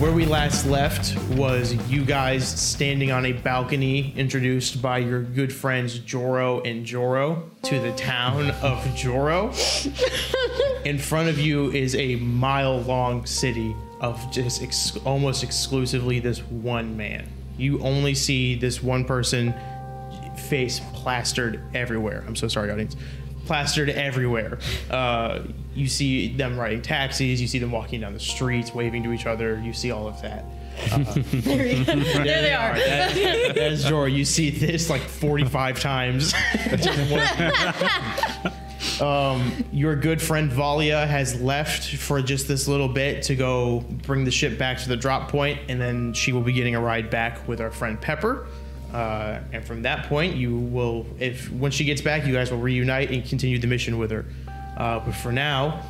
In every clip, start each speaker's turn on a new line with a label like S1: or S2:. S1: where we last left was you guys standing on a balcony introduced by your good friends Joro and Joro to the town of Joro. In front of you is a mile long city of just ex- almost exclusively this one man. You only see this one person face plastered everywhere. I'm so sorry, audience. Plastered everywhere. Uh, you see them riding taxis. You see them walking down the streets, waving to each other. You see all of that.
S2: There they are.
S1: That, that's Jorah. You see this like 45 times. Just one- um, your good friend Valia has left for just this little bit to go bring the ship back to the drop point, and then she will be getting a ride back with our friend Pepper. Uh, and from that point, you will, if when she gets back, you guys will reunite and continue the mission with her. Uh, but for now,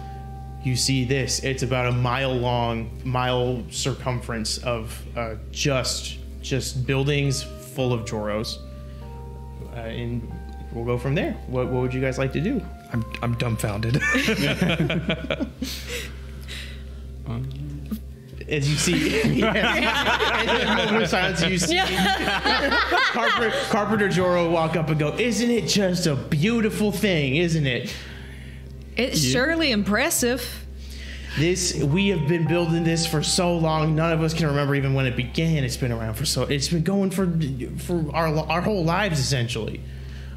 S1: you see this. It's about a mile long, mile circumference of uh, just just buildings full of Joros, uh, and we'll go from there. What, what would you guys like to do?
S3: I'm, I'm dumbfounded.
S1: As you see, yes. In the moment of silence, you see Carpenter, Carpenter Joro walk up and go, "Isn't it just a beautiful thing? Isn't it?"
S2: It's surely impressive.
S1: This we have been building this for so long. None of us can remember even when it began. It's been around for so. It's been going for for our our whole lives essentially.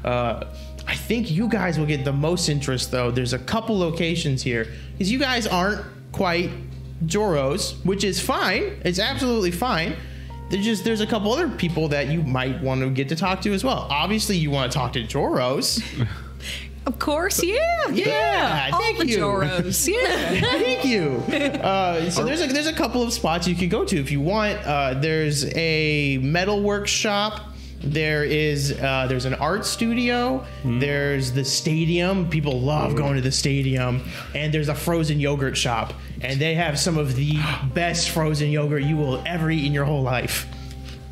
S1: Uh, I think you guys will get the most interest though. There's a couple locations here because you guys aren't quite Joros, which is fine. It's absolutely fine. There's just there's a couple other people that you might want to get to talk to as well. Obviously, you want to talk to Joros.
S2: Of course, yeah, yeah.
S1: Yeah,
S2: All
S1: thank
S2: the
S1: you.
S2: Joros, yeah.
S1: Thank you. Uh, so there's a, there's a couple of spots you could go to if you want. Uh, there's a metal workshop. There is uh, there's an art studio. There's the stadium. People love going to the stadium. And there's a frozen yogurt shop. And they have some of the best frozen yogurt you will ever eat in your whole life.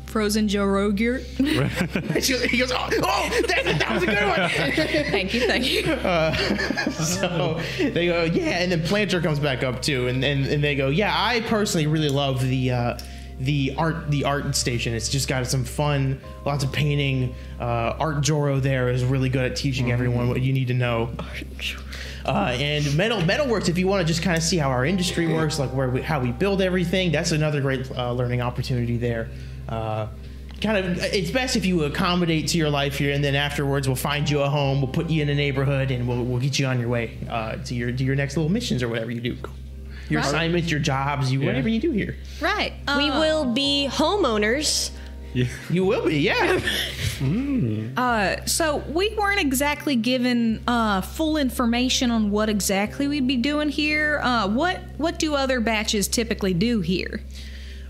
S2: Frozen Joe Rogurt.
S1: And she- he goes, oh, oh that, that was a good one.
S2: Thank you, thank you.
S1: so they go, yeah, and then Planter comes back up too, and and, and they go, yeah, I personally really love the uh, the art the art station. It's just got some fun, lots of painting. Uh, art Joro there is really good at teaching everyone what you need to know. Uh, and metal metalworks, if you want to just kind of see how our industry works, like where we, how we build everything, that's another great uh, learning opportunity there. Uh, kind of, it's best if you accommodate to your life here, and then afterwards we'll find you a home, we'll put you in a neighborhood, and we'll, we'll get you on your way uh, to your to your next little missions or whatever you do, your
S2: Right.
S1: assignments, your jobs, you whatever you do here.
S2: Right.
S4: We
S1: Oh.
S4: will be homeowners.
S1: You will be, yeah.
S2: Uh, so we weren't exactly given uh, full information on what exactly we'd be doing here. Uh, what what do other batches typically do here?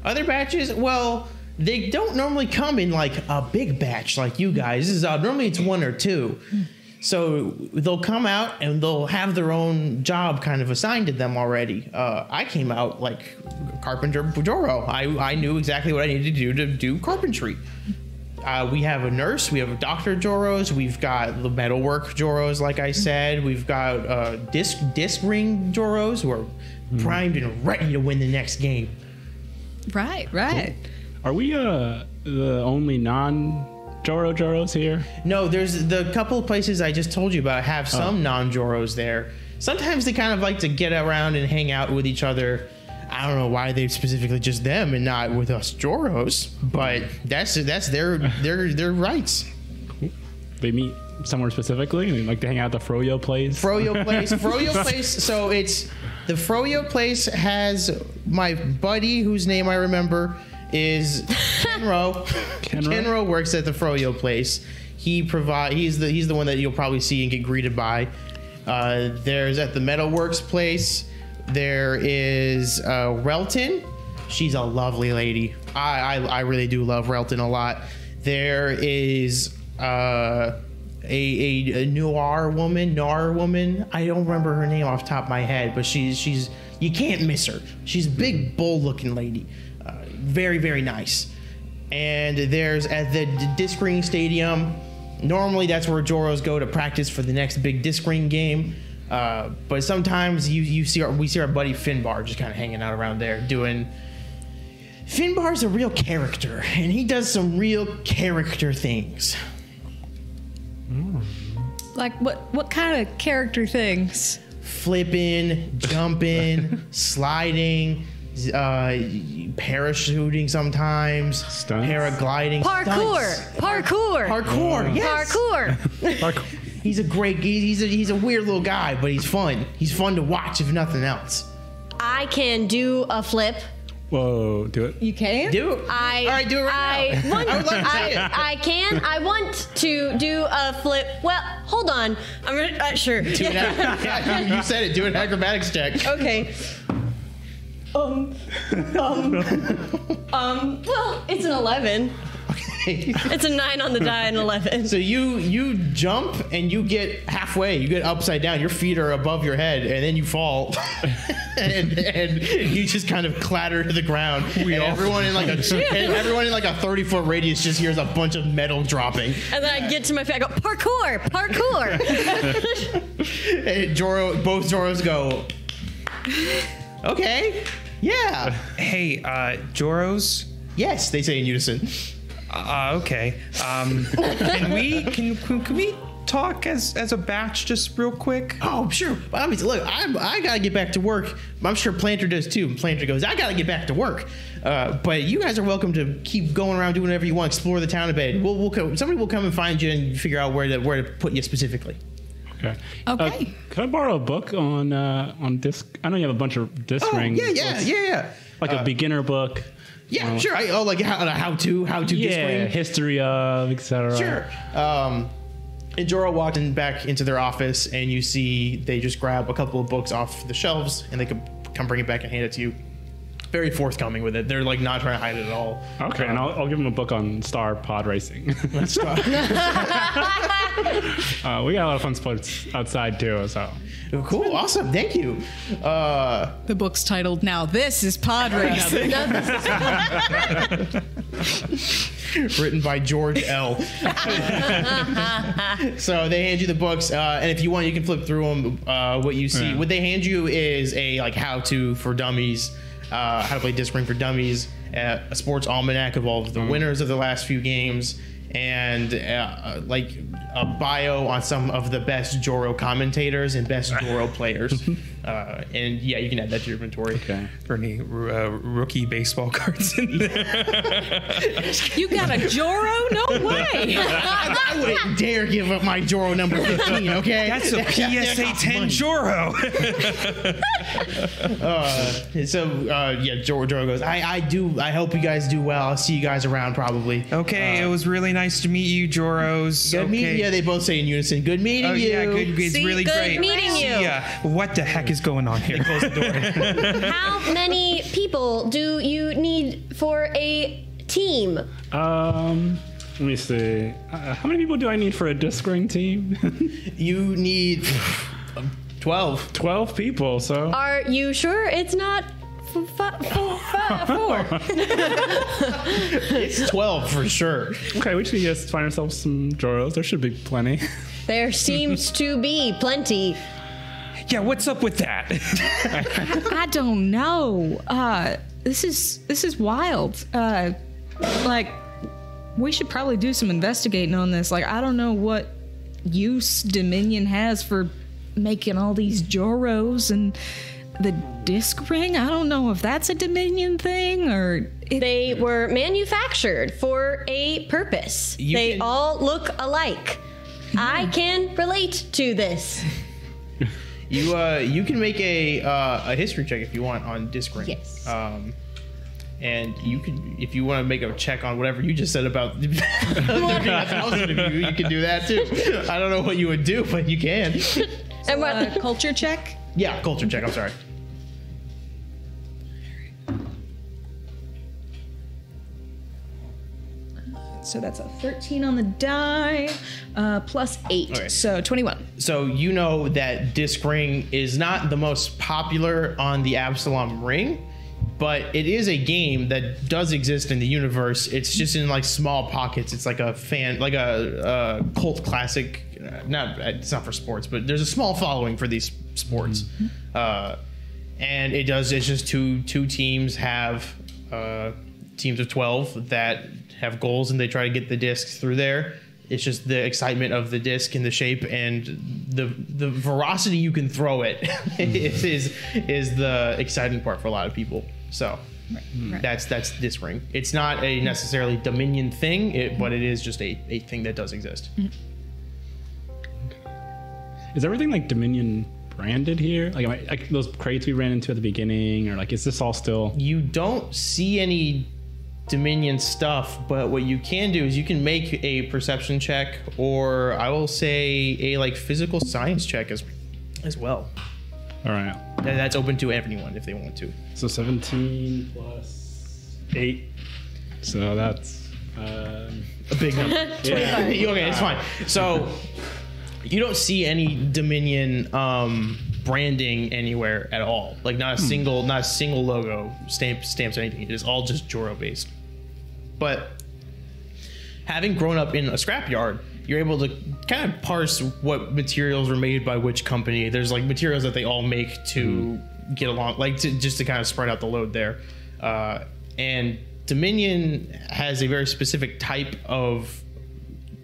S1: Other batches, well, they don't normally come in like a big batch like you guys. This is uh, normally it's one or two. So they'll come out and they'll have their own job kind of assigned to them already. Uh, I came out like carpenter Joro. I, I knew exactly what I needed to do to do carpentry. Uh, we have a nurse, we have a doctor Joros, we've got the metalwork Joros, like I said, we've got uh, disc disc ring Joros who are primed and ready to win the next game.
S2: Right, right.
S5: Are we uh the only non Joro Joros here?
S1: No, there's the couple of places I just told you about have some non Joros there. Sometimes they kind of like to get around and hang out with each other. I don't know why they specifically just them and not with us Joros, but that's that's their their their rights.
S5: They meet somewhere specifically and they like to hang out at the Froyo place.
S1: Froyo place, Froyo place. So it's the Froyo place has my buddy whose name I remember is Kenro.
S5: Kenro?
S1: Kenro works at the Froyo place. He provide he's the he's the one that you'll probably see and get greeted by. Uh, there's at the Metalworks place. There is uh, Relton. She's a lovely lady. I, I I really do love Relton a lot. There is uh, a, a a noir woman, noir woman. I don't remember her name off the top of my head, but she's she's you can't miss her. She's a big bull looking lady, uh, very very nice and there's at the d- disc ring stadium. Normally, that's where Joros go to practice for the next big disc ring game. Uh, but sometimes you you see our, we see our buddy Finbar just kind of hanging out around there doing Finbar's a real character, and he does some real character things.
S2: Like what? What kind of character things?
S1: Flipping, jumping, sliding, uh, parachuting sometimes,
S5: Stunts?
S1: paragliding,
S4: Parkour.
S1: stunts.
S4: Parkour.
S1: Parkour, yes.
S4: Parkour.
S1: He's a great. He's a, he's a weird little guy, but he's fun. He's fun to watch, if nothing else.
S4: I can do a flip.
S5: Whoa, do it.
S2: You can.
S1: Do it.
S4: I
S1: All right, do it right
S4: I
S1: now.
S4: want-
S1: I would like to see it.
S4: I, I can. I want to do a flip. Well, hold on. I'm gonna uh, sure.
S1: Do it. Yeah, you, you said it. Do an acrobatics check.
S4: Okay. Um. Um. um. Well, it's an eleven.
S1: Okay.
S4: It's a nine on the die and eleven.
S1: So you you jump and you get halfway. You get upside down. Your feet are above your head, and then you fall, and, and you just kind of clatter to the ground. and
S5: all-
S1: everyone in like a and everyone in like a thirty foot radius just hears a bunch of metal dropping.
S4: And then I get to my feet. I go parkour, parkour.
S1: And Joro, both Joros go. Okay, yeah,
S3: Hey, uh, Joros.
S1: yes, they say in unison.
S3: Uh, okay. Um, can we can, can can we talk as as a batch just real quick?
S1: Oh, sure. But I mean, look, I'm, I gotta get back to work. I'm sure Planter does too. Planter goes, I gotta get back to work. Uh, but you guys are welcome to keep going around doing whatever you want, explore the town a bit. We'll, we'll co- somebody will come and find you and figure out where to where to put you specifically.
S5: Okay.
S2: Okay.
S5: Uh, could I borrow a book on uh, on disc? I know you have a bunch of disc
S1: Oh,
S5: rings.
S1: yeah, yeah,
S5: What's-
S1: yeah, yeah.
S5: Like a beginner book. Uh,
S1: Yeah, sure. I, oh, like how, how to how to
S5: Yeah, history of, etc.
S1: Sure. Um, and Jorah walked in back into their office, and you see they just grab a couple of books off the shelves, and they could come bring it back and hand it to you. Very forthcoming with it. They're like not trying to hide it at all.
S5: Okay, and I'll, I'll give him a book on star pod racing. uh, we got a lot of fun sports outside too, so
S1: Cool, awesome, thank you. Uh,
S2: The book's titled "Now This Is Pod Racing."
S1: written by George L. so they hand you the books, uh, and if you want, you can flip through them. Uh, what you see,
S5: Yeah.
S1: what they hand you is a like how to for dummies, uh, how to play disc ring for dummies, uh, a sports almanac of all of the
S5: Mm.
S1: winners of the last few games, and uh, like a bio on some of the best Joro commentators and best Joro players. Uh, and yeah, you can add that to your inventory.
S5: okay.
S3: Or any uh, rookie baseball cards in there?
S2: you got a Joro? No way.
S1: I wouldn't dare give up my Joro number 15, okay?
S3: That's a PSA 10 Joro.
S1: Uh, so, uh, yeah, Joro, Joro goes, I, I do, I hope you guys do well. I'll see you guys around probably.
S3: okay, it was really nice to meet you, Joros.
S1: Good
S3: okay.
S1: meeting Yeah, they both say in unison, good meeting
S3: Oh
S1: you.
S3: yeah, good. It's
S4: See,
S3: really
S4: good
S3: great.
S4: meeting
S3: See
S4: you.
S3: ya. What the heck is going on here?
S4: How many people do you need for a team?
S5: Um, let me see. Uh, how many people do I need for a disc ring team?
S1: You need 12.
S5: Twelve people. So
S4: Are you sure it's not f- f- f- four?
S1: It's 12 for sure.
S5: okay, we should just find ourselves some Joros. There should be plenty.
S4: There seems to be plenty.
S3: yeah, what's up with that?
S2: I don't know. Uh, this is this is wild. Uh, like we should probably do some investigating on this. Like I don't know what use Dominion has for making all these Joros and the disc ring. I don't know if that's a Dominion thing or it,
S4: They were manufactured for a purpose.
S1: You
S4: they
S1: can-
S4: all look alike. I can relate to this.
S1: You uh, you can make a uh, a history check if you want on Discord.
S4: Yes.
S1: Um, and you can if you want to make a check on whatever you just said about there being a thousand of you, you can do that too. I don't know what you would do, but you can.
S4: and what?
S2: uh, culture check.
S1: Yeah, culture check. I'm sorry.
S2: So that's a 13 on the die, uh, plus eight,
S1: Okay.
S2: so 21.
S1: So you know that disc ring is not the most popular on the Absalom ring, but it is a game that does exist in the universe. It's just in like small pockets. It's like a fan, like a, uh cult classic. Uh, Not it's not for sports, but there's a small following for these sports, uh, and it does. It's just two two teams have uh, teams of 12 that have goals and they try to get the discs through there. It's just the excitement of the disc and the shape and the the veracity you can throw it is, is is the exciting part for a lot of people. So that's that's this ring. It's not a necessarily Dominion thing, it, but it is just a, a thing that does exist.
S5: Is everything like Dominion branded here? Like, am I, like those crates we ran into at the beginning, or like is this all still?
S1: you don't see any Dominion stuff, but what you can do is you can make a perception check, or I will say a like physical science check as as well.
S5: All right.
S1: And that's open to everyone if they want to.
S5: So 17 plus 8. So that's. Um,
S1: A big number.
S5: yeah.
S1: okay, it's fine. So you don't see any Dominion um, branding anywhere at all. Like not a single, not a single logo, stamp, stamps, anything. It is all just Joro based. But having grown up in a scrapyard, you're able to kind of parse what materials were made by which company. There's like materials that they all make to get along, like to, just to kind of spread out the load there. Uh, and Dominion has a very specific type of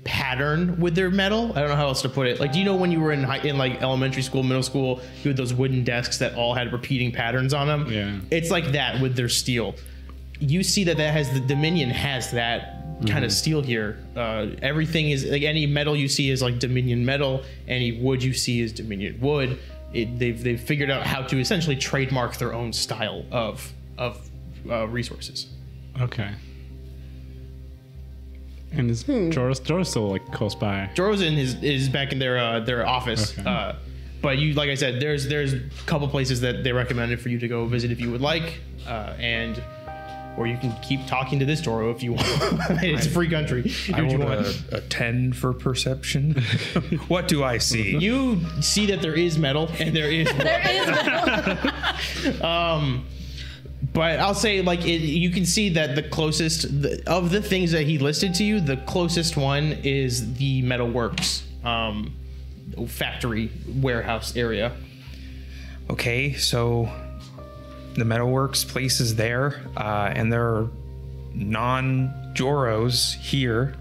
S1: pattern with their metal. I don't know how else to put it. Like, do you know when you were in high, in like elementary school, middle school, you had those wooden desks that all had repeating patterns on them?
S5: Yeah.
S1: It's like that with their steel. You see that that has the Dominion has that kind of steel here. Uh, everything is like any metal you see is like Dominion metal. Any wood you see is Dominion wood. It, they've they've figured out how to essentially trademark their own style of of uh, resources.
S5: okay. And is Joris, Joris still like close by?
S1: Joro's in his is back in their uh, their office.
S5: Okay.
S1: Uh, but you, like I said, there's there's a couple places that they recommended for you to go visit if you would like, uh, and or you can keep talking to this Joro if you want. it's a free country. Do
S3: I
S1: what you
S3: rolled
S1: want.
S3: a, a 10 for perception. what do I see?
S1: You see that there is metal and there is Um,
S4: There is metal.
S1: But I'll say, like, it, you can see that the closest the, of the things that he listed to you, the closest one is the metalworks um, factory warehouse area.
S3: Okay, so the Metalworks place is there, uh, and there are non Joros here.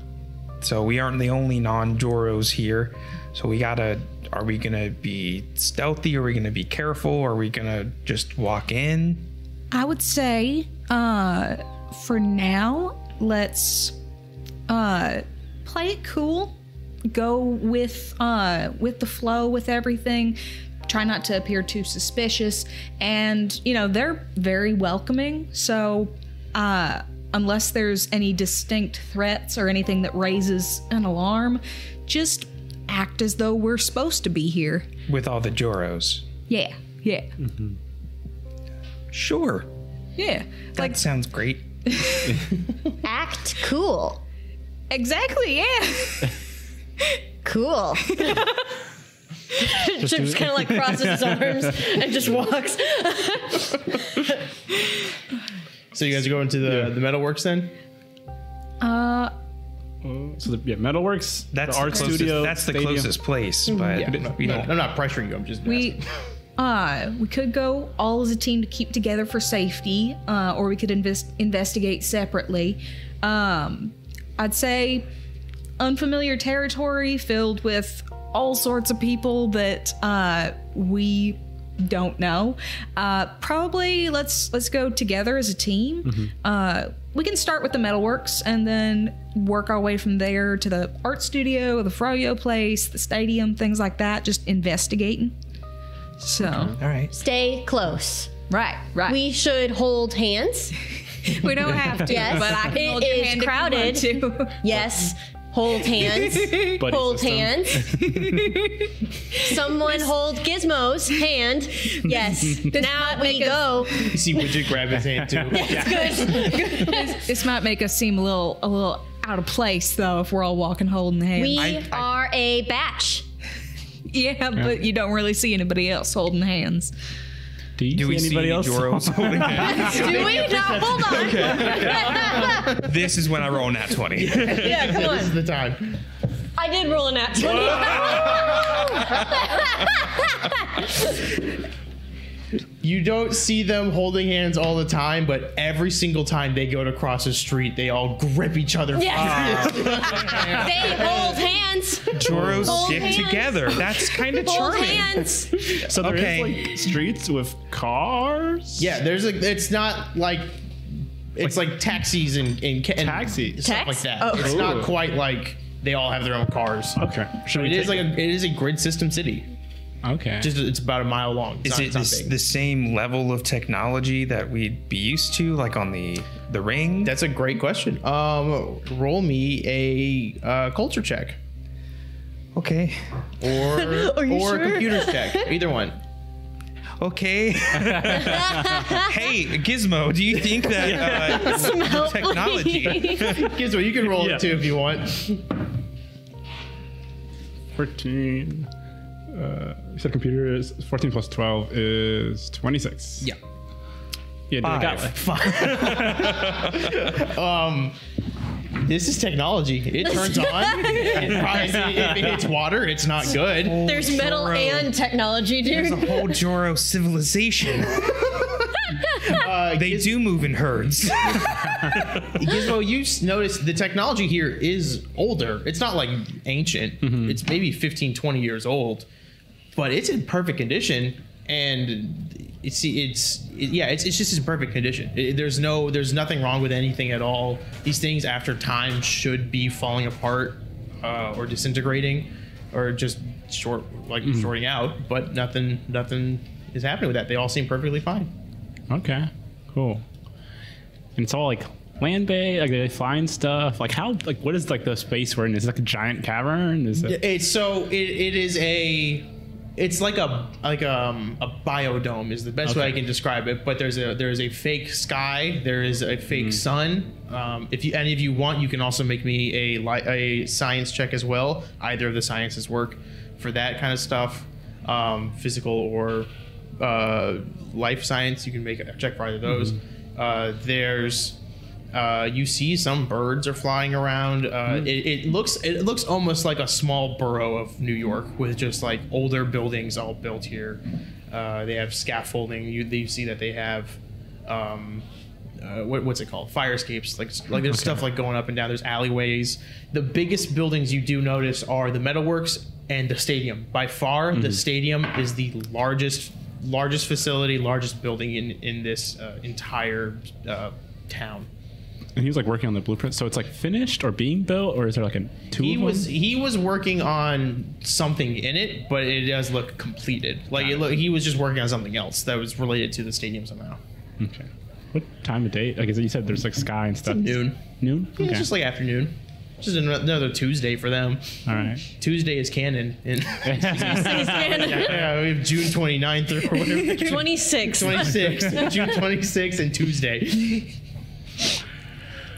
S3: So we aren't the only non Joros here. So we gotta. Are we gonna be stealthy? Are we gonna be careful? Are we gonna just walk in?
S6: I would say uh, for now, let's uh, play it cool. Go with uh, with the flow with everything. Try not to appear too suspicious, and you know they're very welcoming. So uh, unless there's any distinct threats or anything that raises an alarm, just act as though we're supposed to be here.
S3: With all the Joros.
S6: Yeah, yeah,
S3: Sure.
S6: yeah.
S3: That sounds great.
S4: Act cool.
S6: Exactly. Yeah.
S4: Cool. Jim's kind of like crosses his arms and just walks.
S1: So you guys are going to the, the metalworks then?
S6: Uh,
S5: Oh, So the, yeah, Metalworks.
S3: That's
S5: the art
S3: closest,
S5: studio.
S3: That's the
S5: stadium.
S3: closest place, but we
S1: No,
S3: don't.
S1: I'm not pressuring you. I'm just
S6: we uh we could go all as a team to keep together for safety, uh, or we could invest investigate separately. Um, I'd say unfamiliar territory filled with all sorts of people that uh, we don't know. Uh, probably let's let's go together as a team. Uh, we can start with the metalworks and then work our way from there to the art studio, the froyo place, the stadium, things like that. Just investigating. So
S3: All right.
S4: Stay close.
S6: right, right. We,
S4: We should hold hands.
S6: we don't have to,
S4: Yes.
S6: but I
S4: It
S6: can hold your
S4: is
S6: hand if you want to.
S4: Yes. Hold hands.
S5: Buddy
S4: hold
S5: system.
S4: hands. Someone hold Gizmo's hand. Yes. now we go.
S1: You see Widget grab his hand too.
S6: This might make us seem a little a little out of place though if we're all walking holding hands.
S4: We
S3: I- I-
S4: are a batch.
S6: Yeah, but you don't really see anybody else holding hands.
S5: Do you
S3: Do
S5: see
S3: we see
S5: anybody
S3: any
S5: else?
S3: Joros holding hands?
S4: Do we? No, hold on.
S3: This is when I roll nat 20.
S4: Yeah, come
S1: this is
S4: on.
S1: the time.
S4: I did roll a nat 20.
S1: You don't see them holding hands all the time, but every single time they go to cross the street, they all grip each other.
S4: Yes. they hold hands.
S3: Joros
S4: Hold
S3: stick
S4: hands.
S3: together. That's kind of
S4: Hold
S3: charming.
S4: hands.
S5: So there is
S3: Okay.
S5: like streets with cars.
S1: Yeah, there's like it's not like it's like, taxis and, and, ca- and
S5: Taxis?
S1: stuff
S4: Tax?
S1: like that.
S4: Oh.
S1: It's
S5: Ooh.
S1: not quite like they all have their own cars.
S5: Okay. Should
S1: It
S5: we
S1: is
S5: take
S1: like a, it is a grid system city.
S5: a, okay.
S1: Just it's about a mile long. It's
S3: Is
S1: not-
S3: it
S1: it's not
S3: this,
S1: big.
S3: the same level of technology that we'd be used to, like on the the ring?
S1: That's a great question. Um, roll me a uh, culture check
S3: okay.
S1: or or
S4: sure?
S1: a computers check. Either one.
S3: Okay. hey, Gizmo, do you think that uh,
S4: Smell,
S3: technology?
S1: Gizmo, you can roll
S5: Yeah.
S1: it too if you want.
S5: 14. Uh, you said computer is 14 plus 12 is 26.
S1: Yeah.
S5: Yeah, dude, I got
S3: Five.
S5: like-
S1: Um, this is technology. It turns on. it probably, if it hits water, it's not good.
S4: There's metal and technology,
S3: There's a
S4: dude.
S3: whole Joro civilization.
S1: Uh,
S3: They
S1: Giz-
S3: do move in herds.
S1: Gizmo, you s- notice the technology here is older. It's not like ancient. It's maybe 15, 20 years old, but it's in perfect condition. And it's it's it- yeah, it's, it's just in perfect condition. It- there's no there's nothing wrong with anything at all. These things after time should be falling apart uh, or disintegrating or just short like shorting out, but nothing nothing is happening with that. They all seem perfectly fine.
S5: Okay, cool. And it's all like land bay, like they find stuff. Like how, like what is like the space we're in? Is it like a giant cavern? Is it?
S1: It's so it, it is a it's like a like um a biodome is the best way I
S5: Okay.
S1: can describe it. But there's a there is a fake sky, there is a fake sun. Um, if you any of you want, you can also make me a li- a science check as well. Either of the sciences work for that kind of stuff, um, physical or uh, life science. You can make a check for either of those. Uh, there's uh, you see some birds are flying around. Uh, it, it looks it looks almost like a small borough of New York with just like older buildings all built here. Uh, they have scaffolding. You, you see that they have um, uh, what, what's it called? Fire escapes. Like like there's stuff like going up and down. There's alleyways. The biggest buildings you do notice are the metalworks and the stadium. By far, the stadium is the largest largest facility, largest building in in this uh, entire uh, town.
S5: And he was like working on the blueprint, so it's like finished or being built, or is there like a two?
S1: he
S5: of them?
S1: was he was working on something in it, but it does look completed. Like it look, he was just working on something else that was related to the stadium somehow.
S5: Okay. What time of day? Like is it, you said, there's like sky and stuff.
S1: Noon.
S5: Noon.
S1: Yeah,
S5: okay.
S1: It's just like afternoon. It's Just an- another Tuesday for them.
S5: all right.
S1: Tuesday is canon. And yeah, we have June 29th or whatever.
S4: 26.
S1: 26th, June 26th and Tuesday.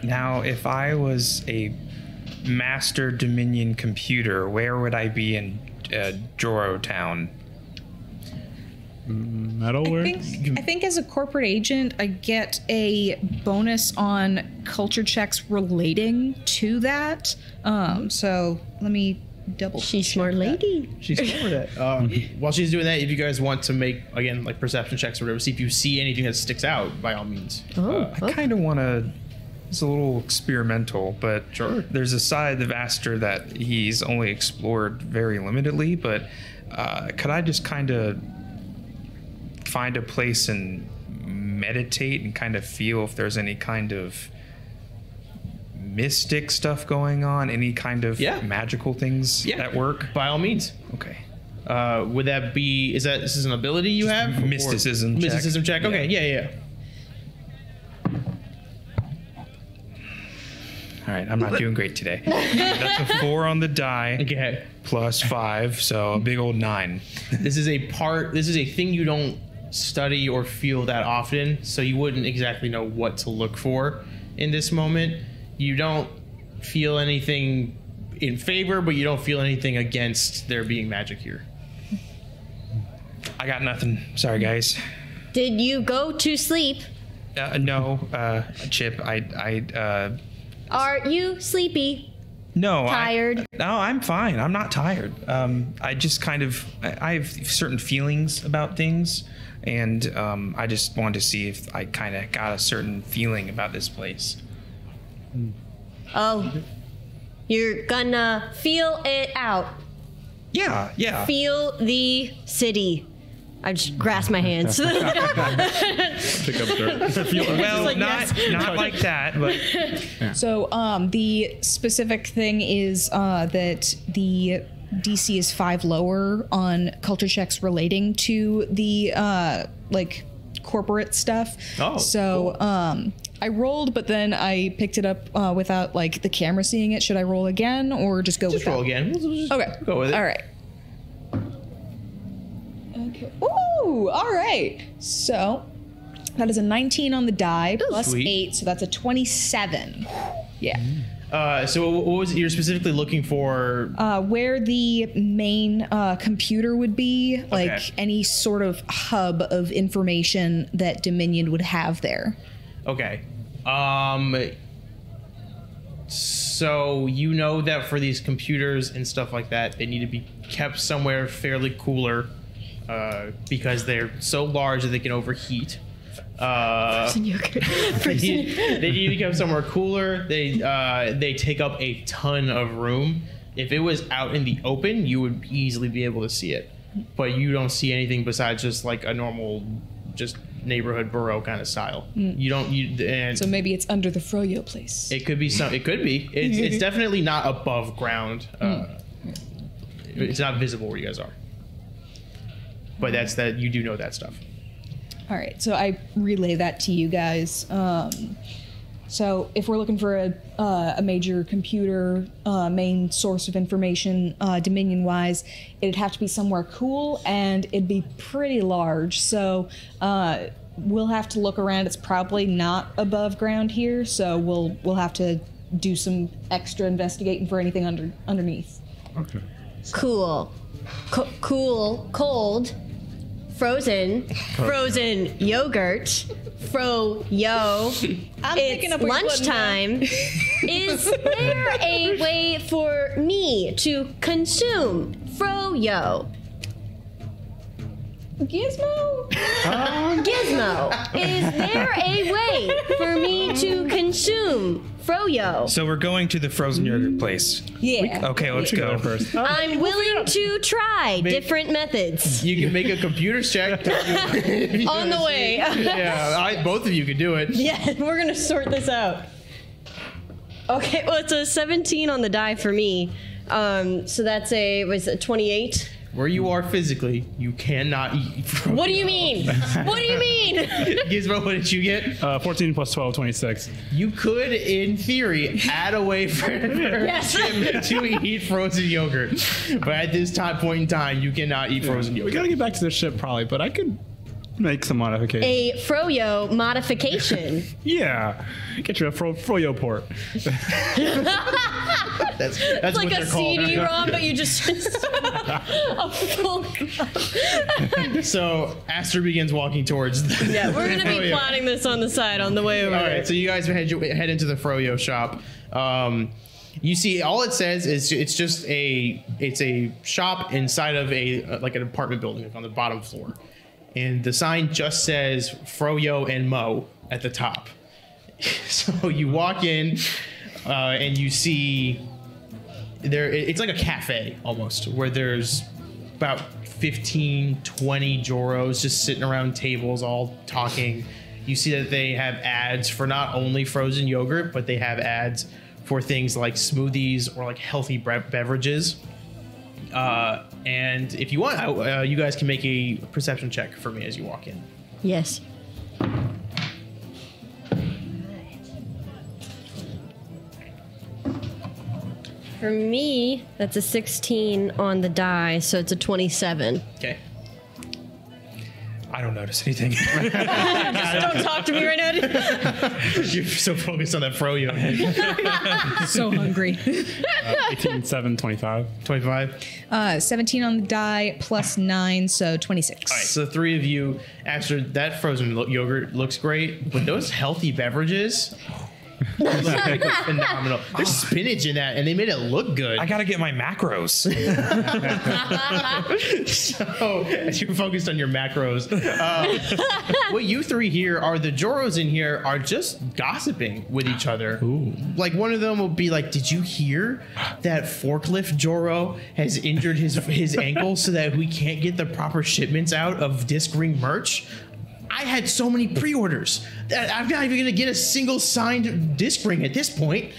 S3: now, if I was a master Dominion computer, where would I be in uh, Joro Town?
S5: Metalwork.
S2: I think, I think as a corporate agent, I get a bonus on culture checks relating to that. Um, so let me double.
S4: She's smart lady.
S1: She's over that. Uh, while she's doing that, if you guys want to make, again, like perception checks or whatever, see if you see anything that sticks out, by all means.
S4: Oh,
S3: I kind of want to. It's a little experimental, but
S1: Sure.
S3: There's a side of Aster that he's only explored very limitedly, but uh, could I just kind of find a place and meditate and kind of feel if there's any kind of mystic stuff going on, any kind of
S1: Yeah.
S3: magical things
S1: Yeah.
S3: that work?
S1: By all means.
S3: Okay.
S1: Uh, would that be? Is that this is an ability you have?
S3: mysticism
S1: Or-
S3: check.
S1: Mysticism check. Okay. Yeah. Yeah.
S3: All right, I'm not doing great today. That's a four on the die
S1: Okay.
S3: plus five, so a big old nine.
S1: This is a part. This is a thing you don't study or feel that often, so you wouldn't exactly know what to look for in this moment. You don't feel anything in favor, but you don't feel anything against there being magic here.
S3: I got nothing. Sorry, guys.
S4: Did you go to sleep?
S3: Uh, no, uh, Chip. I, I, uh,
S4: Are you sleepy?
S3: No, I-
S4: Tired?
S3: no, I'm fine. I'm not tired. Um, I just kind of I I have certain feelings about things, and um, I just wanted to see if I kind of got a certain feeling about this place.
S4: Oh, you're gonna feel it out.
S3: Yeah, yeah.
S4: Feel the city. I just grasp my hands.
S5: Pick up dirt.
S3: well,
S4: like,
S3: not not like that, but
S6: So um, the specific thing is uh, that the DC is five lower on culture checks relating to the uh, like corporate stuff.
S1: Oh,
S6: so um, I rolled, but then I picked it up uh, without like the camera seeing it. Should I roll again or just go
S1: Just
S6: with
S1: roll
S6: that?
S1: again. We'll just
S6: Okay.
S1: Go with it.
S6: All right. Okay. Ooh, all right. So that is a 19 on the die plus
S1: sweet.
S6: 8, so that's a 27. Yeah.
S1: Uh, so what what was it you're specifically looking for?
S6: Uh, where the main uh, computer would be, like
S1: Okay.
S6: any sort of hub of information that Dominion would have there.
S1: Okay. Um. So you know that for these computers and stuff like that, they need to be kept somewhere fairly cooler, uh, because they're so large that they can overheat. Uh, they, need, they need to be kept somewhere cooler. They uh, they take up a ton of room. If it was out in the open, you would easily be able to see it, but you don't see anything besides just like a normal, just neighborhood burrow kind of style.
S4: Mm.
S1: You don't you and
S6: So maybe it's under the Froyo place.
S1: it could be some. It could be. It's, it's definitely not above ground. Uh,
S4: Mm.
S1: It's not visible where you guys are. But that's that. You do know that stuff.
S6: All right, so I relay that to you guys. Um, so if we're looking for a, uh, a major computer uh, main source of information, uh, Dominion wise, it'd have to be somewhere cool and it'd be pretty large. So uh, we'll have to look around. It's probably not above ground here, so we'll we'll have to do some extra investigating for anything under underneath.
S5: okay.
S4: cool, Co- cool, cold, frozen, frozen yogurt, fro yo.
S6: I'm
S4: It's lunchtime. Is there a way for me to consume fro yo?
S6: Gizmo.
S4: Gizmo, is there a way for me to consume Froyo?
S3: so we're going to the frozen yogurt place.
S6: Yeah.
S3: Okay, let's go.
S5: first.
S4: I'm willing to try different methods.
S1: You can make a computer check.
S4: On the way.
S1: yeah, I, both of you could do it.
S4: yeah, we're gonna sort this out. Okay, well it's a 17 on the die for me. Um, so that's a was it 28?
S1: Where you are physically, you cannot eat. From
S4: What do you mean? What do you mean?
S1: Gizmo, what did you get?
S5: Uh, 14 plus 12, 26.
S1: You could, in theory, add a way for, for
S4: Yes.
S1: Jim to eat frozen yogurt, but at this time point in time, you cannot eat frozen
S5: We
S1: yogurt.
S5: gotta get back to this ship probably, but I could make some modifications.
S4: a Froyo modification.
S5: Yeah, get you a fro- froyo port.
S1: That's, that's
S4: It's
S1: what
S4: like
S1: they're
S4: a
S1: called.
S4: CD-ROM, but you just a full.
S1: So Aster begins walking towards. The
S4: yeah, we're gonna
S1: Oh,
S4: be
S1: yeah.
S4: plotting this on the side on the way over.
S1: All right, so you guys head head into the Froyo shop. Um, you see, all it says is it's just a it's a shop inside of a uh, like an apartment building like on the bottom floor, and the sign just says Froyo and Mo at the top. so you walk in, uh, and you see there it- it's like a cafe almost where there's about 15 20 joros just sitting around tables all talking you see that they have ads for not only frozen yogurt but they have ads for things like smoothies or like healthy bre- beverages uh, and if you want I- uh, you guys can make a perception check for me as you walk in
S4: Yes. For me, that's a 16 on the die, so it's a 27.
S1: okay
S3: I don't notice anything.
S4: Don't talk to me right now.
S1: you're so focused on that fro yogurt
S6: so hungry.
S5: 18, 7, 25.
S1: 25
S6: Uh, 17 on the die plus 9, so 26.
S1: All right, so the three of you, after that frozen lo- yogurt looks great, but those healthy beverages, It was phenomenal. There's spinach in that, and they made it look good.
S3: I gotta get my macros.
S1: so as you're focused on your macros, uh, what you three here are the Joros in here are just gossiping with each other. Like one of them will be like, "Did you hear that forklift Joro has injured his his ankle so that we can't get the proper shipments out of Disc Ring merch?" I had so many pre-orders that I'm not even gonna get a single signed disc ring at this point.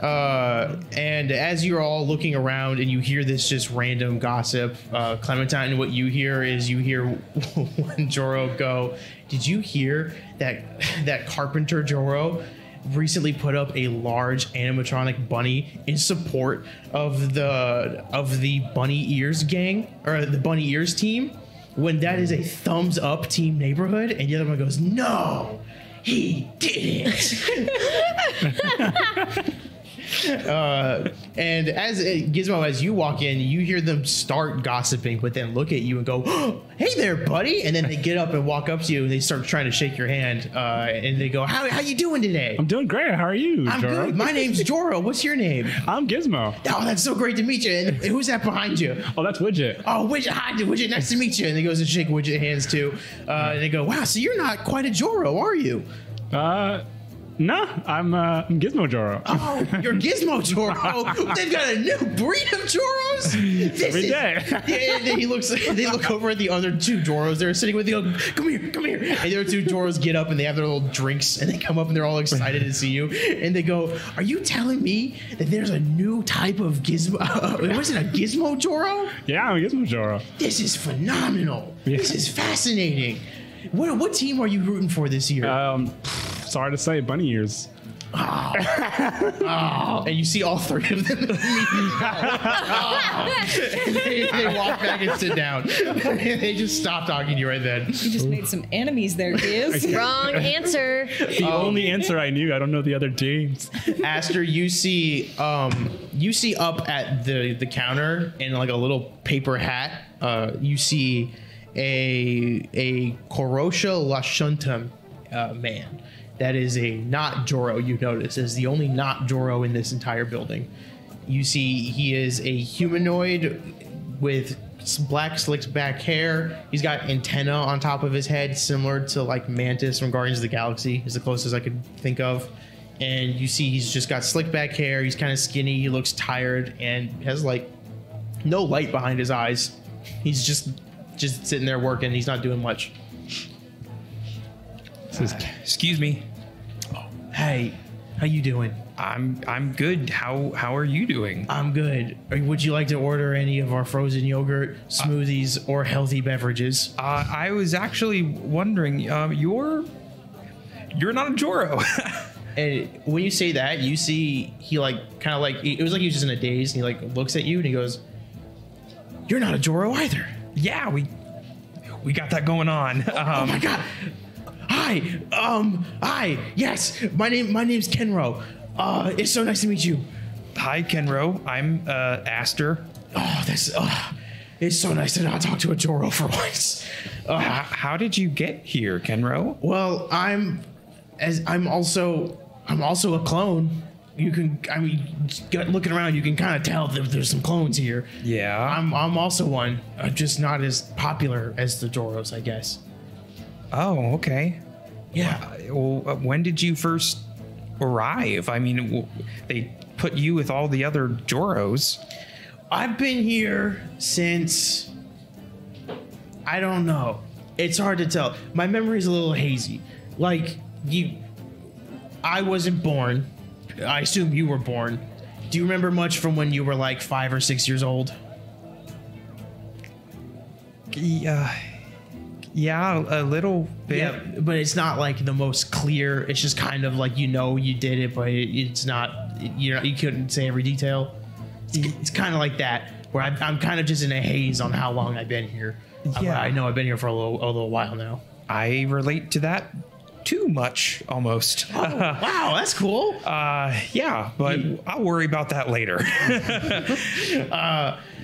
S1: Uh, and as you're all looking around and you hear this just random gossip, uh, Clementine, what you hear is you hear one Joro go, "Did you hear that that carpenter Joro recently put up a large animatronic bunny in support of the of the Bunny Ears gang or the Bunny Ears team?" When that is a thumbs up team neighborhood, and the other one goes, "No, he didn't." And as uh, Gizmo, as you walk in, you hear them start gossiping, but then look at you and go, "Hey there, buddy!" And then they get up and walk up to you, and they start trying to shake your hand, uh, and they go, "How how you doing today?"
S5: I'm doing great. How are you,
S1: "I'm
S5: Joro?
S1: good. My name's Joro. What's your name?
S5: I'm Gizmo.
S1: Oh, that's so great to meet you. And who's that behind you?
S5: Oh, that's Widget.
S1: Oh, Widget, hi, Widget, nice to meet you. And he goes and shake Widget hands too. Uh, and they go, "Wow, so you're not quite a Joro, are you?"
S5: Uh, nah, I'm uh, I'm Gizmo Joro.
S1: Oh, you're Gizmo Joro. They've got a new breed of Joros. This
S5: Every
S1: is-
S5: day.
S1: Yeah, and then he looks. They look over at the other two Joros. They're sitting with. They go, "Come here, come here." And the other two Joros get up and they have their little drinks and they come up and they're all excited to see you. And they go, "Are you telling me that there's a new type of Gizmo? was it a Gizmo Joro?
S5: Yeah, I'm Gizmo Joro.
S1: This is phenomenal. This is fascinating." What, what team are you rooting for this year?
S5: Um, pff, sorry to say, bunny ears.
S1: and you see all three of them. And they, they walk back and sit down. they just stop talking to you right then.
S6: You just made some enemies there, Giz.
S4: Wrong answer.
S5: The
S1: Oh.
S5: only answer I knew. I don't know the other teams.
S1: Aster, you see, um, you see up at the the counter in like a little paper hat. Uh, you see a a Korosha Lashuntum uh, man. That is a not Joro. You notice is the only not Joro in this entire building. You see, he is a humanoid with s- black slicked back hair. He's got antenna on top of his head, similar to like Mantis from Guardians of the Galaxy. Is the closest I could think of. And you see, he's just got slick back hair. He's kind of skinny. He looks tired and has like no light behind his eyes. He's just just sitting there working. He's not doing much.
S3: Excuse me.
S1: Hey, how you doing?
S3: I'm I'm good. How how are you doing?
S1: I'm good. Or Would you like to order any of our frozen yogurt, smoothies, or healthy beverages?
S3: Uh, I was actually wondering. Um, you're you're not a Joro.
S1: And when you say that, you see he like kind of like it was like he was just in a daze, and he like looks at you and he goes, "You're not a Joro either."
S3: yeah, we we got that going on.
S1: Oh
S3: Um,
S1: my god! Hi, um, hi. Yes, my name my name's Kenro. Uh, it's so nice to meet you.
S3: hi, Kenro. I'm uh, Aster.
S1: Oh, this. Uh, it's so nice to not talk to a Joro for once.
S3: H-
S1: Uh,
S3: how did you get here, Kenro?
S1: well, I'm as I'm also I'm also a clone. You can I mean, get- looking around, you can kind of tell that there's some clones here.
S3: Yeah.
S1: I'm I'm also one. I'm just not as popular as the Joros, I guess.
S3: oh, okay.
S1: Yeah.
S3: Well, uh, when did you first arrive? I mean, w- they put you with all the other Joros.
S1: I've been here since I don't know. It's hard to tell. My memory's a little hazy. Like you I wasn't born. I assume you were born. Do you remember much from when you were like 5 or 6 years old?
S3: Yeah, yeah, a little bit.
S1: Yeah, but it's not like the most clear. It's just kind of like you know you did it, but it, it's not you know you couldn't say every detail. It's, it's kind of like that where I, I'm kind of just in a haze on how long I've been here. Uh,
S3: Yeah.
S1: I, I know I've been here for a little a little while now.
S3: I relate to that too much, almost.
S1: wow, that's cool.
S3: Uh, yeah, but I'll worry about that later.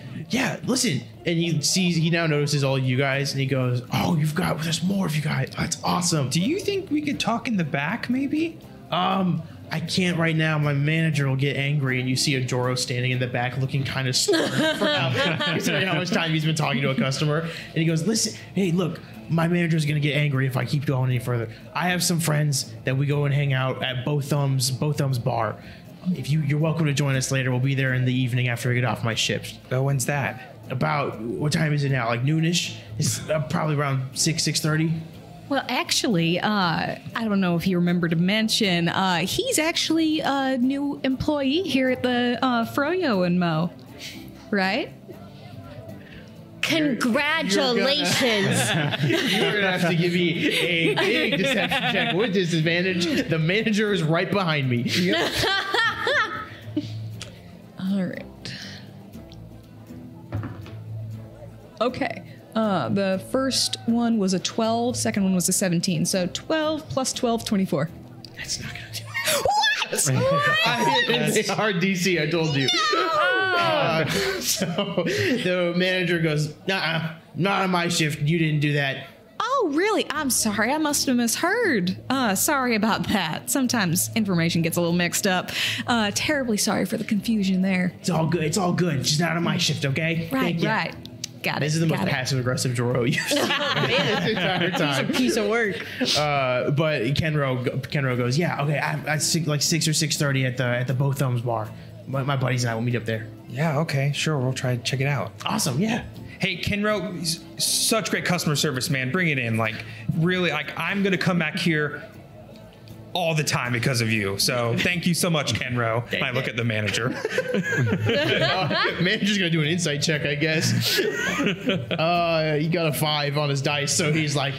S1: yeah, listen. And he sees he now notices all you guys, and he goes, "Oh, you've got there's more of you guys. That's awesome."
S3: Do you think we could talk in the back, maybe?
S1: Um, I can't right now. My manager will get angry, and you see a Joro standing in the back, looking kind of stern for how, considering how much time he's been talking to a customer. And he goes, "Listen, hey, look." My manager's gonna get angry if I keep going any further. I have some friends that we go and hang out at Both Thumbs, Both Thumbs Bar. If you, you're welcome to join us later. We'll be there in the evening after I get off my shift
S3: Oh, when's that?
S1: about what time is it now? Like noonish. It's uh, probably around six six thirty.
S2: Well, actually, uh, I don't know if you remember to mention, uh, he's actually a new employee here at the uh, Froyo and Mo, right?
S4: Congratulations.
S1: You're gonna have to give me a big deception check with disadvantage. The manager is right behind me.
S6: All right. Okay. Uh, the first one was a 12, second one was a 17. So 12 plus 12, 24.
S1: That's not gonna do it.
S6: What?
S1: I didn't say hard DC. I told you. Uh, so the manager goes, "Nah, not on my shift. You didn't do that."
S2: Oh, really? I'm sorry. I must have misheard. Uh, sorry about that. Sometimes information gets a little mixed up. Uh, terribly sorry for the confusion there.
S1: It's all good. It's all good. She's not on my shift. Okay.
S2: Right,
S1: Thank you.
S2: right. Got it.
S1: This is the most
S2: got it.
S1: passive aggressive Joro you've seen this entire time.
S4: Piece of work.
S1: Uh, but Kenro Kenro goes, yeah, okay, I, I six, like six or six thirty at the at the Both Thumbs bar. My, my buddies and I will meet up there.
S3: Yeah, okay, sure. We'll try to check it out.
S1: Awesome, yeah.
S3: Hey, Kenro, s- such great customer service, man. Bring it in. Like, really, like I'm gonna come back here all the time because of you. So thank you so much, Kenro. And I look at the manager.
S1: Manager's gonna do an insight check, I guess. uh, he got a five on his dice, so he's like,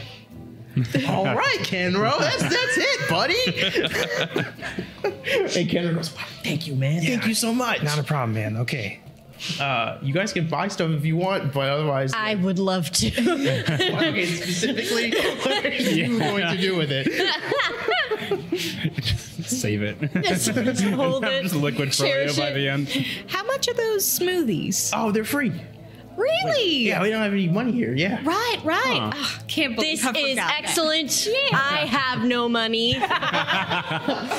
S1: all right, Kenro, that's that's it, buddy. and Kenro goes, wow, thank you, man, thank you so much.
S3: Not a problem, man. Okay.
S1: uh, you guys can buy stuff if you want, but otherwise,
S4: I would love to.
S1: okay, specifically, what are you going to do with it?
S5: Save it.
S4: just, just hold
S5: I'm
S4: it.
S5: just liquid
S4: Cherish
S5: Froyo by
S4: it.
S5: the end.
S2: How much are those smoothies?
S1: Oh, they're free.
S2: Really?
S1: Yeah, we don't have any money here. Yeah.
S2: Right, right.
S5: Huh.
S2: Ugh, can't believe
S4: This
S2: I forgot
S4: is
S2: that.
S4: excellent. I have no money.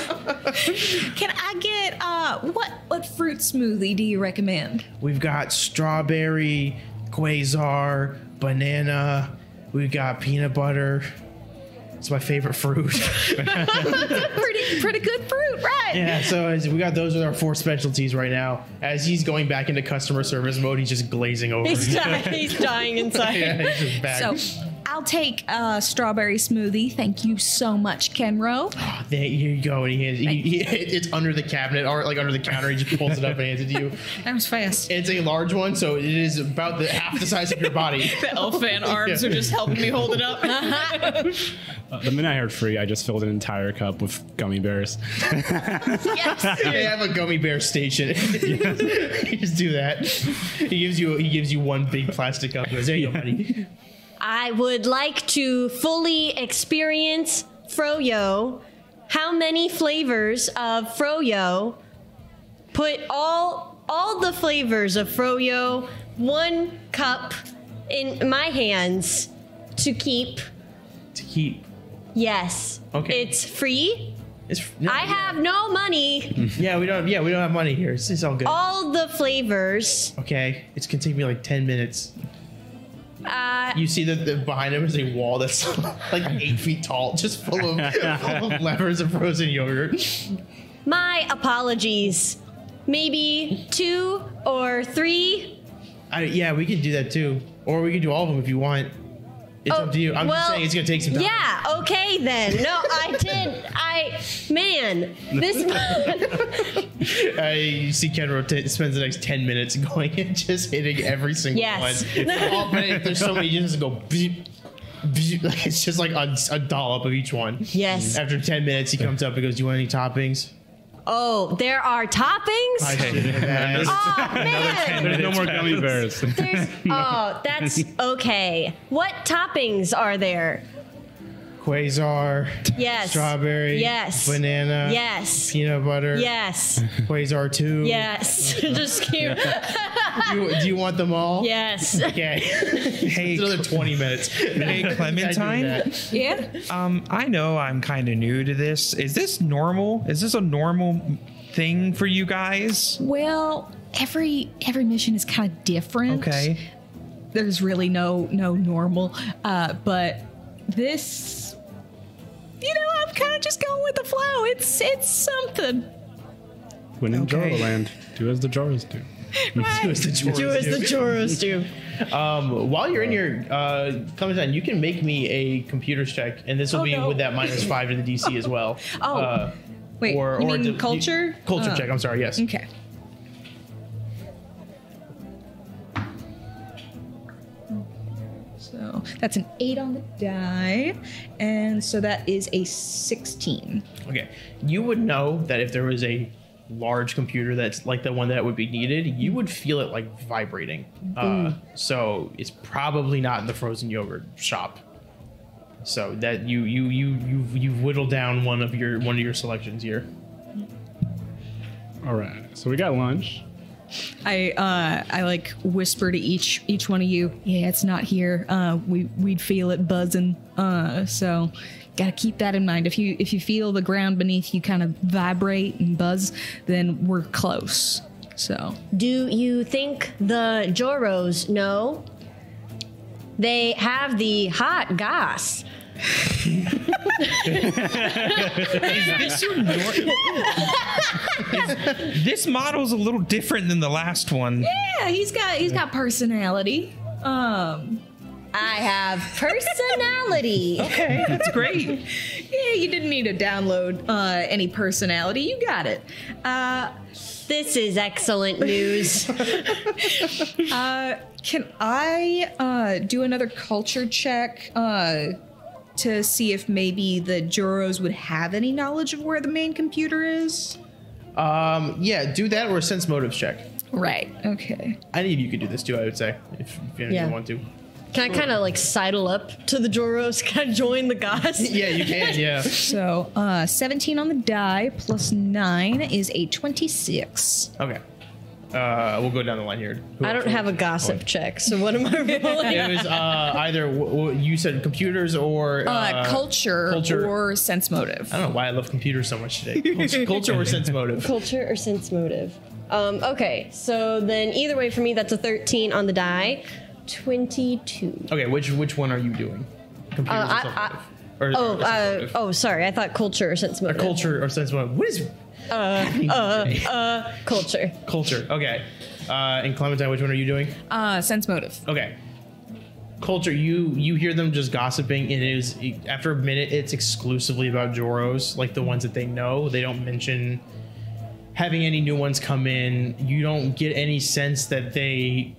S2: Can I get uh what what fruit smoothie do you recommend?
S1: We've got strawberry, quasar, banana. We've got peanut butter. It's my favorite fruit.
S2: pretty pretty good fruit, right?
S1: yeah, so as we got those are our four specialties right now. As he's going back into customer service mode, he's just glazing over.
S4: He's dying, he's dying inside.
S1: yeah, he's just back.
S2: So I'll take uh, strawberry smoothie. Thank you so much, Kenro.
S1: Oh, there you go. And he, hands, he, he it's under the cabinet or like under the counter. He just pulls it up and hands it to you.
S2: That was fast.
S1: It's a large one, so it is about the half the size of your body.
S7: The elfan arms are just helping me hold it up.
S5: Uh, The minute I heard free, I just filled an entire cup with gummy bears.
S1: they have a gummy bear station. you just do that. He gives you he gives you one big plastic cup. He goes, there you go, buddy.
S4: I would like to fully experience Froyo. How many flavors of Froyo? Put all all the flavors of Froyo one cup in my hands to keep.
S1: To keep.
S4: Yes.
S1: Okay.
S4: It's free.
S1: It's, no,
S4: I
S1: yeah.
S4: have no money.
S1: Yeah, we don't. Yeah, we don't have money here. It's, it's all good.
S4: all the flavors.
S1: okay, it's gonna take me like ten minutes.
S4: Uh,
S1: You see that the, behind him is a wall that's like eight feet tall, just full of full of levers of frozen yogurt.
S4: my apologies. Maybe two or three.
S1: I, yeah, we can do that too, or we can do all of them if you want. It's
S4: Oh,
S1: up to you. I'm
S4: well,
S1: just saying it's gonna take some time.
S4: Yeah, okay then. No, I did. I, man, this,
S1: I you see Ken rotate spends the next ten minutes going and just hitting every single
S4: Yes.
S1: one. Oh, but it- there's so many you just go beep, beep. Like, it's just like a, a dollop of each one.
S4: yes.
S1: After ten minutes, he comes up and goes, "Do you want any toppings?"
S4: Oh, there are toppings?
S1: I should have asked.
S4: oh, man.
S5: There's no more gummy bears.
S4: There's, oh, that's okay. What toppings are there?
S1: Quasar,
S4: Yes.
S1: strawberry,
S4: Yes.
S1: banana,
S4: Yes.
S1: peanut butter,
S4: Yes.
S1: Quasar two,
S4: Yes. Just keep.
S1: do, you, do you want them all?
S4: Yes.
S1: Okay.
S3: Hey,
S1: it's another 20 minutes.
S3: Hey, Clementine?
S1: I do that.
S6: Yeah.
S3: Um, I know I'm kind of new to this. Is this normal? Is this a normal thing for you guys?
S6: Well, every every mission is kind of different.
S3: Okay.
S6: There's really no no normal, uh, but this, you know, I'm kind of just going with the flow. It's it's something.
S5: When in
S3: Okay.
S5: Jaro land, do as the Jaros do.
S1: Do as the Joros do.
S4: Joros do.
S1: Um, while you're in your uh, Clementine, you can make me a computers check, and this will
S6: Oh,
S1: be
S6: no.
S1: with that minus five to the DC as well.
S6: Oh.
S1: Uh,
S6: Wait, you mean
S1: do-
S6: culture?
S1: culture
S6: Uh,
S1: check. I'm sorry. Yes.
S6: Okay. So that's an eight on the die, and so that is a sixteen.
S1: Okay. You would know that if there was a large computer that's like the one that would be needed, you would feel it like vibrating. Uh,
S6: Hmm.
S1: so it's probably not in the frozen yogurt shop. So that you you you you you've whittled down one of your one of your selections here.
S5: All right. So we got lunch.
S6: I uh, I like whisper to each each one of you. Yeah, it's not here. Uh, we we'd feel it buzzing. Uh, so gotta keep that in mind. If you if you feel the ground beneath you kind of vibrate and buzz, then we're close. So
S4: Do you think the Joros know? They have the hot gas.
S3: This model's a little different than the last one.
S6: yeah, he's got he's got personality. Um,
S4: I have personality.
S3: Okay, that's great.
S6: yeah, you didn't need to download uh, any personality. You got it. Uh,
S4: this is excellent news.
S6: Can I uh, do another culture check uh, to see if maybe the Joros would have any knowledge of where the main computer is?
S1: Um, yeah, do that or a sense motives check.
S6: Right. Okay.
S1: Any of you could do this too, I would say, if, if you
S4: Yeah.
S1: want to.
S4: Can I kind of like sidle up to the Joros? Can I join the gas?
S1: Yeah, you can. Yeah.
S6: So uh, 17 on the die plus 9 is a 26.
S1: Okay. Uh, we'll go down the line here. Who
S4: I
S1: else
S4: don't
S1: wants-
S4: have a gossip check, so what am I rolling?
S1: It was uh, either w- w- you said computers or uh,
S6: Uh, culture,
S1: culture.
S6: or sense motive.
S1: I don't know why I love computers so much today. Culture, culture or sense motive.
S4: Culture or sense motive? Um, okay, so then either way for me, that's a 13 on the die. 22.
S1: Okay, which which one are you doing? Computers or
S4: Uh, I-
S1: sense
S4: I-
S1: motive? Or, or
S4: Oh,
S1: sense
S4: uh,
S1: motive?
S4: oh, sorry. I thought culture or sense
S1: Or
S4: motive.
S1: culture or sense motive. What is
S4: Uh, Culture.
S1: culture? Okay. Uh, and Clementine, which one are you doing?
S6: Uh, sense motive.
S1: Okay. Culture, you you hear them just gossiping, and it is after a minute, it's exclusively about Joros, like the ones that they know. They don't mention having any new ones come in. You don't get any sense that they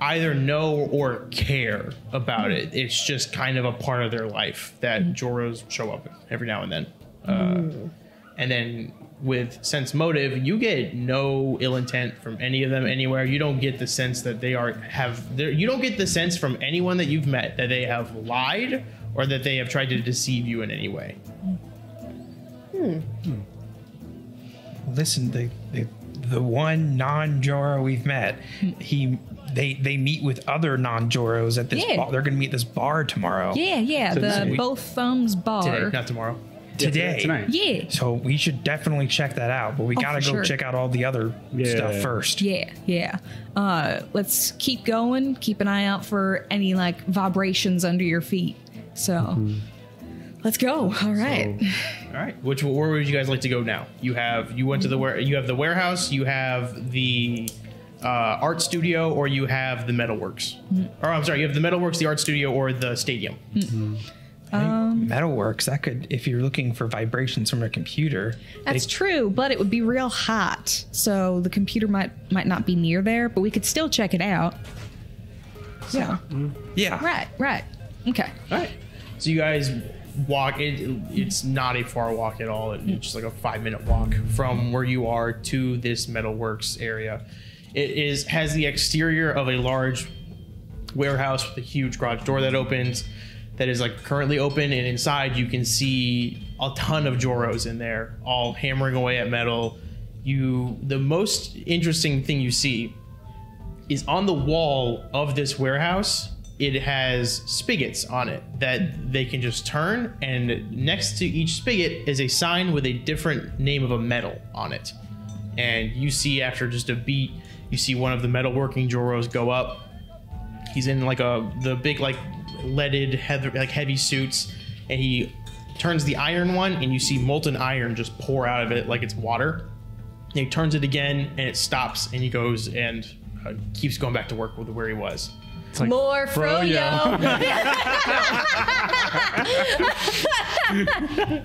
S1: either know or care about it. It's just kind of a part of their life that Joros show up every now and then.
S6: Mm.
S1: Uh, and then with sense motive, you get no ill intent from any of them anywhere. You don't get the sense that they are have there. You don't get the sense from anyone that you've met that they have lied or that they have tried to deceive you in any way.
S3: Listen, the the, the one non-Joro we've met, he they they meet with other non-Joros at this.
S6: Yeah.
S3: bar. They're going to meet at this bar tomorrow.
S6: Yeah, yeah. the
S3: we-
S6: both thumbs
S1: Today,
S6: bar.
S1: not tomorrow.
S3: Today.
S5: Tonight.
S6: yeah.
S3: So we should definitely check that out, but we gotta
S6: Oh, for
S3: go
S6: sure.
S3: check out all the other
S5: Yeah.
S3: stuff first.
S6: Yeah, yeah. Uh, let's keep going. Keep an eye out for any like vibrations under your feet. So let's go. All right.
S1: All right. Which where would you guys like to go now? You have you went to the ware you have the warehouse, you have the uh, art studio, or you have the metalworks. Or I'm sorry, you have the metalworks, the art studio, or the stadium.
S6: Um,
S3: Metalworks, that could, if you're looking for vibrations from a computer,
S6: That's true, but it would be real hot. So the computer might might not be near there, but we could still check it out. Yeah.
S3: yeah.
S6: Right, right. Okay.
S1: All right. So you guys walk. It, it's not a far walk at all. It's just like a five minute walk from where you are to this metalworks area. It is has the exterior of a large warehouse with a huge garage door that opens. That is like currently open, and inside you can see a ton of Joros in there, all hammering away at metal. You the most interesting thing you see is on the wall of this warehouse. It has spigots on it that they can just turn, and next to each spigot is a sign with a different name of a metal on it. And you see, after just a beat, you see one of the metalworking Joros go up, he's in like a the big like leaded heavy like heavy suits and he turns the iron one and you see molten iron just pour out of it like it's water and he turns it again and it stops and he goes and uh, keeps going back to work with where he was
S4: More Froyo.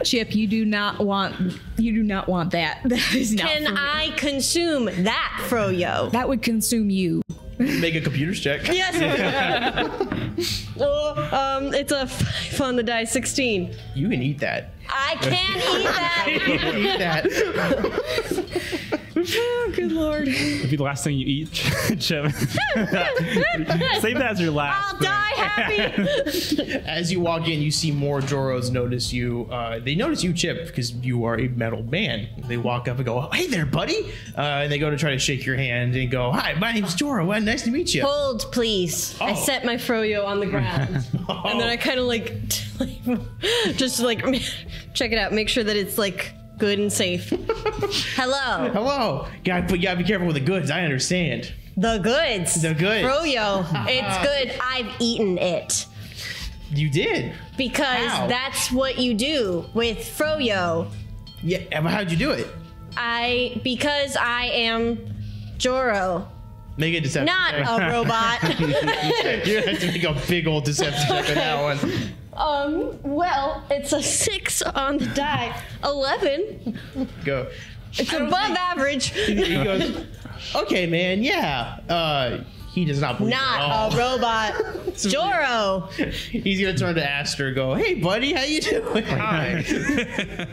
S2: Chip, you do not want you do not want that. That is not
S4: Can
S2: for me.
S4: I consume that Froyo?
S2: That would consume you.
S1: make a computer's check
S4: Yes. well, um, it's a five on the die, sixteen.
S1: you can eat that
S4: I can't eat that.
S1: eat that
S4: Oh, Good lord.
S5: It'd be the last thing you eat, Chip. Save that as your last.
S4: I'll die happy.
S1: as you walk in you see more joros notice you uh, they notice you chip because you are a metal man they walk up and go hey there buddy uh, and they go to try to shake your hand and go hi my name's joro well, nice to meet you
S4: Hold, please. I
S1: Oh.
S4: set my froyo on the ground, and then I kind of like, just like, check it out, make sure that it's like good and safe. Hello,
S1: Hello, gotta, but you gotta be careful with the goods. I understand.
S4: the goods.
S1: The goods.
S4: Froyo. it's good. I've eaten it
S1: You did.
S4: because
S1: How?
S4: that's what you do with froyo.
S1: Yeah. and How'd you do it?
S4: I because I am Joro,
S1: Make a deception.
S4: not
S1: check.
S4: a robot.
S1: You're gonna have to make a big old deception check on that one.
S4: um. Well, it's a six on the die. Eleven.
S1: Go.
S4: It's above average.
S1: He goes. Okay, man. Yeah. Uh, he does not believe at all.
S4: Not a robot. Joro.
S1: He's gonna turn to Aster. and Go. Hey, buddy. How you doing? Hi.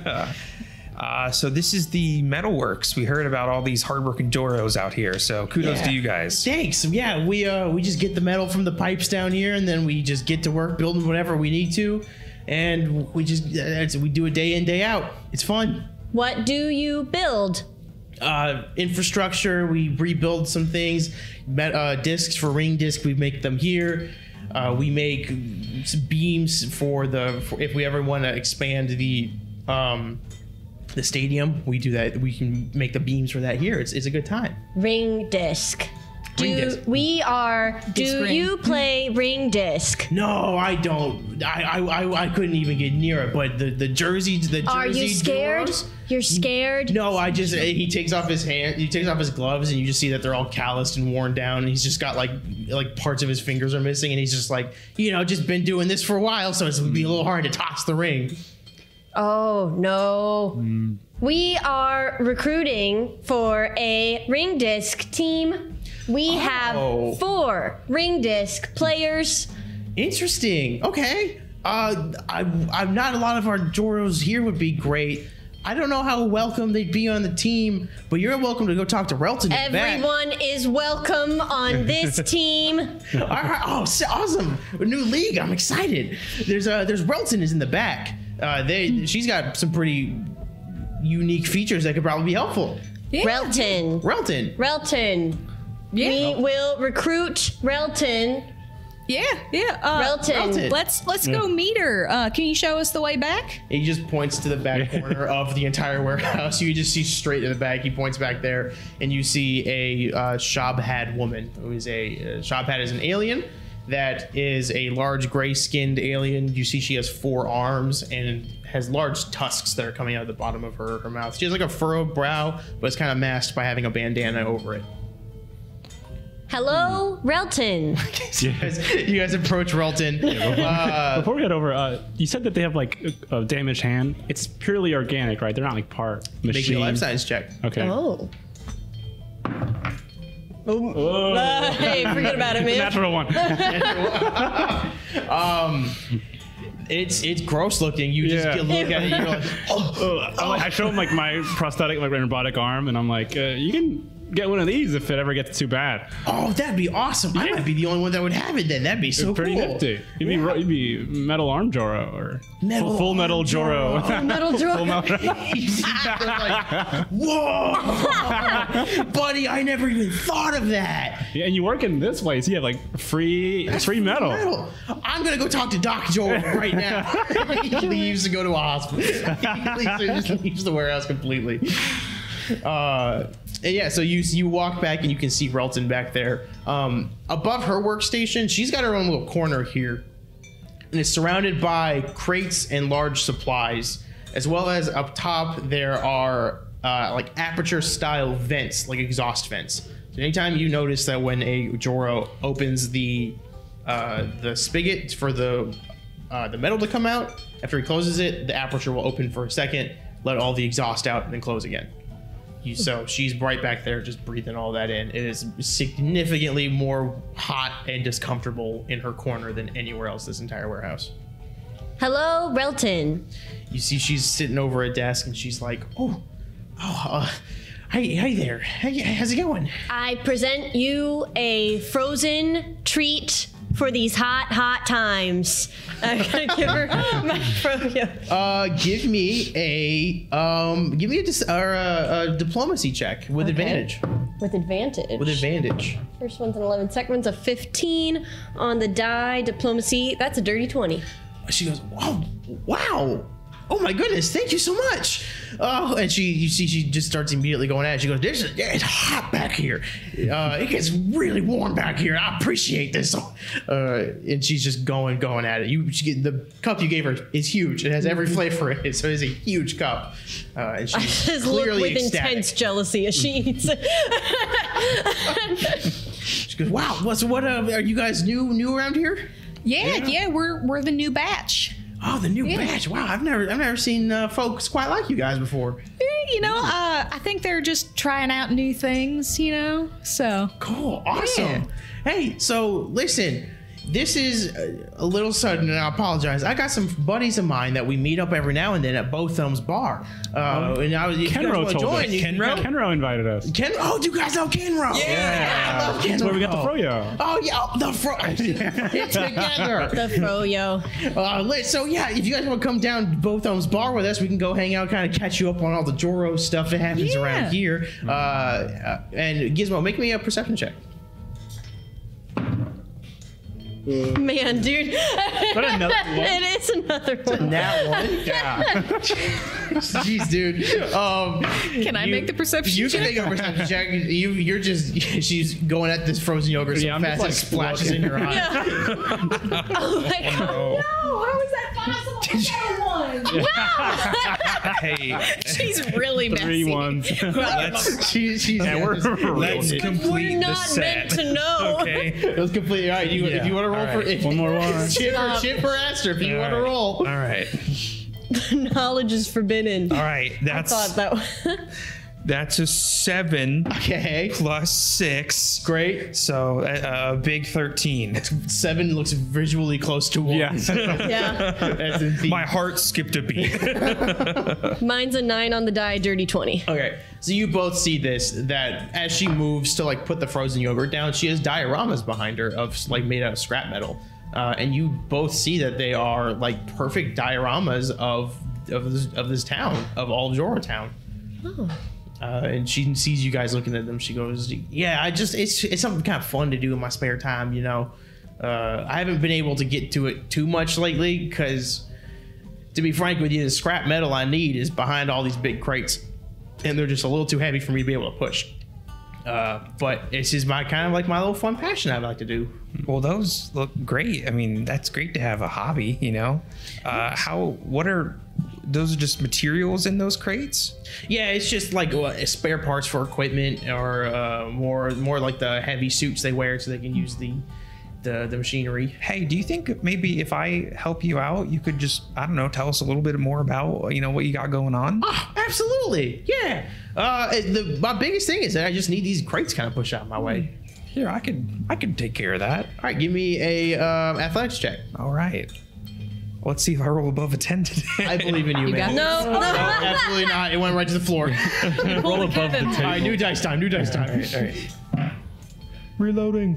S3: Uh, so this is the metalworks. We heard about all these hardworking Joros out here. So kudos
S1: Yeah.
S3: to you guys.
S1: Thanks. Yeah, we uh we just get the metal from the pipes down here, and then we just get to work building whatever we need to, and we just that's- we do it day in day out. It's fun.
S4: What do you build?
S1: uh, infrastructure. We rebuild some things. Met, uh, discs for ring disc. We make them here. Uh, we make s- beams for the for if we ever want to expand the um, the stadium. We do that. We can make the beams for that here. It's, it's a good time.
S4: Ring disc. Do
S1: Ring disc.
S4: we are? do
S2: ring.
S4: you play ring disc?
S1: No, I don't. I I, I, I couldn't even get near it. But the the jersey the jersey.
S4: Are you scared?
S1: drawers-
S4: You're scared.
S1: No, I just he takes off his hand, he takes off his gloves, and you just see that they're all calloused and worn down. And he's just got like like parts of his fingers are missing, and he's just like you know just been doing this for a while, so it's gonna be a little hard to toss the ring.
S4: Oh no. We are recruiting for a ring disc team. We
S1: Oh.
S4: have four ring disc players.
S1: Interesting. Okay. Uh, I I'm not a lot of our Joros here would be great. I don't know how welcome they'd be on the team, but you're welcome to go talk to Relton. in the back.
S4: Everyone is welcome on this team.
S1: All right. Oh, s- awesome! A new league. I'm excited. There's uh, there's Relton is in the back. Uh, they she's got some pretty unique features that could probably be helpful.
S4: Relton.
S1: Relton.
S4: Relton.
S2: Yeah.
S4: We will recruit Relton.
S2: Yeah. Yeah. Uh,
S4: Relton.
S1: Relton.
S2: Let's let's go meet her. Uh, can you show us the way back?
S1: He just points to the back corner of the entire warehouse. You just see straight to the back. He points back there, and you see a uh, Shabhad woman who is a uh, Shabhad is an alien. That is a large gray-skinned alien. You see, she has four arms and has large tusks that are coming out of the bottom of her, her mouth. She has like a furrowed brow, but it's kind of masked by having a bandana over it.
S4: Hello, Relton.
S1: So you, guys, you guys approach Relton. Uh,
S5: Before we get over, uh, you said that they have like a, a damaged hand. It's purely organic, right? They're not like part machine.
S1: make me a life science check.
S5: Okay.
S4: Oh. hey, forget about it, man.
S5: Natural one.
S1: Um, It's it's gross looking. You just
S5: Yeah.
S1: get look at it. You're like, oh,
S5: I'm like- I show him like my prosthetic, like robotic arm, and I'm like, uh, you can get one of these if it ever gets too bad.
S1: Oh, that'd be awesome. I might be the only one that would have it then. That'd be so
S5: Pretty
S1: cool.
S5: nifty. You'd be, ro- you'd be metal arm Joro or
S1: Metal
S5: full, full metal
S1: arm
S5: Joro.
S4: Metal drawer.
S5: full metal.
S1: like, whoa, buddy! I never even thought of that.
S5: Yeah, and you work in this place. You have like free free metal.
S1: Metal. I'm gonna go talk to Doc Joel right now. he leaves to go to a hospital. he leaves, he just leaves the warehouse completely. Uh, and yeah, so you you walk back and you can see Relton back there. Um, above her workstation, she's got her own little corner here, and it's surrounded by crates and large supplies, as well as up top there are uh, like aperture style vents, like exhaust vents. So anytime you notice that when a Joro opens the uh, the spigot for the uh, the metal to come out, after he closes it, the aperture will open for a second, let all the exhaust out, and then close again. You, so she's right back there, just breathing all that in. It is significantly more hot and discomfortable in her corner than anywhere else this entire warehouse.
S4: Hello, Relton.
S1: You see, she's sitting over a desk and she's like, "Oh, oh, uh, hey, hey there, hey, how's it going?"
S4: I present you a frozen treat for these hot, hot times. I'm gonna give her my froyo.
S1: Uh, give me a um, give me a, dis- or a, a diplomacy check with advantage.
S4: With advantage.
S1: With advantage.
S4: First one's an 11, second one's a 15 on the die. Diplomacy, that's a dirty 20.
S1: she goes, "Wow, wow, oh my goodness, thank you so much." Oh, and she, you see, she just starts immediately going at. It. She goes, "This is yeah, it's hot back here. Uh, it gets really warm back here. I appreciate this." Uh, and she's just going, going at it. You, she, the cup you gave her is huge. It has every flavor in it, so it's a huge cup. Uh, and she's
S4: Just look
S1: clearly
S4: with
S1: ecstatic.
S4: intense jealousy as she eats it.
S1: She goes, "Wow, what's what? Uh, are you guys new, new around here?"
S6: Yeah, yeah, we're we're the new batch.
S1: Oh, the new batch. Wow, I've never, I've never seen uh, folks quite like you guys before.
S6: Eh, You know, uh, I think they're just trying out new things. You know, so
S1: Cool. Awesome. Hey, so listen, this is a, a little sudden, and I apologize. I got some buddies of mine that we meet up every now and then at Both Thumbs Bar. Uh, and I was, if you guys
S5: Um, Kenro
S1: wanna
S5: told
S1: join,
S5: us.
S1: you can come.
S5: Kenro invited us.
S1: Ken, oh, do you guys know Kenro? Yeah, I love Kenro.
S5: That's where we got the froyo.
S1: Oh yeah, oh, the fro. together.
S4: the froyo.
S1: Uh, li- so yeah, if you guys want to come down to Both Thumbs Bar with us, we can go hang out, kind of catch you up on all the Joro stuff that happens
S6: Yeah.
S1: around here. Uh, uh, and Gizmo, make me a perception check.
S4: Man, dude.
S5: another one?
S4: it is another one.
S1: That one.
S5: Yeah.
S1: Jeez, dude. Um,
S6: can I
S1: you-
S6: make the perception?
S1: you can
S6: check?
S1: make a perception check. You, you're just she's going at this frozen yogurt so
S5: Yeah, I'm
S1: fast it
S5: just like
S1: splashes in your eye.
S4: Oh my god.
S3: Oh,
S7: how is that possible? I got a one.
S3: hey,
S7: She's really messy.
S5: Three ones.
S3: let's,
S1: She, she's
S5: And
S1: yeah,
S5: we're
S1: just-
S3: let's
S5: rolling.
S3: complete
S4: We're
S3: the
S4: not
S3: set.
S4: meant to know.
S3: Okay.
S1: It was completely all right. You, If you want to roll for if,
S5: One more one.
S1: chip or chip or Aster, if you want to
S3: All right.
S1: roll.
S3: All right.
S4: Knowledge is forbidden.
S3: All right. That's
S4: Thought that
S3: that's a seven
S1: Okay,
S3: plus six.
S1: great.
S3: So uh, a, a big thirteen.
S1: Seven looks visually close to one.
S5: Yeah.
S4: yeah.
S1: As in the-
S3: My heart skipped a beat.
S4: Mine's a nine on the die, dirty 20.
S1: Okay, so you both see this that as she moves to like put the frozen yogurt down, she has dioramas behind her of like made out of scrap metal, uh, and you both see that they are like perfect dioramas of of this, of this town of all Jora town. Uh, and she sees you guys looking at them. She goes, "Yeah, I just it's it's something kind of fun to do in my spare time, you know. Uh, I haven't been able to get to it too much lately because, to be frank with you, the scrap metal I need is behind all these big crates, and they're just a little too heavy for me to be able to push. Uh, but this is my kind of like my little fun passion I like to do.
S3: Well, those look great. I mean, that's great to have a hobby, you know. Uh, how? What are those? Are just materials in those crates?
S1: Yeah, it's just like uh, spare parts for equipment, or uh, more more like the heavy suits they wear so they can use the the, the machinery.
S3: Hey, do you think maybe if I help you out, you could just I don't know, tell us a little bit more about you know what you got going on?
S1: Oh, absolutely. Yeah. Uh, it- the, my biggest thing is that I just need these crates kind of pushed out of my way.
S3: Here, I could I could take care of that.
S1: All right, give me a um, athletics uh, check.
S3: All right. Let's see if I roll above a 10 today.
S1: I believe in you,
S2: got
S1: man.
S2: this.
S4: No, no.
S1: Absolutely not. It went right to the floor. All
S5: Roll above the table.
S1: right, new dice time. New dice time.
S3: Reloading.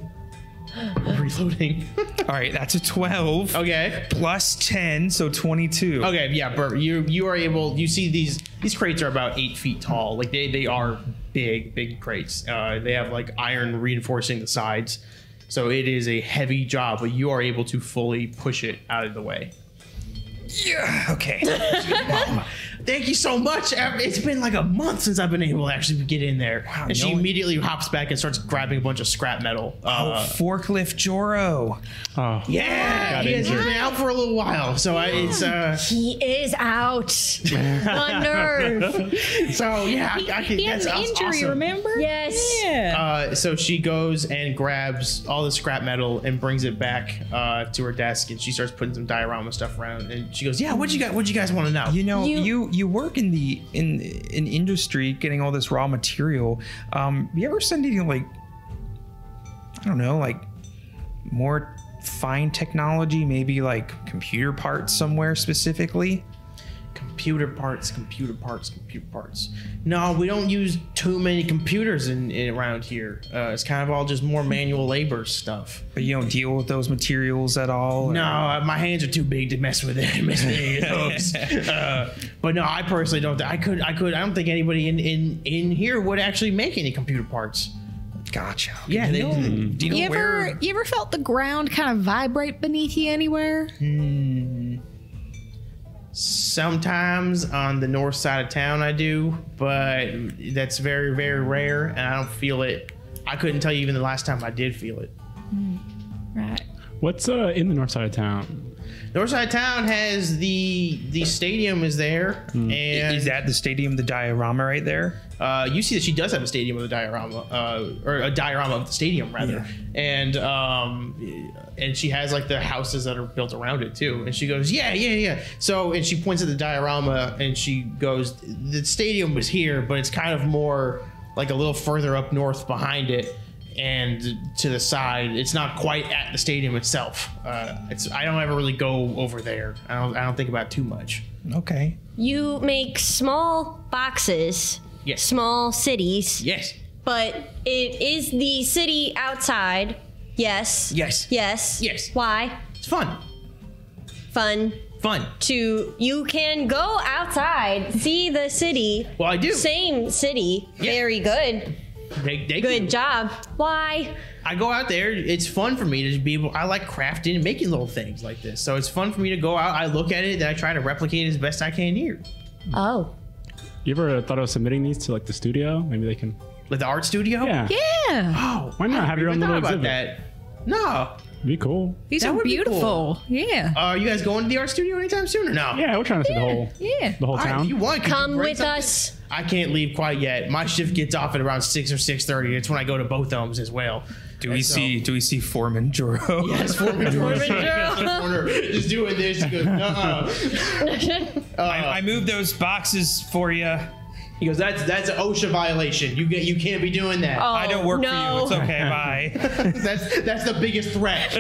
S1: Reloading.
S3: All right, that's a 12.
S1: okay.
S3: Plus 10, so 22.
S1: Okay. Yeah, Bert. You you are able. You see these these crates are about eight feet tall. Like they they are big big crates. Uh, they have like iron reinforcing the sides, so it is a heavy job. But you are able to fully push it out of the way.
S3: Yeah, okay.
S1: Thank you so much. Uh, It's been like a month since I've been able to actually get in there.
S3: Wow,
S1: and she
S3: no-
S1: immediately hops back and starts grabbing a bunch of scrap metal. Uh,
S3: Oh, Forklift Joro.
S5: Oh,
S1: Yeah, he has
S5: injured.
S1: been out for a little while, so I, it's uh,
S4: He is out. the nerve.
S1: so yeah, I, I can,
S2: He had
S1: that's
S2: an
S1: aw-
S2: injury,
S1: awesome.
S2: remember?
S4: Yes.
S2: Yeah.
S1: Uh, so she goes and grabs all the scrap metal and brings it back uh, to her desk, and she starts putting some diorama stuff around. And she goes, "Yeah, what you got? What you guys want to know?"
S3: You know, you,
S4: You-
S3: you work in the in in industry getting all this raw material. Um, you ever send any like I don't know, like more fine technology, maybe like computer parts somewhere specifically?
S1: computer parts, computer parts, computer parts. No, we don't use too many computers in, in around here. Uh, it's kind of all just more manual labor stuff.
S3: But you don't deal with those materials at all? or-
S1: No, uh, my hands are too big to mess with it. mess with any of those. Uh, but no, I personally don't. I could, I could. I don't think anybody in in in here would actually make any computer parts.
S3: Gotcha.
S1: Yeah,
S3: Do
S1: they-
S3: you know, do you know
S2: You ever
S3: where?
S2: you ever felt the ground kind of vibrate beneath you anywhere?
S1: Sometimes on the north side of town, I do, but that's very, very rare, and I don't feel it. I couldn't tell you even the last time I did feel it.
S2: Right.
S5: what's uh in the north side of town?
S1: North side of town has the the stadium is there, and
S3: Is that the stadium, the diorama right there?
S1: uh, you see that she does have a stadium with a diorama, uh, or a diorama of the stadium rather, and um, and she has like the houses that are built around it too. And she goes, yeah, yeah, yeah. So and she points at the diorama and she goes, the stadium was here, but it's kind of more like a little further up north behind it. And to the side, it's not quite at the stadium itself. Uh, it's I don't ever really go over there. I don't, I don't think about it too much.
S3: Okay.
S4: You make small boxes,
S1: Yes.
S4: small cities,
S1: Yes.
S4: but it is the city outside. Yes.
S1: Yes.
S4: Yes.
S1: Yes.
S4: Why?
S1: It's fun.
S4: Fun
S1: Fun.
S4: to you can go outside, see the city.
S1: Well, I do.
S4: Same city. Very good.
S1: They, they
S4: Good job. Why?
S1: I go out there. It's fun for me to be able. I like crafting and making little things like this. So it's fun for me to go out. I look at it, then I try to replicate it as best I can here.
S4: Oh.
S5: You ever thought of submitting these to like the studio? Maybe they can.
S1: Like the art studio.
S5: Yeah.
S2: Yeah.
S1: Oh,
S5: Why not
S1: I
S5: have your
S1: even
S5: own
S1: thought
S5: little
S1: about that. No.
S5: Be cool.
S2: These
S1: That
S2: are
S1: would be
S2: beautiful. Yeah.
S1: Uh, are you guys going to the art studio anytime soon or no?
S5: Yeah, we're trying to see the whole
S2: yeah.
S5: the whole
S1: All right,
S5: town.
S1: if you want? could you
S4: Come
S1: bring
S4: with
S1: something?
S4: us.
S1: I can't leave quite yet. My shift gets off at around six or six thirty. It's when I go to both of them as well.
S3: Do we see? Do we see Foreman Joro?
S1: Yes, Foreman George. Just doing this. She goes, uh
S3: I moved those boxes for you.
S1: He goes, that's that's an OSHA violation. You get you can't be doing that.
S4: Oh,
S3: I don't work
S4: no.
S3: for you. It's okay. Bye.
S1: That's that's the biggest threat.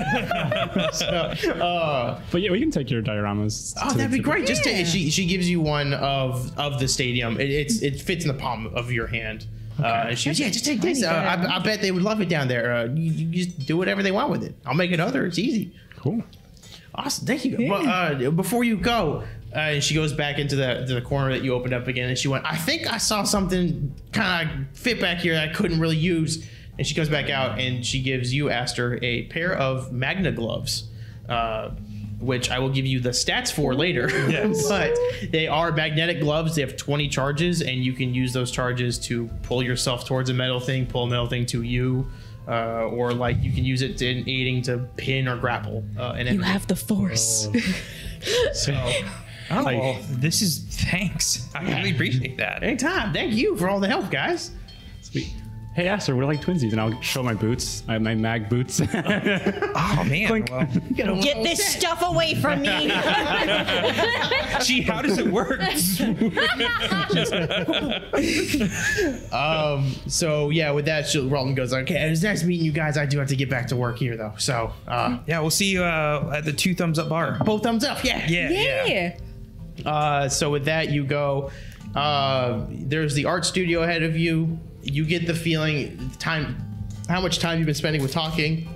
S1: So, uh,
S5: But yeah, we can take your dioramas.
S1: oh,
S5: to-
S1: that'd be
S5: to the-
S1: great. Just to, she she gives you one of of the stadium. It, it's it fits in the palm of your hand. Uh, and she goes, yeah, just take this. Uh, I, I bet they would love it down there. Uh, you, you just do whatever they want with it. I'll make another. It's easy.
S5: Cool.
S1: Awesome. Thank you. Well, uh, before you go, uh, and she goes back into the to the corner that you opened up again, and she went, I think I saw something kind of fit back here that I couldn't really use. And she comes back out and she gives you, Aster, a pair of Magna gloves, uh, which I will give you the stats for later. Yes. but they are magnetic gloves. They have 20 charges, and you can use those charges to pull yourself towards a metal thing, pull a metal thing to you. Uh, or like you can use it in aiding to pin or grapple uh, an enemy.
S2: Have the force.
S3: oh, well, this is thanks. I really appreciate that.
S1: Anytime. Thank you for all the help, guys.
S5: Sweet. hey, Aster, we're like twinsies. And I'll show my boots. I have my mag boots.
S3: Oh man. Well,
S4: Get this stuff away from me.
S3: gee, how does it work?
S1: Um, so yeah, with that, she'll- Ralton goes, okay, it was nice meeting you guys. I do have to get back to work here though. So, uh,
S3: yeah, we'll see you uh, at the two thumbs up bar.
S1: both thumbs up. Oh, Yeah.
S3: Yeah.
S6: Yeah.
S1: Uh, so with that, you go. Uh, there's the art studio ahead of you. You get the feeling time, how much time you've been spending with talking,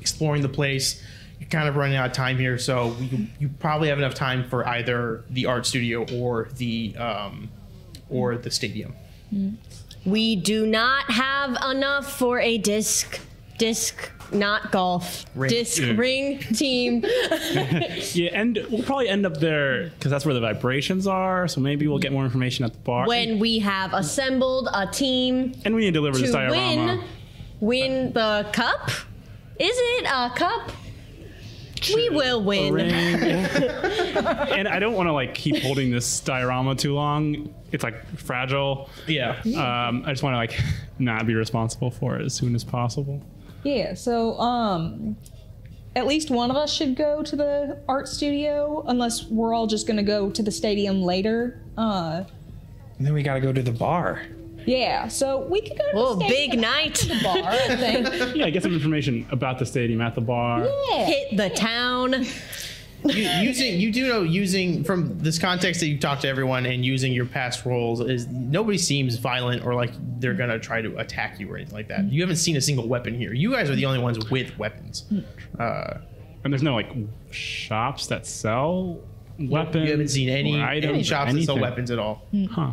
S1: exploring the place. You're kind of running out of time here, so you, you probably have enough time for either the art studio or the um, or the stadium.
S4: we do not have enough for a disc. Disc, not golf. Disc
S5: Yeah.
S4: ring team.
S5: yeah, and we'll probably end up there because that's where the vibrations are. So maybe we'll get more information at the bar.
S4: when we have assembled a team
S5: and we need to deliver this
S4: to
S5: diorama.
S4: win, win the cup. Is it a cup? We will
S5: A
S4: win.
S5: ring. and I don't want to like keep holding this diorama too long. It's like fragile.
S1: Yeah.
S5: Um, I just want to like not be responsible for it as soon as possible.
S6: Yeah, so um at least one of us should go to the art studio unless we're all just going to go to the stadium later. Uh
S3: And then we gotta go to the bar.
S6: yeah, so we could go to
S4: Oh,
S6: the stadium
S4: big night.
S6: bar, I think.
S5: Yeah, get some information about the stadium at the bar.
S6: Yeah.
S4: Hit the town.
S1: you, using you do know using from this context that you talk to everyone and using your past roles is nobody seems violent or like they're gonna try to attack you or anything like that. You haven't seen a single weapon here. You guys are the only ones with weapons. Uh,
S5: And there's no like shops that sell weapons.
S1: you haven't seen any
S5: or
S1: any
S5: items or
S1: shops that sell
S5: anything.
S1: weapons at all.
S5: Huh.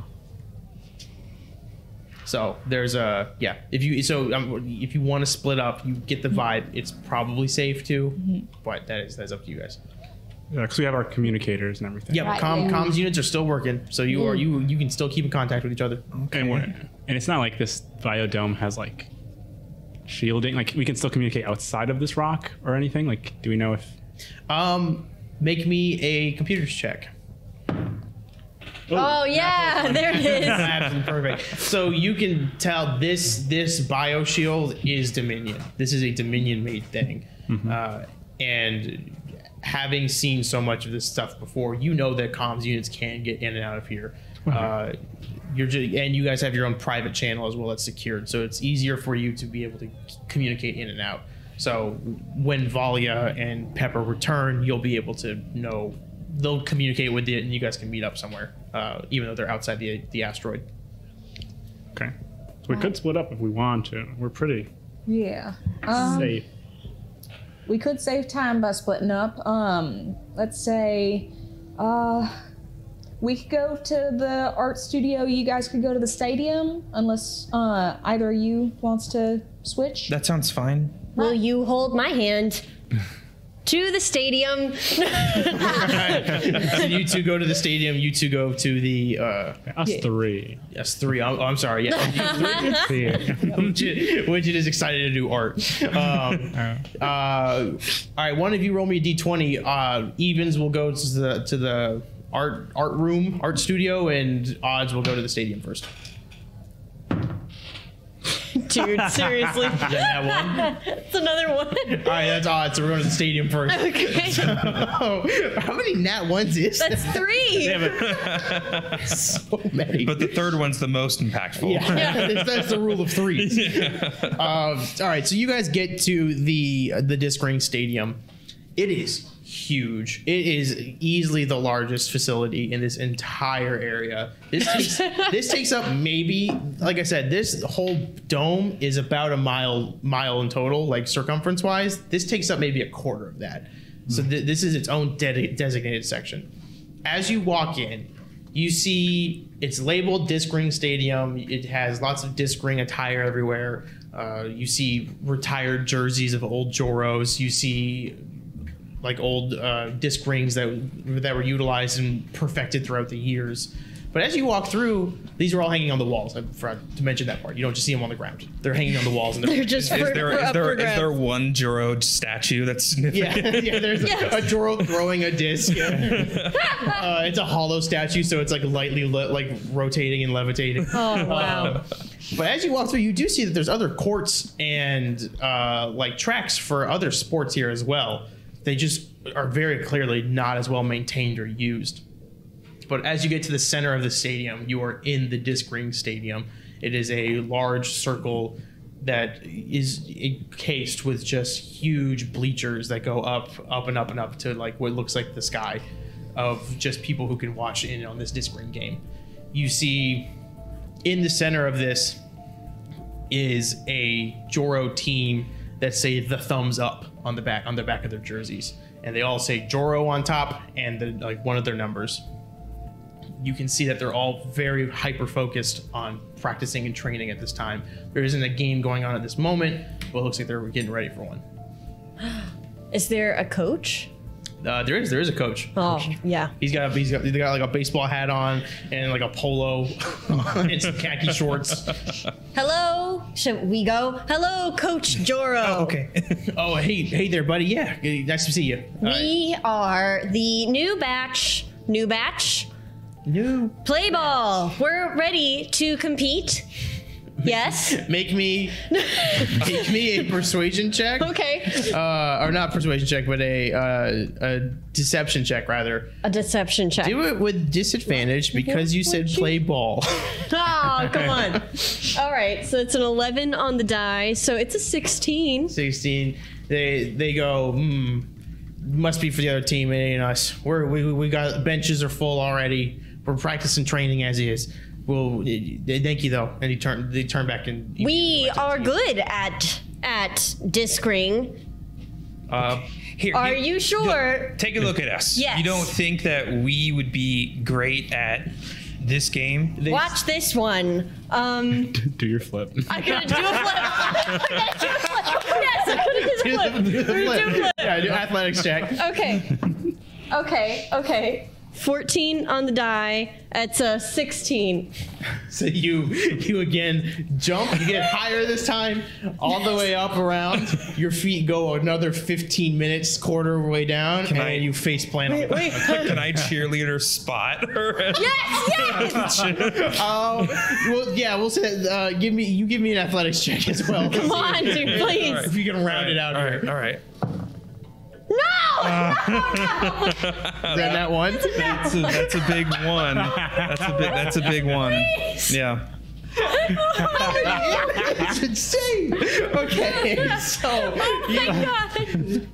S1: So there's a yeah. If you so um, if you want to split up, you get the vibe. It's probably safe to, but that is that's up to you guys.
S5: Yeah, because we have our communicators and everything.
S1: Yeah, com, comms units are still working, so you are you you can still keep in contact with each other.
S5: And we're and it's not like this biodome has like shielding. Like we can still communicate outside of this rock or anything. Like, do we know if?
S1: Um, make me a computers check.
S4: Oh yeah, there it is.
S1: Absolutely perfect. So you can tell this this bio shield is Dominion. This is a Dominion made thing, uh, and having seen so much of this stuff before, you know that comms units can get in and out of here. Uh, you're just, and you guys have your own private channel as well that's secured, so it's easier for you to be able to communicate in and out. So when Valia and Pepper return, you'll be able to know they'll communicate with you, and you guys can meet up somewhere, uh, even though they're outside the the asteroid.
S5: Okay. So we could split up if we want to. We're pretty
S6: Yeah. Um,
S5: safe.
S6: we could save time by splitting up. Um, let's say, uh, we could go to the art studio. You guys could go to the stadium, unless uh, either of you wants to switch.
S3: That sounds fine.
S4: Will you hold my hand to the stadium?
S1: So you two go to the stadium. You two go to the uh,
S5: Us three.
S1: yes three. I'm, I'm sorry. Yeah, Widget, Widget is excited to do art. Um, uh, all right, one of you roll me a d20. Uh, evens will go to the to the art art room, art studio, and odds will go to the stadium first.
S4: Dude, seriously.
S1: Is that one?
S4: It's another one.
S1: All right, that's odds. So we're going to the stadium first.
S4: Okay.
S1: Oh, how many nat ones is Oh, that?
S4: That's three.
S1: so many?
S3: But the third one's the most impactful.
S1: Yeah, that's, that's the rule of threes. Um, all right, so you guys get to the the Disc Ring Stadium. It is huge. It is easily the largest facility in this entire area. This takes, this takes up maybe, like I said, this whole dome is about a mile mile in total, like circumference wise. This takes up maybe a quarter of that. So th- this is its own dedi- designated section. As you walk in, you see it's labeled disc ring stadium it has lots of disc ring attire everywhere uh, you see retired jerseys of old joros you see like old uh, disc rings that that were utilized and perfected throughout the years but as you walk through these are all hanging on the walls i forgot to mention that part you don't just see them on the ground they're hanging on the walls and they're
S4: They're just
S3: Is
S4: for,
S3: there
S4: for
S3: is
S4: up
S3: there
S4: for
S3: is there one Juro statue that's
S1: yeah,
S3: significant?
S1: yeah there's
S4: Yes.
S1: a, a Joro throwing a disc. uh, it's a hollow statue, so it's like lightly le- like rotating and levitating.
S4: grabs. Oh wow.
S1: But as you walk through, you do see that there's other courts and uh, like tracks for other sports here as well. They just are very clearly not as well maintained or used. But as you get to the center of the stadium, you are in the disc ring stadium. It is a large circle that is encased with just huge bleachers that go up, up and up and up to like what looks like the sky of just people who can watch in on this disc ring game. You see in the center of this is a Joro team that say the thumbs up on the back on the back of their jerseys, and they all say Joro on top and the, like one of their numbers. You can see that they're all very hyper focused on practicing and training at this time. There isn't a game going on at this moment, but it looks like they're getting ready for one.
S4: Is there a coach?
S1: Uh, there is there is a coach.
S4: Oh, yeah.
S1: He's got he's got, he's got like a baseball hat on and like a polo and some khaki shorts.
S4: Hello. Should we go? Hello, Coach Joro.
S3: Okay.
S1: Oh, hey, hey there, buddy. Yeah, g- nice to see you. Uh,
S4: We are the new batch. New batch.
S1: new.
S4: Play ball. We're ready to compete. Yes.
S1: Make me, make me a persuasion check.
S4: okay.
S1: Uh, or not persuasion check, but a uh, a deception check rather.
S4: A deception check.
S1: Do it with disadvantage because you said play ball.
S4: Oh, come on. All right. So it's an 11 on the die. So it's a 16.
S1: Sixteen. They they go. Hmm. Must be for the other team. eh, It ain't us. We're, we we got benches are full already. We're practicing training as is. Well, eh, thank you though. And he turned. They turn back and
S4: We are good at at disc ring.
S3: Uh, here,
S4: Are
S3: here-
S4: you sure?
S3: Take a look at us.
S4: Yes.
S3: You don't think that we would be great at this game?
S1: They-
S4: Watch this one. Um,
S5: Do your flip.
S4: I'm gonna do a flip. I'm gonna do a flip. Yes, I'm gonna do a flip. I'm gonna do a flip.
S1: Yeah, do athletics check.
S4: Okay. Okay. Okay. 14 on the die. It's a 16.
S1: So you you again jump, you get higher this time, all the way up around. Your feet go another 15 minutes, quarter way down, and
S3: I-
S1: you face plant. on the-
S4: Wait.
S3: Can I cheerleader spot her?
S4: Yes, yes!
S1: Oh, well, yeah, we'll say that. Uh, give me you give me an athletics check as well.
S4: Come on, dude, please.
S1: If you can round it out
S3: All
S1: here,
S3: right. All right.
S4: No!
S1: Is that that one.
S3: That's a, that's a big one. That's a big. That's a big one. Yeah.
S1: it's insane. Okay,
S4: Oh
S1: so you-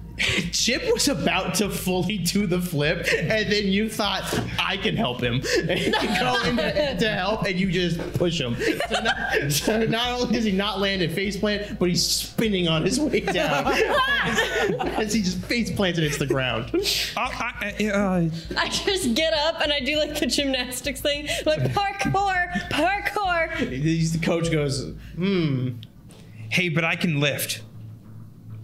S1: Chip was about to fully do the flip, and then you thought I can help him, and you go in to, to help, and you just push him. So not, so not only does he not land at face plant, but he's spinning on his way down as, as he just face plants and hits the ground.
S3: Uh, I, I, uh,
S4: I just get up and I do like the gymnastics thing, like parkour, parkour.
S1: He's- The coach goes, "Hmm,
S3: hey, but I can lift.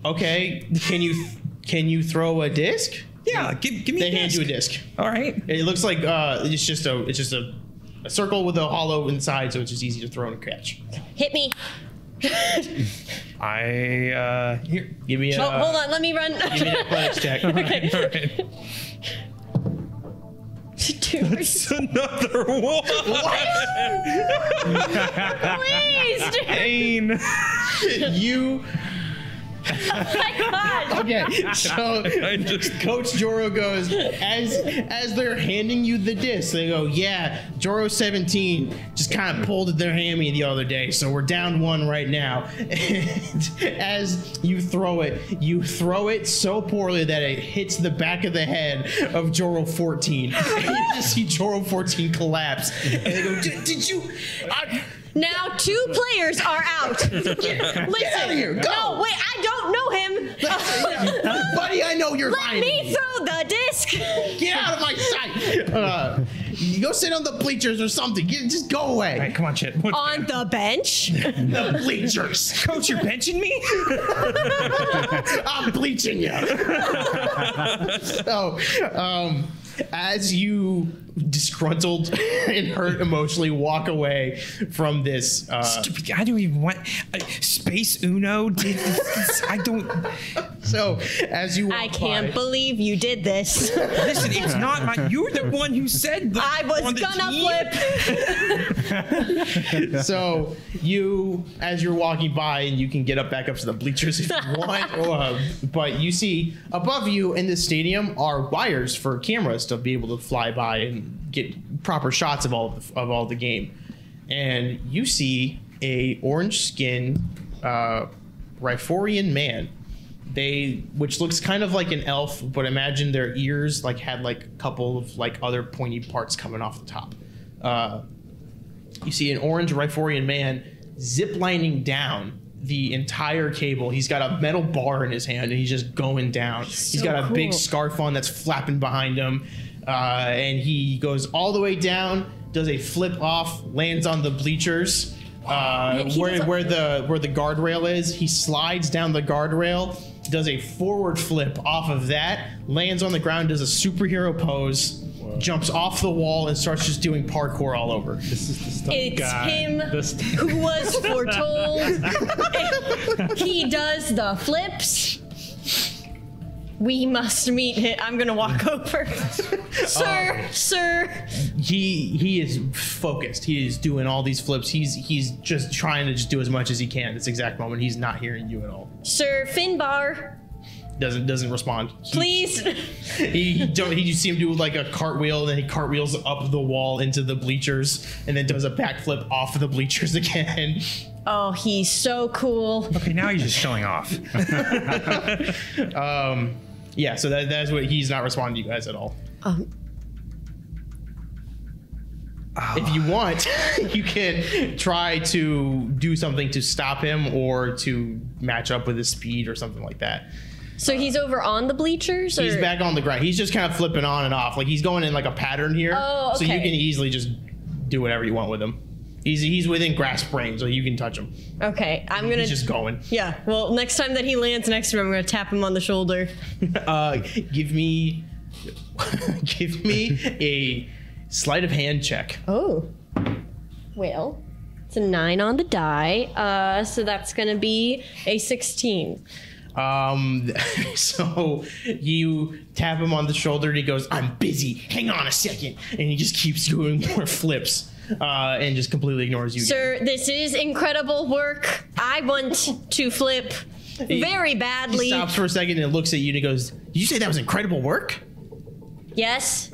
S1: okay, can you can you throw a disc?"
S3: Yeah. Give, give me
S1: They
S3: a
S1: hand
S3: disc.
S1: you a disc.
S3: All right.
S1: It looks like uh, it's just a it's just a, a circle with a hollow inside, so it's just easy to throw and catch.
S4: Hit me.
S3: I uh, here.
S1: Give me a
S4: Oh, hold on, let me run.
S1: give me an athletics check.
S3: All right. It's another one.
S4: Please, dude.
S3: Pain.
S1: you
S4: Oh my god.
S1: okay? So
S3: I just
S1: Coach Joro goes as as they're handing you the disc. They go, "Yeah, Joro 17 just kind of pulled at their hammy the other day, so we're down one right now." And as you throw it, you throw it so poorly that it hits the back of the head of Joro 14. And you just see Joro 14 collapse. And they go, "Did, did you? I,
S4: Now two players are out. Listen.
S1: out of here. Go.
S4: No, wait, I don't know him.
S1: buddy, I know you're
S4: Let
S1: lying." to
S4: me throw the disc.
S1: Get out of my sight! Uh, you go sit on the bleachers or something. Get, just go away.
S3: All right, come on, Chip. What-
S4: On the bench.
S1: The bleachers.
S3: Coach, you're benching me?
S1: I'm bleaching you. so, um, as you disgruntled and hurt emotionally walk away from this. Uh,
S3: Stupid. I don't even want uh, space Uno. Did, I don't.
S1: so as you walk
S4: I can't
S1: by,
S4: believe you did this.
S3: Listen, it's not my. You're the one who said. The,
S4: I was
S3: on the
S4: gonna
S3: team.
S4: flip.
S1: so you as you're walking by and you can get up back up to the bleachers if you want uh, but you see above you in the stadium are wires for cameras to be able to fly by and get proper shots of all of, the, of all the game and you see a orange skinned uh, riforian man they which looks kind of like an elf but imagine their ears like had like a couple of like other pointy parts coming off the top uh, you see an orange Riforian man ziplining down the entire cable. He's got a metal bar in his hand and he's just going down. he's got a big scarf on that's flapping behind him. Uh, and he goes all the way down, does a flip off, lands on the bleachers. Uh, where, where the where the guardrail is, he slides down the guardrail, does a forward flip off of that, lands on the ground, does a superhero pose, jumps off the wall, and starts just doing parkour all over.
S5: This is the stuff.
S4: It's
S5: God.
S4: him
S5: This-
S4: who was foretold. he does the flips. We must meet him. I'm gonna walk over. sir, sir.
S1: he he is focused. He is doing all these flips. He's he's just trying to just do as much as he can at this exact moment. He's not hearing you at all.
S4: Sir Finbar,
S1: Doesn't doesn't respond. He-
S4: please.
S1: He, he don't he you see him do like a cartwheel, then he cartwheels up the wall into the bleachers, and then does a backflip off the bleachers again.
S4: Oh, he's so cool.
S3: Okay, now he's just showing off.
S1: Um, Yeah, so that, that's what he's not responding to you guys at all.
S4: Um,
S1: If you want, you can try to do something to stop him or to match up with his speed or something like that.
S4: so he's over on the bleachers?
S1: He's
S4: or-
S1: back on the ground. He's just kind of flipping on and off. Like he's going in like a pattern here.
S4: Oh,
S1: So you
S4: okay.
S1: can easily just do whatever you want with him. He's he's within grasp range, so you can touch him.
S4: Okay, I'm gonna.
S1: He's just going.
S4: yeah, well, next time that he lands next to him, I'm gonna tap him on the shoulder.
S1: Uh, give me, give me a sleight of hand check.
S4: Oh. Well, it's a nine on the die. Uh, so that's going to be a 16.
S1: Um, so you tap him on the shoulder and he goes, "I'm busy. Hang on a second. and he just keeps doing more flips uh, and just completely ignores you. again.
S4: Sir, this is incredible work. I want to flip very
S1: He
S4: badly.
S1: stops for a second and looks at you and he goes, "Did you say that was incredible work?"
S4: Yes.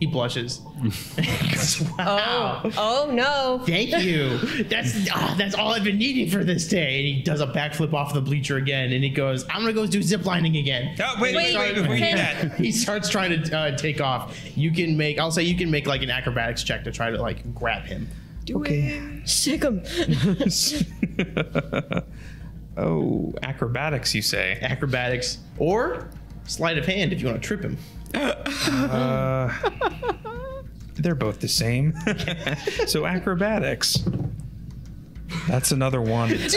S1: He blushes. wow.
S4: Oh, no.
S1: Thank you. That's ah, that's all I've been needing for this day. And he does a backflip off the bleacher again, and he goes, "I'm gonna go do ziplining again."
S3: Oh, wait, wait,
S4: Wait,
S3: wait, wait,
S4: can-
S3: that.
S1: He starts trying to uh, take off. You can make. I'll say you can make like an acrobatics check to try to like grab him.
S4: Sick him.
S3: oh, acrobatics, you say?
S1: Acrobatics or sleight of hand if you want to trip him.
S3: Uh, They're both the same. so acrobatics. That's another one.
S4: Dude,
S3: These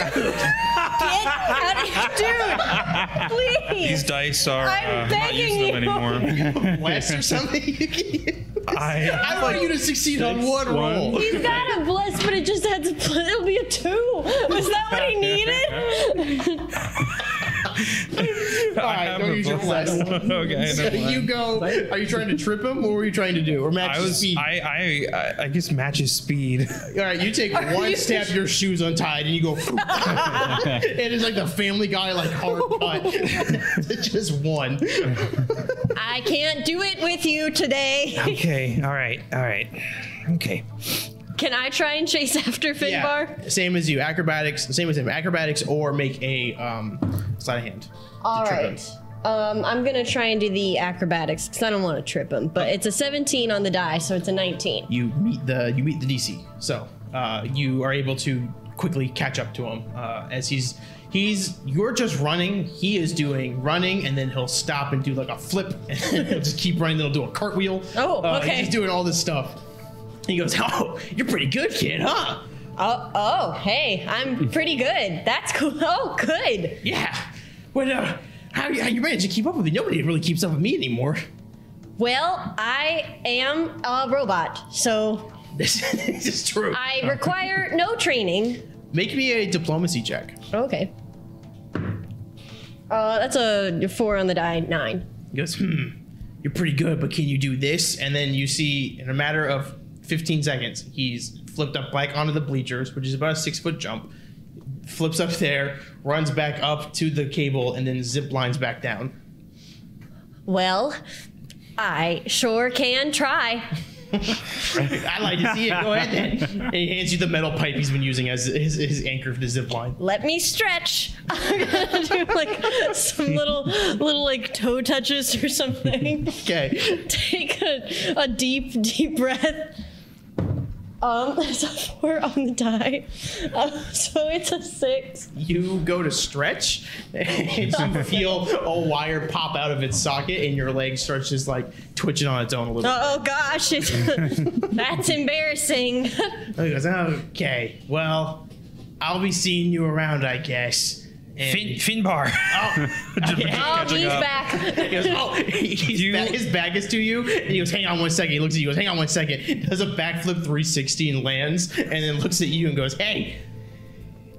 S4: please.
S3: dice are.
S4: I'm
S3: uh, not
S4: begging
S3: using them
S4: you.
S3: anymore.
S1: West or something. you can use.
S3: I.
S1: I want you to succeed on
S5: Six,
S1: one
S5: one.
S1: roll.
S4: He's got a bliss, but it just had to. Pl- it'll be a two. Was that what he needed?
S1: All right,
S3: have
S1: don't
S3: a
S1: use your
S3: blast.
S1: blast.
S3: okay,
S1: So
S3: never mind.
S1: you go. Are you trying to trip him? What were you trying to do? Or match
S3: I
S1: his
S3: was.
S1: speed?
S3: I. I. I- I guess matches speed.
S1: All right, you take one step, your shoes untied, and you go. it is like the Family Guy like hard cut. It's just one.
S4: I can't do it with you today.
S3: Okay. All right. All right. Okay.
S4: Can I try and chase after Finbar?
S1: same as you. Acrobatics, same as him. Acrobatics or make a um, sleight of hand.
S4: All
S1: trip him.
S4: right. Um, I'm gonna try and do the acrobatics because I don't want to trip him. But it's a 17 on the die, so it's a 19.
S1: You meet the you meet the DC. So uh, you are able to quickly catch up to him uh, as he's he's you're just running. He is doing running, and then he'll stop and do like a flip, and he'll just keep running. Then he'll do a cartwheel.
S4: Oh,
S1: Uh,
S4: okay.
S1: he's doing all this stuff. And he goes, "Oh, you're pretty good, kid, huh?"
S4: Oh, oh, hey, I'm pretty good. That's cool. Oh, good.
S1: Yeah. Well, uh, how, how you manage to keep up with me? Nobody really keeps up with me anymore.
S4: Well, I am a robot, so
S1: this is true.
S4: I require no training.
S1: Make me a diplomacy check.
S4: Okay. Uh, that's a four on the die, nine.
S1: He goes, hmm, you're pretty good, but can you do this? And then you see, in a matter of 15 seconds, he's flipped up back onto the bleachers, which is about a six foot jump, flips up there, runs back up to the cable, and then zip lines back down.
S4: Well, I sure can try.
S1: I like to see it. Go ahead then. And he hands you the metal pipe he's been using as his, his anchor for the zip line.
S4: Let me stretch. I'm gonna do like some little, little like toe touches or something.
S1: Okay.
S4: Take a, a deep, deep breath. Um, there's a four on the die, um, so it's a six.
S1: You go to stretch, and you feel a wire pop out of its socket, and your leg starts just like twitching on its own a little
S4: Oh gosh, it's, that's embarrassing.
S1: Oh, He goes, okay, well, I'll be seeing you around, I guess. And
S3: Fin- Finbar.
S1: oh,
S4: Oh,
S1: okay.
S4: he's back.
S1: He goes, oh, he's
S3: You-
S1: back- his back is to you. And he goes, hang on one second. He looks at you, goes, hang on one second. Does a backflip 360 and lands, and then looks at you and goes, hey,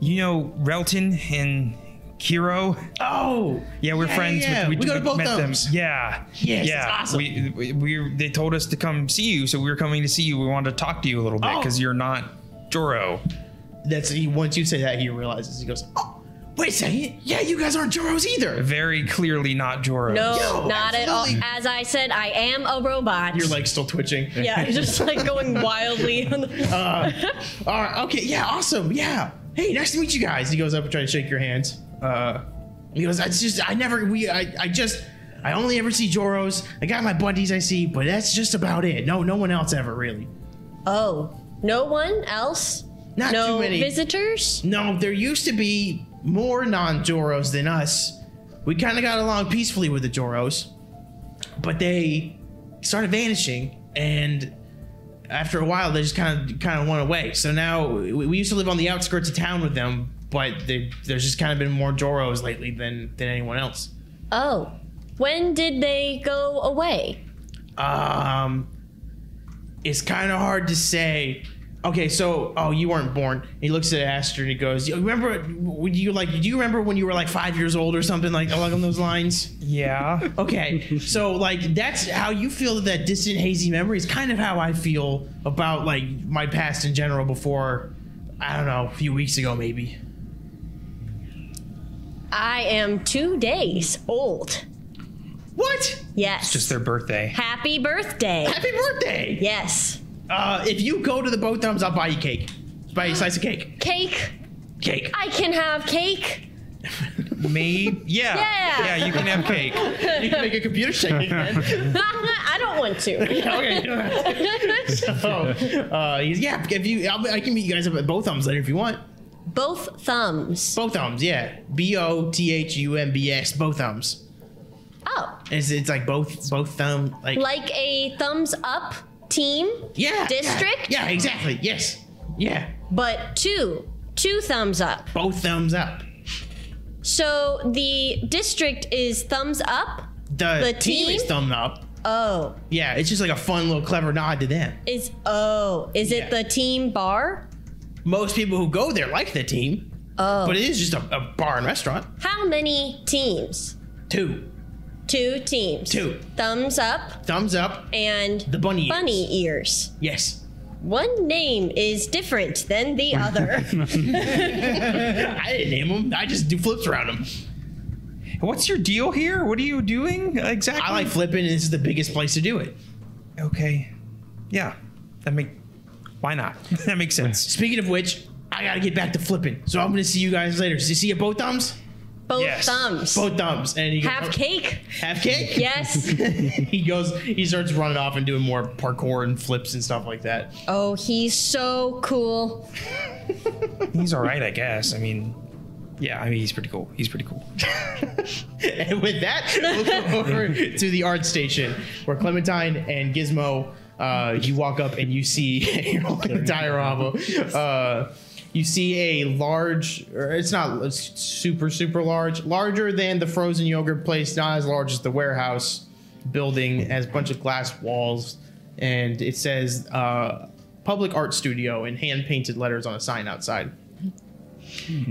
S3: You know Relton and Kiro?
S1: oh.
S3: Yeah, we're friends.
S1: yeah.
S3: With,
S1: we go to both
S3: met
S1: of
S3: them.
S1: them.
S3: Yeah.
S1: Yes,
S3: yeah.
S1: that's awesome.
S3: We, we, we they told us to come see you, so we were coming to see you. We wanted to talk to you a little bit
S1: Oh.
S3: because you're not Joro.
S1: That's he. Once you say that, he realizes. He goes, oh, wait a second. Yeah, you guys aren't Joros either.
S3: Very clearly not Joro.
S4: No,
S1: Yo,
S4: not at all.
S1: absolutely.
S4: As I said, I am a robot.
S1: Your leg's still twitching.
S4: yeah, just like going wildly on the.
S1: Uh, all right, okay, yeah, awesome, yeah. Hey, nice to meet you guys. He goes up and tries to shake your hands. Uh, he goes, I just, I never, we, I, I just, I only ever see Joros. I got my buddies I see, but that's just about it. No, no one else ever really.
S4: Oh, no one else?
S1: Not
S4: no
S1: too many.
S4: visitors?
S1: no, there used to be more non-Joros than us. We kind of got along peacefully with the Joros, but they started vanishing, and after a while, they just kind of kind of went away. So now we, we used to live on the outskirts of town with them, but they, there's just kind of been more Joros lately than than anyone else.
S4: Oh, when did they go away?
S1: Um, it's kind of hard to say. Okay, so oh, you weren't born. He looks at Aster and he goes, "You remember when you like? Do you remember when you were like five years old or something like along those lines?"
S3: Yeah.
S1: Okay, so like that's how you feel that distant hazy memory is kind of how I feel about like my past in general. Before I don't know, a few weeks ago maybe.
S4: I am two days old.
S1: What?
S4: Yes.
S3: Just their birthday.
S4: Happy birthday.
S1: Happy birthday!
S4: yes.
S1: Uh, if you go to the boat thumbs, I'll buy you cake. Buy you a slice of cake.
S4: Cake.
S1: Cake.
S4: I can have cake.
S3: Maybe. Yeah.
S4: Yeah.
S3: you can have cake.
S1: you can make a computer shake again.
S4: I don't want to.
S1: okay. you don't have to. So, uh, he's- yeah, if you, I'll, I can meet you guys up at both thumbs later if you want.
S4: Both thumbs.
S1: Both thumbs, yeah. B O T H U M B S, both thumbs.
S4: Oh,
S1: It's, it's like both both thumb like,
S4: like a thumbs up team,
S1: yeah
S4: district?
S1: Yeah, yeah, exactly. Yes, yeah,
S4: but two. Two thumbs up.
S1: both thumbs up.
S4: So the district is thumbs up.
S1: The,
S4: The
S1: team, is
S4: team?
S1: thumb up.
S4: Oh,
S1: Yeah, it's just like a fun little clever nod to them.
S4: is oh, is it
S1: Yeah.
S4: the team bar?
S1: Most people who go there like the team,
S4: Oh.
S1: but it is just a, a bar and restaurant.
S4: How many teams?
S1: Two,
S4: Two teams.
S1: two
S4: Thumbs up
S1: thumbs up.
S4: and
S1: The bunny. ears.
S4: bunny ears.
S1: Yes.
S4: One name is different than the other.
S1: I didn't name them. I just do flips around them.
S3: What's your deal here? What are you doing exactly?
S1: I like flipping, and this is the biggest place to do it.
S3: Okay. Yeah. That make. Why not? that makes sense.
S1: Speaking of which, I gotta get back to flipping, so I'm gonna see you guys later. So you see you both thumbs,
S4: Both
S3: Yes.
S4: thumbs.
S1: both thumbs, and he goes, "Oh,
S4: Have cake.
S1: Half cake.
S4: Yes.
S1: he goes. He starts running off and doing more parkour and flips and stuff like that.
S4: oh, he's so cool.
S3: He's all right, I guess. I mean, yeah. I mean, he's pretty cool. He's pretty cool.
S1: And with that, we'll go over to the art station where Clementine and Gizmo, uh, you walk up and you see diorama. Uh, you see a large, or it's not it's super, super large, larger than the frozen yogurt place, not as large as the warehouse, building. It has a bunch of glass walls, and it says uh, "Public Art Studio" in hand painted letters on a sign outside.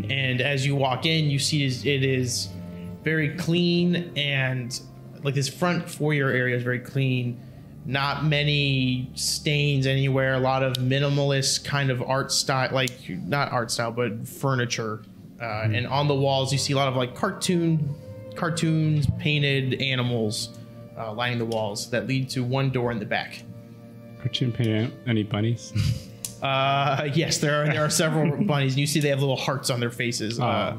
S1: And as you walk in, you see is- it is very clean and like this front foyer area is very clean. Not many stains anywhere. A lot of minimalist kind of art style, like not art style, but furniture. Uh, And on the walls, you see a lot of like cartoon, cartoons, painted animals uh, lining the walls that lead to one door in the back.
S5: Cartoon painted any bunnies?
S1: Uh, yes, there are there are several bunnies, and you see they have little hearts on their faces uh,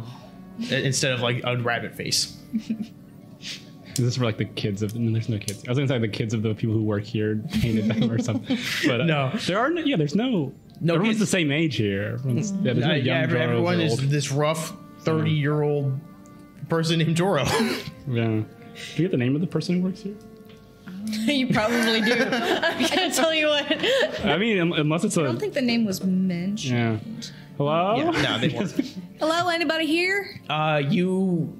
S1: i- instead of like a rabbit face.
S5: Is this for like the kids of? No, there's no kids. I was gonna say the kids of the people who work here painted them or something. But uh,
S1: No.
S5: there are no. Yeah, there's no.
S1: No
S5: everyone's
S1: kids.
S5: the same age here. Everyone's, yeah, there's no
S1: Uh,
S5: young
S1: yeah, every-
S5: Joros
S1: everyone
S5: or
S1: is
S5: old-
S1: this rough thirty year old person named Joro.
S5: Yeah. Do you get the name of the person who works here?
S7: you probably do.
S4: I tell you what.
S5: I mean, un- unless it's
S6: I
S5: a.
S6: don't think the name was mentioned.
S5: Yeah. Hello.
S1: yeah, no, they weren't.
S6: Hello, anybody here?
S1: Uh, you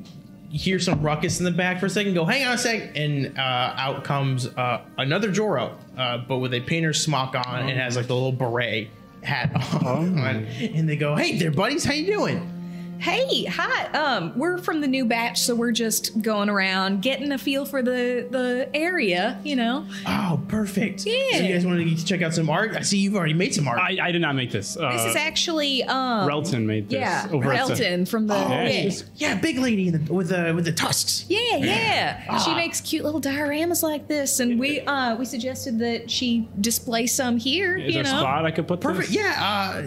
S1: hear some ruckus in the back for a second. Go, hang on a sec, and uh, out comes uh, another Joro, uh, but with a painter's smock on and has like the little beret hat on. And they go, hey, there, buddies, how you doing?
S6: Hey, hi. Um, we're from the new batch, so we're just going around getting a feel for the the area. You know,
S1: Oh, perfect. So
S6: Yeah.
S1: you guys want to check out some art? I see you've already made some art.
S5: I, I did not make this. Uh,
S6: this is actually um,
S5: Relton made this. Oh,
S6: yeah,
S5: over at the- Oh.
S6: Relton from the
S5: Yeah,
S6: yeah.
S5: she's-
S1: yeah, big lady in the, with the with the tusks.
S6: Yeah, yeah. She makes cute little dioramas like this, and we uh we suggested that she display some here.
S5: Is
S6: you
S5: there a
S6: know,
S5: spot I could put
S1: Perfect.
S5: this?
S1: Yeah. Uh,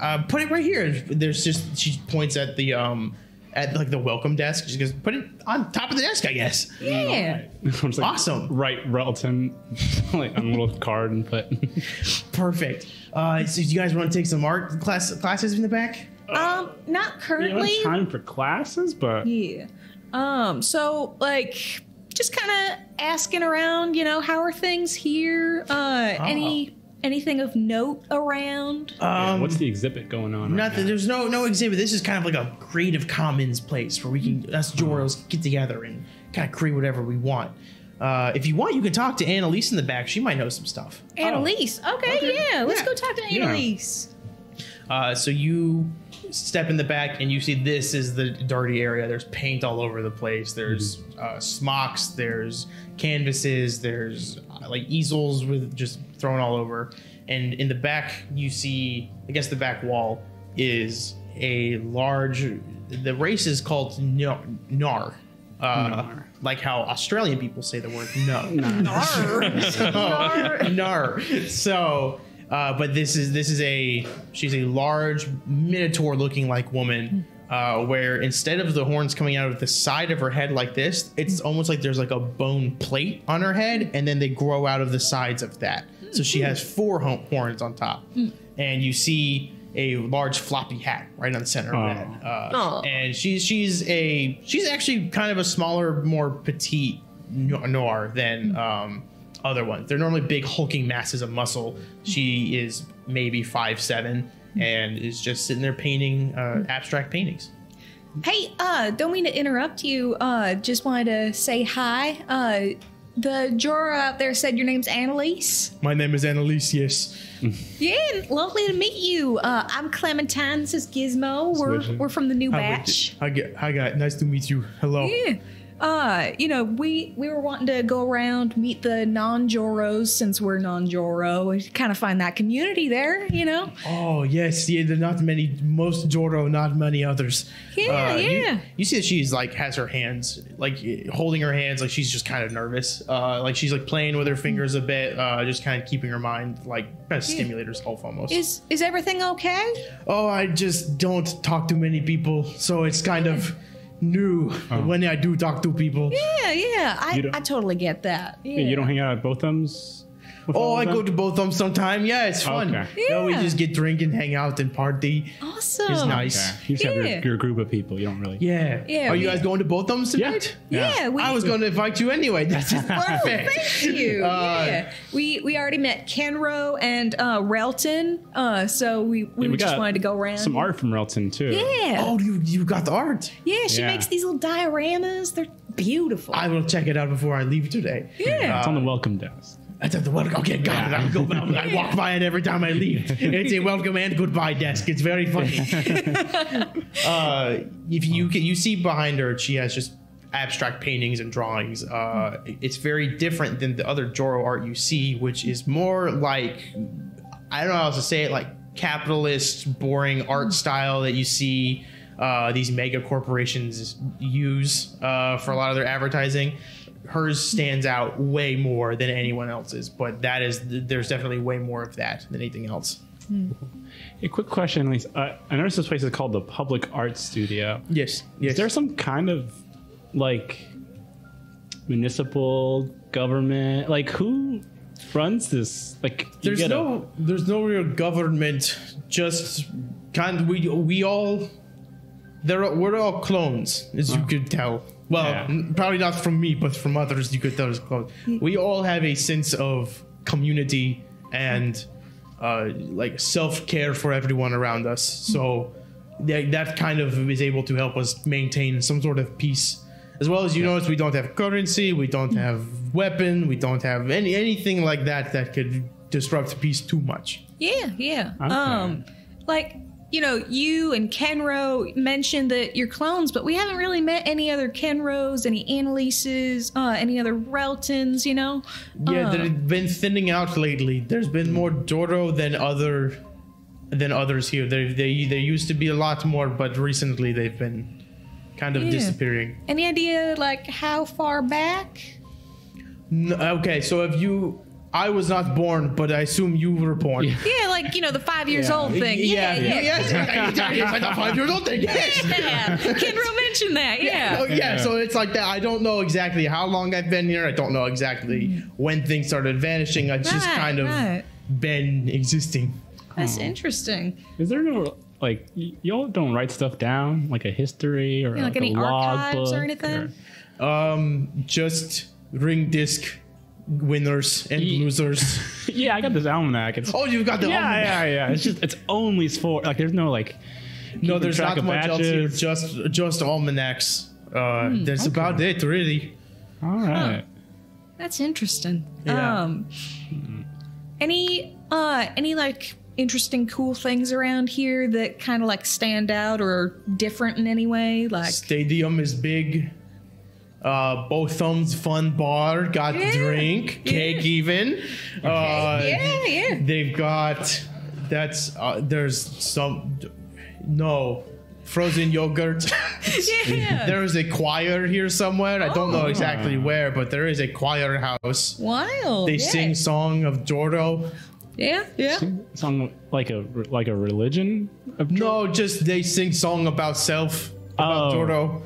S1: uh, put it right here. There's just she points at the um at like the welcome desk. She goes, put it on top of the desk, I guess.
S6: yeah.
S5: I'm just like,
S1: Awesome.
S5: Right, Relton. like on a little card and put.
S1: Perfect. Uh, so you guys want to take some art class classes in the back?
S5: Uh,
S6: Um, not
S5: We don't
S6: currently.
S5: have time for classes, but
S6: Yeah. Um, so like just kind of asking around, you know, how are things here? Uh any anything of note around?
S5: Yeah, what's the exhibit going on? right
S1: Nothing.
S5: now?
S1: There's no no exhibit. This is kind of like a creative commons place where we can us Joros get together and kind of create whatever we want. Uh, if you want, you can talk to Annalise in the back. She might know some stuff.
S6: Annalise. Okay, yeah, let's
S1: Yeah.
S6: go talk to
S5: Yeah.
S6: Annalise.
S1: Uh, so you step in the back and you see this is the dirty area. There's paint all over the place. There's uh, smocks. There's canvases. There's uh, like easels with just thrown all over. And in the back, you see, I guess the back wall is a large. The race is called Nar. nar. Uh, Like how Australian people say the word no. Nar. Nar. So, uh, but this is this is a she's a large minotaur looking like woman. Uh, where instead of the horns coming out of the side of her head like this, it's almost like there's like a bone plate on her head, and then they grow out of the sides of that. So she has four ho- horns on top, and you see a large floppy hat right on the center of
S5: Aw.
S1: that uh,
S4: Aw.
S1: and she's she's a she's actually kind of a smaller, more petite no- noir than um, other ones. They're normally big hulking masses of muscle. She is maybe five seven and is just sitting there painting uh, abstract paintings.
S6: Hey, uh don't mean to interrupt you. Uh just wanted to say hi. Uh the juror out there said your name's Annalise.
S1: My name is Annalise. Yes.
S6: Yeah, lovely to meet you. Uh, I'm Clementine. This is Gizmo. We're,
S5: Switching.
S6: we're from the new batch.
S1: Hi, gu- hi, guy. Nice to meet you. Hello.
S6: Yeah. Uh, you know, we we were wanting to go around meet the non-Joros since we're non-Joro, kind of find that community there. You know.
S1: Oh yes, yeah. There are not many. Most Joro, not many others.
S6: Yeah,
S1: Uh, you-
S6: yeah.
S1: You, see that she's like has her hands like holding her hands like she's just kind of nervous. Uh, like she's like playing with her
S6: Mm-hmm.
S1: fingers a bit, uh, just kind of keeping her mind like kind of stimulate herself almost.
S6: Is is everything okay?
S1: oh, I just don't talk to many people, so it's kind of new when I do talk to people.
S6: Yeah, yeah.
S5: You
S6: I,
S5: don't-
S6: I totally get that. Yeah.
S5: You don't hang out at both thumbs. with
S1: Oh,
S5: all of
S1: I
S5: them?
S1: go to both of them sometime. Yeah, it's fun.
S5: Okay.
S1: No, we
S6: Yeah.
S1: just get drink and hang out and party.
S6: awesome.
S1: It's nice.
S5: Okay. You just have your,
S6: Yeah.
S5: your group of people. You don't really.
S1: Yeah.
S6: Yeah,
S1: Are you
S6: we-
S1: guys going to both of them tonight?
S6: Yeah, we.
S1: I was going to invite you anyway. That's just
S6: Oh,
S1: perfect.
S6: thank you.
S1: Uh,
S6: yeah. We we already met Kenro and uh, Relton, uh, so we, we,
S5: Yeah, we
S6: just
S5: got
S6: wanted to go around.
S5: Some art from Relton too.
S6: Yeah.
S1: Oh, you you got the art.
S6: Yeah, she
S5: Yeah.
S6: makes these little dioramas. They're beautiful.
S1: I will check it out before I leave today.
S5: It's on the welcome desk.
S1: I said the welcome. Okay, got it. I go. I walk by it every time I leave. It's a welcome and goodbye desk. It's very funny. uh, if you can, you see behind her, she has just abstract paintings and drawings. Uh, it's very different than the other Joro art you see, which is more like I don't know how else to say it, like capitalist, boring art style that you see uh, these mega corporations use uh, for a lot of their advertising. Hers stands out way more than anyone else's, but that is there's definitely way more of that than anything else.
S5: A quick question, Elise. Uh, I noticed this place is called the Public Art Studio.
S1: Yes, yes.
S5: Is there some kind of like municipal government? Like who runs this? Like you
S1: there's
S5: get a-
S1: no there's no real government just kind we we all there are, we're all clones as you could tell well
S5: Yeah.
S1: n- probably not from me but from others you could tell as clones we all have a sense of community and uh, like self-care for everyone around us so that, that kind of is able to help us maintain some sort of peace as well as you notice we don't have currency we don't have weapon we don't have any anything like that that could disrupt peace too much
S6: Yeah, yeah. Um, like you know, you and Kenro mentioned that you're clones, but we haven't really met any other Kenros, any Annalises, uh, any other Reltons. You know, Um,
S1: yeah
S6: Oh.
S1: they've been thinning out lately there's been more Doro than other than others here they they there used to be a lot more but recently they've been kind of
S6: Yeah.
S1: disappearing
S6: any idea like how far back?
S1: N- okay so if you I was not born but I assume you were born
S6: Yeah, like you know, the five years old thing. Yeah, yeah. yeah.
S1: yes, yes, like a five-year-old thing. Yes.
S6: Kenro mentioned that.
S1: Oh
S6: Yeah.
S1: yeah, so it's like that. I don't know exactly how long I've been here. I don't know exactly when things started vanishing. I've just
S6: Mm. Right,
S1: kind of
S6: right.
S1: been existing.
S6: That's interesting.
S5: Is there no like y- y'all don't write stuff down like a history or
S6: Yeah, like
S5: like,
S6: any
S5: a log
S6: archives or
S5: book
S6: anything?
S1: Um, just ring disc winners and
S5: Ye-
S1: losers.
S5: yeah, I got this almanac. It's
S1: Oh, you've got the
S5: yeah, yeah, yeah. It's just it's only for like there's no like
S1: No, there's
S5: track
S1: not
S5: of
S1: much else here.
S5: batches.
S1: Just just almanacs. Uh,
S5: Hmm,
S1: that's about it, really.
S5: all right.
S6: That's interesting.
S1: Yeah. Mm-hmm.
S6: Um any uh any like interesting cool things around here that kind of like stand out or are different in any way like
S1: Stadium is big. Uh, both thumbs fun bar got
S6: Yeah.
S1: drink cake even. Uh,
S6: yeah yeah
S1: They've got that's uh, there's some no frozen yogurt.
S6: yeah Oh.
S1: there is a choir here somewhere. I don't know exactly where, but there is a choir house.
S6: wild
S1: They
S6: yeah.
S1: sing song of Jordo.
S6: yeah yeah
S5: Song like a like a religion of
S1: No, just they sing song about self about
S5: Oh.
S1: Jordo.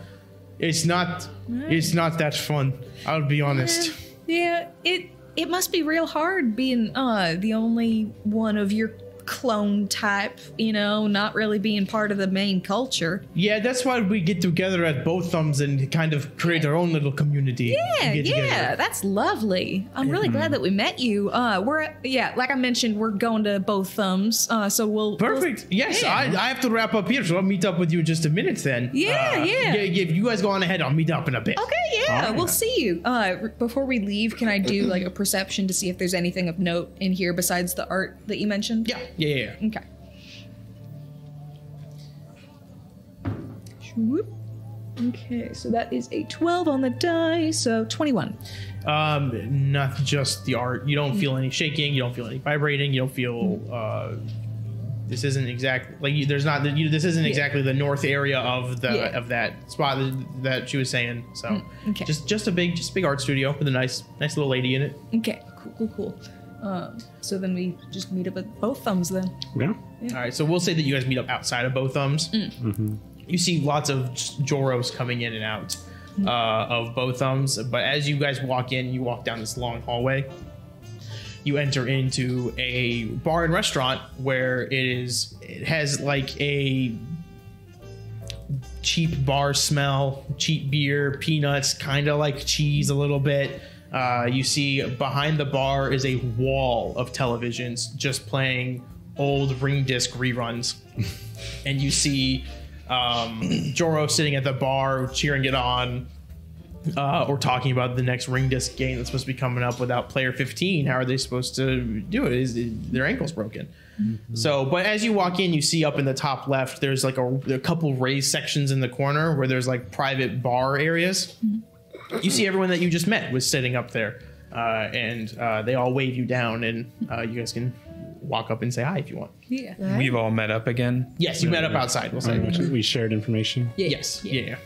S1: It's not it's not that fun. I'll be honest.
S6: yeah it it must be real hard being uh the only one of your clone type you know not really being part of the main culture
S1: Yeah, that's why we get together at both thumbs and kind of create our own little community.
S6: Yeah,
S1: We get
S6: yeah,
S1: together.
S6: that's lovely. I'm really
S1: Mm-hmm.
S6: glad that we met you. Uh, we're yeah, like I mentioned, we're going to both thumbs. Uh, so we'll we'll-
S1: Perfect. Yes,
S6: Yeah.
S1: I, I have to wrap up here, so I'll meet up with you in just a minute then. Uh,
S6: Yeah, yeah.
S1: If you guys go on ahead, I'll meet up in a bit.
S6: okay, yeah, we'll see you. Uh, r- before we leave, can I do like a perception to see if there's anything of note in here besides the art that you mentioned?
S1: Yeah, yeah, yeah. yeah.
S6: Okay. Whoop. Okay, so that is a 12 on the die, so 21.
S1: Um, not just the art. You don't feel any shaking. You don't feel any vibrating. You don't feel. Uh, this isn't exact. Like you, there's not. You, this isn't exactly the north area of the
S6: Yeah. Mm,
S1: of that spot that- that she was saying. So
S6: okay.
S1: just just a big just a big art studio with a nice nice little lady in it.
S6: Okay, cool, cool, cool. Um, so then we just meet up at both thumbs then.
S5: yeah.
S1: All right, so we'll say that you guys meet up outside of both thumbs. You see lots of just Joros coming in and out uh, of both thumbs, but as you guys walk in, you walk down this long hallway. You enter into a bar and restaurant where it is it has like a cheap bar smell, cheap beer, peanuts, kind of like cheese a little bit. Uh, you see behind the bar is a wall of televisions just playing old ring disc reruns. and you see um, Joro sitting at the bar cheering it on. uh, or talking about the next ring disc game that's supposed to be coming up without player 15 how are they supposed to do it is, is their ankles broken so but as you walk in you see up in the top left there's like a, a couple raised sections in the corner where there's like private bar areas you see everyone that you just met was sitting up there uh, and uh, they all wave you down and uh, you guys can walk up and say hi if you want
S3: We've all met up again.
S1: yes you met up outside we'll say
S5: We shared information.
S1: Yes. Yeah.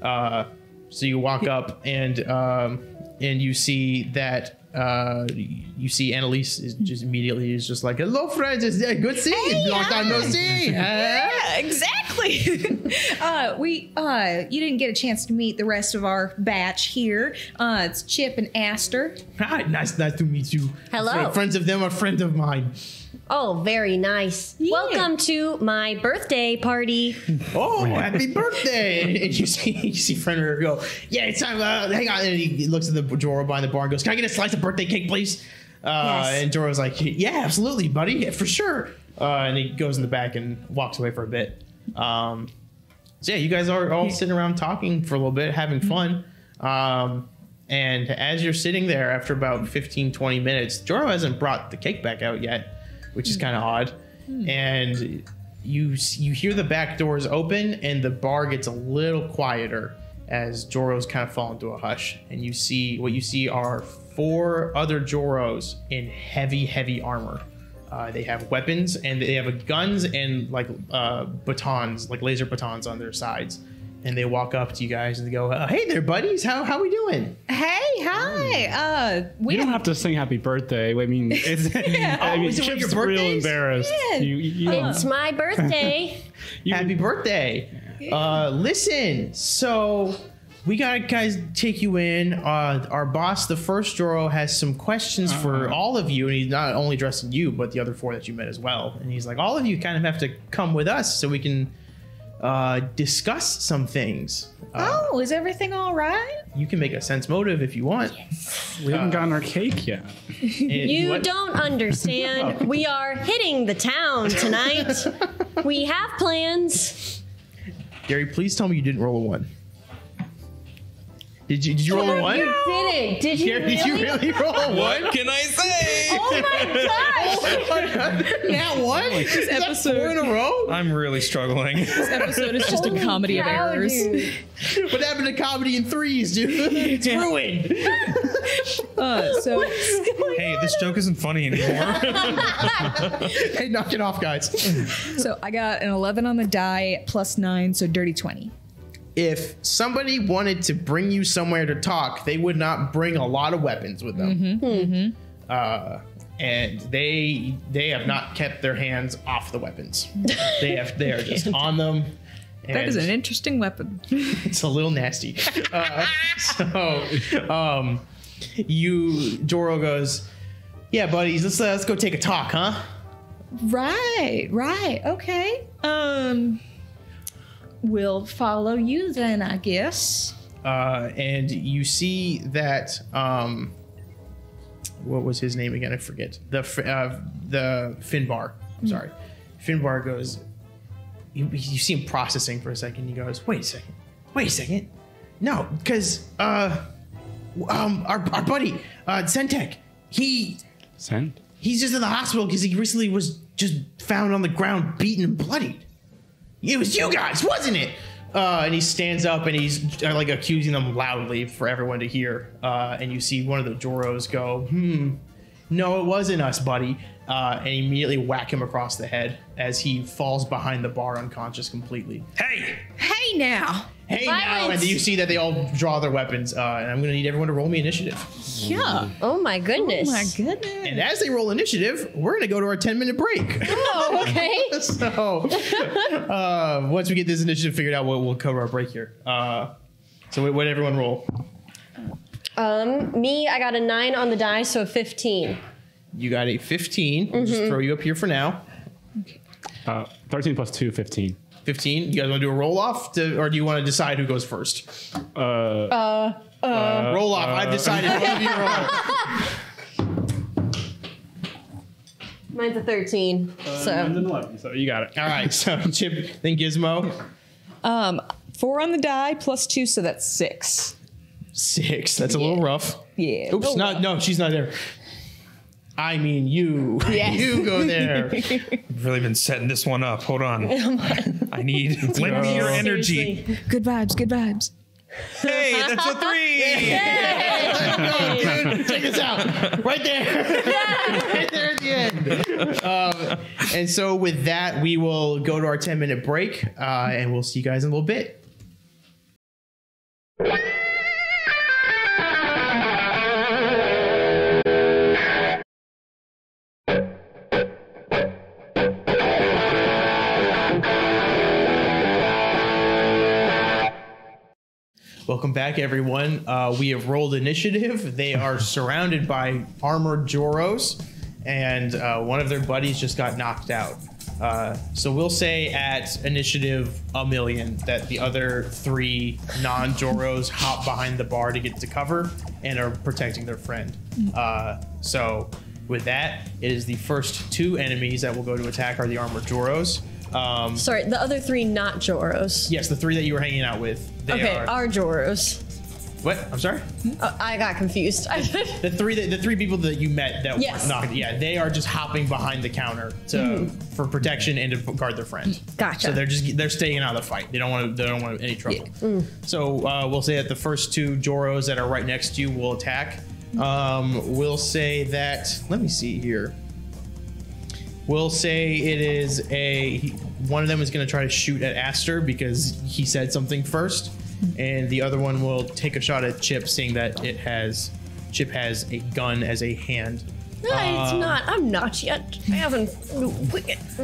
S1: yeah. Uh, so you walk up and um, and you see that uh, you see Annalise is just immediately is just like, "Hello, friends. It's uh, good seeing you. Long time no see." huh?"
S6: Yeah, exactly. uh, we uh, you didn't get a chance to meet the rest of our batch here. Uh, it's Chip and Aster.
S1: Hi, nice, nice to meet you.
S4: Hello.
S1: Fri- friends of them are friends of mine.
S4: Oh, very nice. Welcome to my birthday party.
S1: Oh, happy birthday! And, and you see, you see Fenrir go, "Yeah, it's time. Uh, hang on." And he, he looks at the Joro behind the bar and goes, "Can I get a slice of birthday cake, please?" Uh,
S4: Yes.
S1: And Joro's like, "Yeah, absolutely, buddy, yeah, for sure." Uh, and he goes in the back and walks away for a bit. Um, so yeah, you guys are all sitting around talking for a little bit, having fun. Um, and as you're sitting there after about 15, 20 minutes, Joro hasn't brought the cake back out yet, which is kind of odd. And you s- you hear the back doors open and the bar gets a little quieter as Joros kind of fall into a hush. And you see what you see are four other Joros in heavy, heavy armor. Uh, they have weapons and they have guns and like uh, batons, like laser batons on their sides. And they walk up to you guys and they go, uh, "Hey there, buddies. How how we doing?"
S6: Hey, hi. Uh, we
S5: You don't have to sing happy birthday. I mean, it's, I mean,
S1: is it one of
S5: Chip's
S1: your
S5: real
S1: birthdays?
S5: embarrassed.
S6: Yeah.
S5: You, you, you
S4: It's my birthday.
S5: you-
S1: Happy birthday. Uh, listen, so we gotta guys take you in. Uh, our boss, the first Joro, has some questions for all of you, and he's not only addressing you, but the other four that you met as well. And he's like, all of you kind of have to come with us so we can uh, discuss some things. Uh,
S6: Oh, is everything all right?
S1: You can make a sense motive if you want.
S5: we
S1: Uh.
S5: haven't gotten our cake yet.
S1: And
S4: You
S1: what- Oh.
S4: don't understand. we are hitting the town tonight. we have plans.
S1: Gary, please tell me you didn't roll a one. Did you? Did you roll
S4: Oh
S1: a one?
S4: Did it? Did you?
S1: Gary, did you really roll a one?
S3: Can I say?
S4: Oh my gosh!
S1: now what? Is that
S2: episode-
S1: four in a row?
S3: I'm really struggling.
S2: This episode is just a comedy of
S4: cow,
S2: errors.
S4: dude.
S1: What happened to comedy in threes, dude? It's ruined.
S2: Uh, so
S3: hey, this joke isn't funny anymore.
S1: hey, knock it off, guys.
S6: So I got an 11 on the die plus 9, so dirty 20.
S1: If somebody wanted to bring you somewhere to talk, they would not bring a lot of weapons with them. Uh, and they they have not kept their hands off the weapons. They have they are just on them.
S2: that is
S1: and-
S2: an interesting weapon.
S1: it's a little nasty. Uh, so, um, you Joro goes, "Yeah, buddies, let's uh, let's go take a talk, huh?"
S6: Right, right. Okay. Um we'll follow you then, I guess.
S1: Uh, and you see that um, what was his name again? I forget. The Fi- uh, the Finbar. I'm sorry, Finbar goes. You, you see him processing for a second. He goes, "Wait a second, wait a second, no, because uh, um, our our buddy uh, Sentek, he
S5: Send.
S1: He's just in the hospital because he recently was just found on the ground, beaten and bloodied. It was you guys, wasn't it? Uh, and he stands up and he's uh, like accusing them loudly for everyone to hear. Uh, and you see one of the Joros go, hmm, no, it wasn't us, buddy. Uh, and immediately whack him across the head as he falls behind the bar unconscious completely.
S3: hey,
S6: Hey now.
S1: Hey, now!
S4: Violence!
S1: And you see that they all draw their weapons. Uh, and I'm going to need everyone to roll me initiative.
S6: Yeah.
S4: Oh my goodness.
S6: My goodness.
S1: And as they roll initiative, we're going to go to our 10 minute break.
S4: Oh, okay.
S1: so uh, once we get this initiative figured out, we'll, we'll cover our break here. Uh, so what would everyone roll?
S4: Um, me, I got a nine on the die, so a fifteen.
S1: You got a 15. We'll just throw you up here for now.
S5: Uh, 13 plus 2, 15.
S1: 15. You guys want to do a roll off, to, or do you want to decide who goes first?
S5: Uh, uh,
S1: roll off. I've decided. One of you roll.
S4: Mine's a thirteen.
S5: Uh,
S4: so
S5: 11. So you got it.
S1: All right. So Chip, then Gizmo.
S2: Um, four on the die plus two, so that's six.
S1: Six. That's a little rough.
S6: Yeah.
S1: Oops,
S6: Oh,
S1: not no, she's not there. I mean you. you go there.
S3: I've really been setting this one up. Hold on. I need lend me your energy.
S4: Seriously.
S6: Good vibes, good vibes.
S3: Hey, that's a three.
S1: Check this out. Right there. right there at the end. Um, and so with that, we will go to our 10 minute break uh, and we'll see you guys in a little bit. Welcome back, everyone. Uh, we have rolled initiative. They are surrounded by armored Joros, and uh, one of their buddies just got knocked out. Uh, so we'll say at initiative a million that the other three non Joros hop behind the bar to get to cover and are protecting their friend. Uh, so with that, it is the first two enemies that will go to attack are the armored Joros. Um,
S4: Sorry, the other three not Joros.
S1: yes, the three that you were hanging out with. They
S4: okay,
S1: are.
S4: are Joros.
S1: what? I'm sorry?
S4: Uh, I got confused.
S1: The three that, the three people that you met that
S4: Yes. Mm-hmm.
S1: were knocked, yeah, they are just hopping behind the counter to for protection and to guard their friend.
S4: Gotcha.
S1: So they're just they're staying out of the fight. They don't want to, they don't want any trouble.
S4: Mm.
S1: So uh, we'll say that the first two Joros that are right next to you will attack. Um, we'll say that. Let me see here. We'll say it is a one of them is going to try to shoot at Aster because he said something first, and the other one will take a shot at Chip, seeing that it has Chip has a gun as a hand.
S4: No, it's not. I'm not yet. I haven't.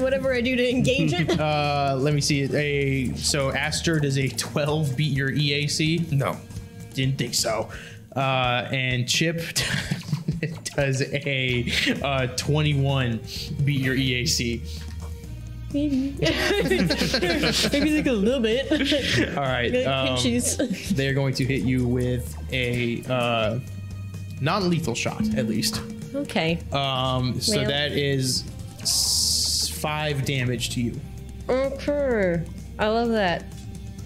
S4: Whatever I do to engage it.
S1: Uh, let me see. A so Aster does a twelve beat your E EAC?
S3: No.
S1: Didn't think so. Uh, and Chip does a uh, twenty-one beat your E EAC.
S4: Maybe. Maybe like a little bit.
S1: All right. um,
S4: Pinches.
S1: they are going to hit you with a uh, non-lethal shot at least
S4: Okay.
S1: um, so
S4: Well-
S1: that is s- five damage to you
S4: Okay. I love that.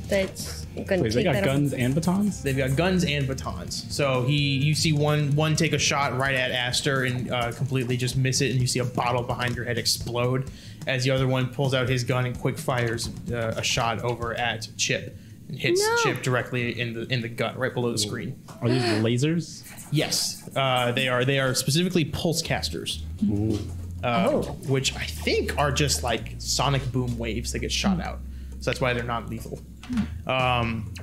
S4: That's I'm gonna
S5: Wait,
S4: take
S5: they got
S4: that off.
S5: guns and batons?
S1: they've got guns and batons so he you see one one take a shot right at aster and uh, completely just miss it and you see a bottle behind your head explode as the other one pulls out his gun and quick fires uh, a shot over at chip and hits
S4: No.
S1: chip directly in the in the gut right below the screen
S5: Are these lasers?
S1: yes uh, they are they are specifically pulse casters uh,
S4: Oh.
S1: which I think are just like sonic boom waves that get shot out. So that's why they're not lethal.
S4: Hmm.
S1: Um,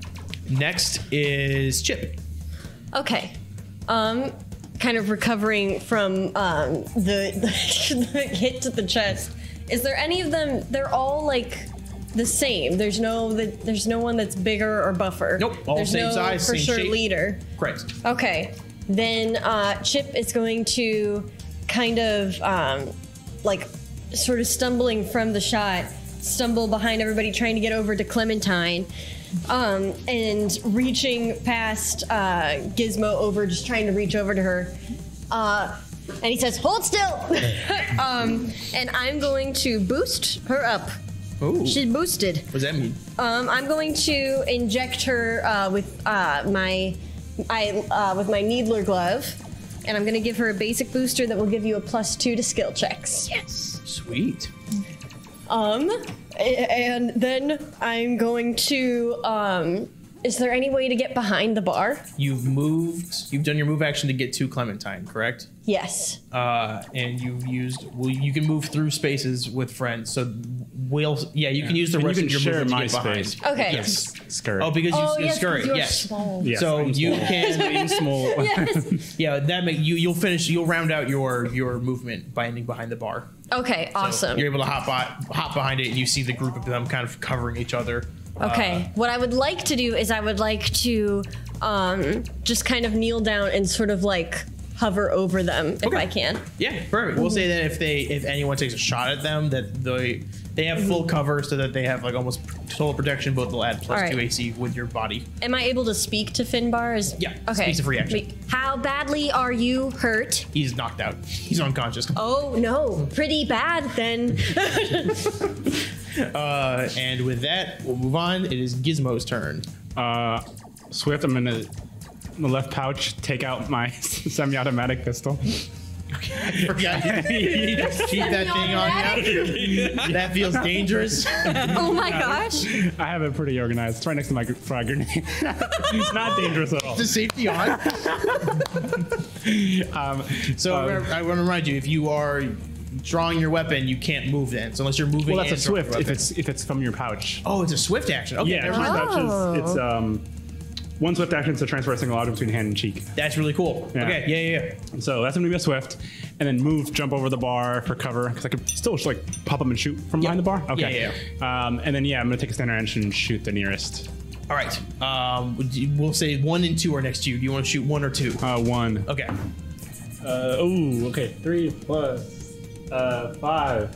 S1: next is Chip.
S4: Okay. Um, kind of recovering from um, the, the hit to the chest. Is there any of them? They're all like the same. There's no that. There's no one that's bigger or buffer.
S1: Nope, all
S4: there's
S1: same
S4: no
S1: size,
S4: for
S1: same
S4: sure
S1: shape.
S4: leader.
S1: Great.
S4: Okay. Then uh, Chip is going to kind of um, like sort of stumbling from the shot, stumble behind everybody trying to get over to Clementine. Um, and reaching past uh, Gizmo over, just trying to reach over to her. Uh, and he says, Hold still! um, and I'm going to boost her up.
S1: Ooh.
S4: She's boosted.
S1: what does that mean?
S4: Um, I'm going to inject her uh, with uh, my I uh, with my needler glove, and I'm going to give her a basic booster that will give you a plus two to skill checks.
S1: Sweet.
S4: Um, a- and then I'm going to. Um, is there any way to get behind the bar?
S1: You've moved. You've done your move action to get to Clementine, correct?
S4: Yes.
S1: Uh, and you've used. Well, you can move through spaces with friends. So, will yeah, you can use the
S5: And you
S1: rest
S5: can
S1: of your
S5: share
S1: movement
S5: my
S1: to get behind.
S5: space.
S4: Okay.
S5: Yes. Skirt.
S1: Oh, because you
S4: Oh,
S1: you
S4: yes,
S1: scurry.
S4: 'cause you're
S1: Yes.
S4: small.
S5: Yes,
S1: so
S5: I'm
S1: you
S5: small.
S1: can
S5: I'm small.
S1: yeah that make you you'll finish you'll round out your your movement by ending behind the bar
S4: Okay.
S1: So
S4: Awesome.
S1: You're able to hop by, hop behind it, and you see the group of them kind of covering each other.
S4: Okay. what I would like to do is I would like to um, just kind of kneel down and sort of like hover over them if I can.
S1: Yeah, perfect. We'll say that if they if anyone takes a shot at them, that they they have
S5: Mm-hmm.
S1: full cover, so that they have like almost total protection. But they'll add plus
S4: All right.
S1: two AC with your body.
S4: Am I able to speak to Finbar? Is
S1: Yeah,
S4: Okay.
S1: speaks a free action.
S4: Me- How badly are you hurt?
S1: He's knocked out. He's unconscious.
S4: Oh no, pretty bad then.
S1: Uh, and with that, we'll move on. It is Gizmo's turn.
S5: Uh, Swift, I'm gonna the left pouch, take out my semi-automatic pistol.
S1: I forgot you just keep that thing on you. That feels dangerous.
S4: Oh my gosh.
S5: I have it pretty organized. It's right next to my gr- frag grenade. it's not dangerous at all.
S1: the safety on.
S5: Um,
S1: So
S5: um,
S1: remember- I want to remind you: if you are drawing your weapon, you can't move then, so unless you're moving.
S5: well, that's a
S1: and drawing your
S5: swift if
S1: weapon.
S5: it's if it's from your pouch.
S1: oh, it's a swift action. Okay,
S5: Yeah, Ah.
S1: never
S5: every
S1: mind.
S5: pouch is it's um one swift action to transfer a single object between hand and cheek.
S1: that's really cool.
S5: Yeah.
S1: Okay, yeah, yeah, yeah.
S5: So that's gonna be a swift, and then move, jump over the bar for cover because I could still just like pop up and shoot from behind the bar. Okay.
S1: Yeah,
S5: Um, and then yeah, I'm gonna take a standard action and shoot the nearest.
S1: All right. Um, would you- we'll say one and two are next to you. Do you want to shoot one or two?
S5: Uh, one.
S1: Okay.
S5: Uh, ooh, okay. Three plus uh, five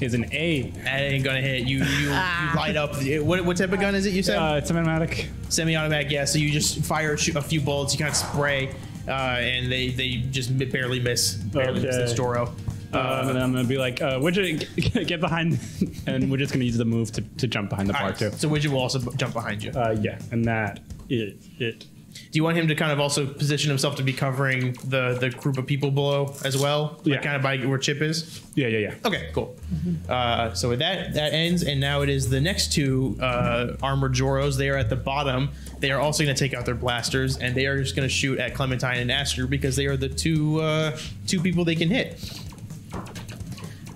S5: is an eight.
S1: That ain't gonna hit you. You, you light up. What, what type of gun is it? You said
S5: Uh, it's an automatic.
S1: semi-automatic. Yeah. So you just fire shoot a few bullets. You kind of spray, uh, and they they just mi- barely miss. Barely
S5: Okay.
S1: miss the Storo.
S5: Um, and then I'm gonna be like, uh, Widget, g- get behind, and we're just gonna use the move to, to jump behind the
S1: All
S5: bar
S1: right.
S5: too.
S1: So Widget will also b- jump behind you.
S5: Uh, yeah, and that is it.
S1: Do you want him to kind of also position himself to be covering the the group of people below as well? Like
S5: Yeah.
S1: Kind of by where Chip is.
S5: Yeah, yeah, yeah.
S1: Okay, cool. Uh, so with that, that ends, and now it is the next two uh, armored Joros. They are at the bottom. They are also going to take out their blasters, and they are just going to shoot at Clementine and Aster because they are the two uh, two people they can hit.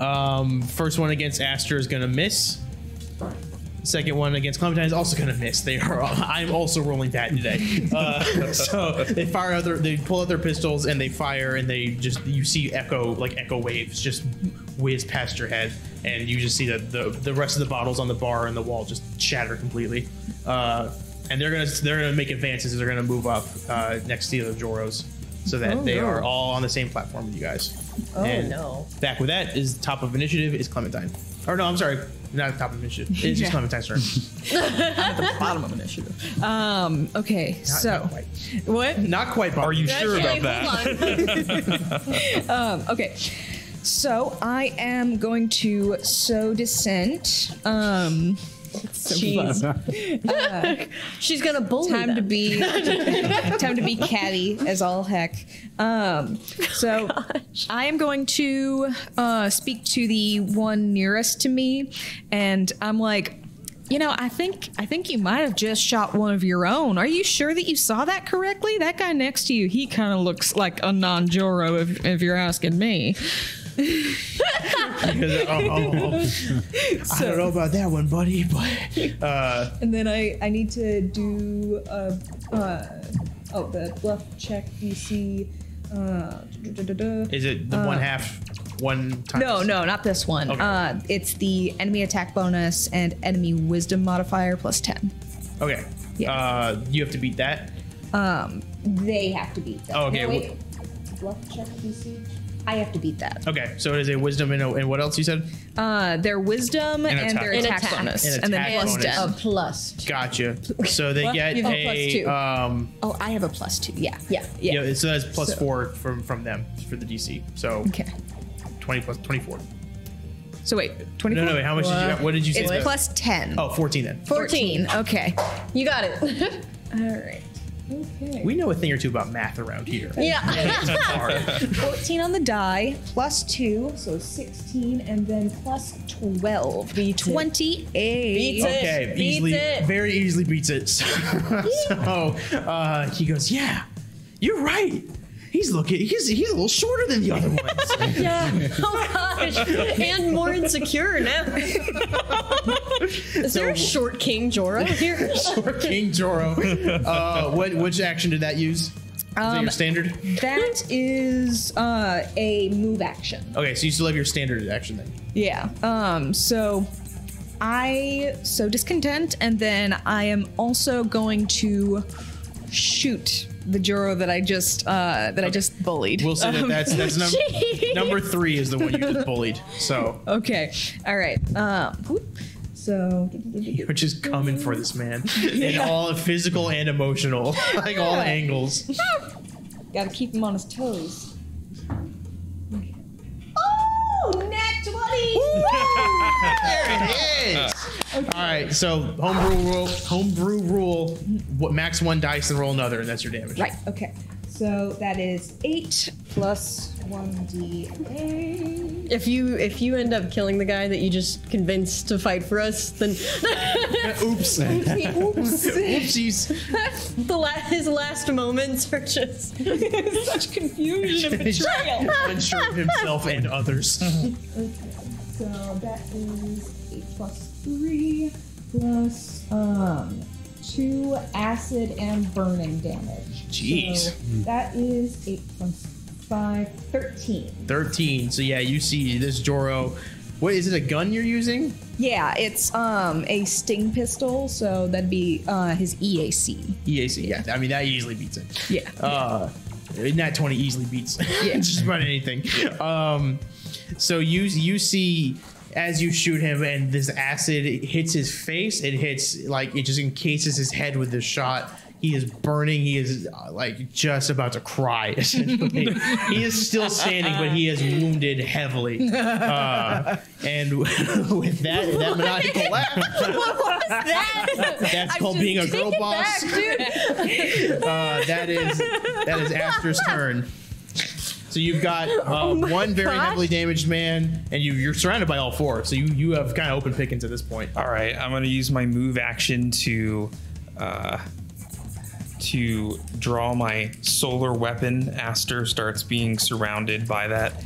S1: Um, first one against Aster is going to miss. Second one against Clementine is also going to miss. They are. All, I'm also rolling bad today. Uh, so they fire out their, they pull out their pistols and they fire and they just you see echo like echo waves just whiz past your head and you just see that the the rest of the bottles on the bar and the wall just shatter completely. Uh, and they're gonna they're gonna make advances. They're gonna move up uh, next to the other Joros so that they are all on the same platform with you guys. Oh
S7: no.
S1: Back with that is top of initiative is Clementine. Or no, I'm sorry, not top of initiative. It's just Clementine's turn.
S7: Bottom of initiative.
S6: Um, okay,
S1: Not-
S6: so
S1: not quite.
S6: what?
S1: Not quite. Bob.
S3: Are you sure about that?
S4: Hold on.
S6: Um, okay. So I am going to sow dissent. Um, jeez.
S4: She's gonna bully
S6: time to
S4: them.
S6: be time to be catty as all heck. Um, so I am going to uh, speak to the one nearest to me, and I'm like, you know, I think I think you might have just shot one of your own. Are you sure that you saw that correctly? That guy next to you, he kind of looks like a non-Joro, if, if you're asking me.
S1: Because, oh, oh, oh. I don't know about that one, buddy, but uh,
S6: And then I, I need to do uh, uh, oh the bluff check DC. Uh, da-da-da-da.
S1: is it the one half, one time?
S6: Uh, No, no, not this one.
S1: Okay.
S6: Uh, it's the enemy attack bonus and enemy wisdom modifier plus 10.
S1: Okay.
S6: Yeah.
S1: Uh, you have to beat that.
S6: Um, they have to beat that.
S1: Oh, okay,
S6: No, wait. Bluff check DC. I have to beat that.
S1: Okay, so it is a wisdom and, a, and what else you said?
S6: Uh, their wisdom and,
S1: attack.
S6: their
S1: And
S6: attack,
S4: attack.
S6: bonus,
S1: And
S6: and then
S1: attack
S6: plus
S1: bonus.
S6: ten.
S7: A plus two.
S1: Gotcha. So they
S6: Well,
S1: get
S6: you have
S1: a
S6: plus two.
S1: um,
S6: Oh, I have a plus two. Yeah, yeah, yeah.
S1: yeah. So that's plus
S6: So-
S1: four from from them for the DC. So
S6: Okay.
S1: twenty plus twenty four.
S6: So wait, twenty-four.
S1: No, no, wait. How much did you? What did you say?
S6: It's
S1: the-
S6: plus ten.
S1: Oh, 14 then.
S4: 14.
S6: Okay.
S4: You got it.
S6: All right. Okay.
S1: We know a thing or two about math around here.
S4: yeah.
S6: 14 on the die, plus 2, so 16, and then plus 12. The 28.
S1: Okay,
S4: Beats
S1: easily,
S4: it.
S1: very easily beats it. So, uh, he goes, "Yeah, you're right. He's looking. He's he's a little shorter than the other ones."
S4: Yeah. Oh gosh. And more insecure now. Is there a short King Jorah here?
S1: Short King Joro. Uh, what which action did that use? Is that your standard?
S6: That is uh, a move action.
S1: Okay, so you still have your standard action then.
S6: Yeah. Um. So I so discontent, and then I am also going to shoot the Juro that I just uh, that I just bullied.
S1: We'll say that
S6: Um,
S1: that's that's number number three is the one you just bullied. So
S6: Okay. All right. Um. whoop. So
S1: you're just coming for this man in all physical and emotional, like all angles.
S6: gotta keep him on his toes.
S4: Oh, nat 20.
S1: There it is. Uh, All right, so homebrew rule, homebrew rule, what, max one dice and roll another, and that's your damage.
S6: Right. Okay. So that is eight plus one d eight.
S4: If you if you end up killing the guy that you just convinced to fight for us, then
S1: Oops. Oopsies.
S4: the la- his last moments are just
S6: Such confusion and betrayal.
S1: Unsure of himself and others.
S6: So Uh, that is eight plus three plus um two acid and burning damage.
S1: Jeez.
S6: So that is eight plus five, 13.
S1: 13. So yeah, you see this Joro. What is it? A gun you're using?
S6: Yeah, it's um a sting pistol, so that'd be uh his EAC.
S1: EAC. E Yeah. I mean that easily beats it.
S6: Yeah.
S1: Uh, nat 20 easily beats just about anything. Um, so you you see as you shoot him and this acid hits his face. It hits like it just encases his head with this shot. He is burning. He is uh, like just about to cry. Essentially, he is still standing, but he is wounded heavily. Uh, and with that, that maniacal laugh,
S4: that.
S1: that's called being a girl boss. Uh, that is that is Aster's turn. So you've got uh, one very
S4: gosh.
S1: heavily damaged man, and you, you're surrounded by all four. So you, you have kind of open pickings at this point.
S3: All right, I'm gonna use my move action to, uh, to draw my solar weapon. Aster starts being surrounded by that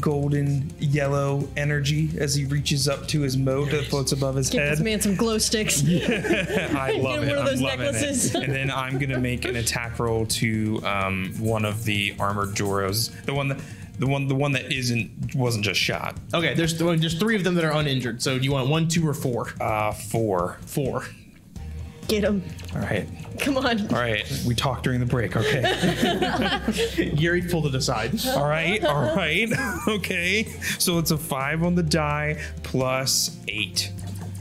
S3: golden yellow energy as he reaches up to his mode that floats above his
S4: Give
S3: head.
S4: this man some glow sticks.
S3: I love it.
S4: Get one of
S3: I'm
S4: those
S3: loving
S4: necklaces.
S3: it. And then I'm gonna make an attack roll to um, one of the armored Joros, the one that, the one, the one that isn't wasn't just shot.
S1: Okay, there's th- there's three of them that are uninjured. So do you want one, two, or four?
S3: Uh, four.
S1: Four.
S4: Get him.
S3: All right,
S4: Come on.
S3: all right. We talked during the break. Okay.
S1: Yuri pulled it aside.
S3: All right, all right. Okay. So it's a five on the die plus eight.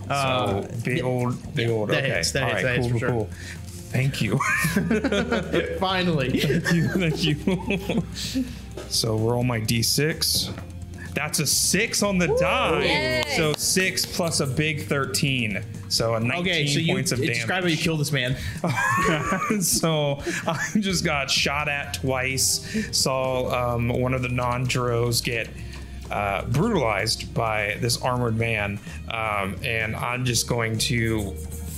S3: so big old, big old.
S1: that
S3: okay.
S1: hits, that
S3: all
S1: hits,
S3: right,
S1: that hits
S3: cool,
S1: for sure.
S3: cool, cool. Thank you.
S1: Finally,
S3: Thank you. Thank you. so roll my d6. That's a six on the die. So six plus a big 13. So a 19
S1: okay. So you
S3: points of damage.
S1: describe how you kill this man.
S3: so I just got shot at twice. Saw um, one of the non-Juros get uh, brutalized by this armored man, um, and I'm just going to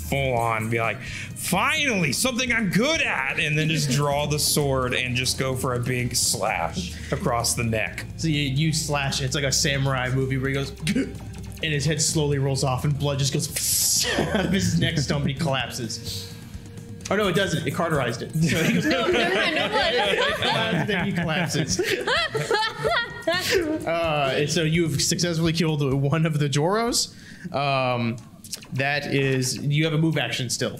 S3: full on be like, finally something I'm good at, and then just draw the sword and just go for a big slash across the neck.
S1: So you, you slash. It's like a samurai movie where he goes, and his head slowly rolls off, and blood just goes out of his neck stump, and he collapses. Oh no, it doesn't. It carterized it. So he goes, then he collapses. uh, and so you've successfully killed one of the Joros. Um, that is, you have a move action still.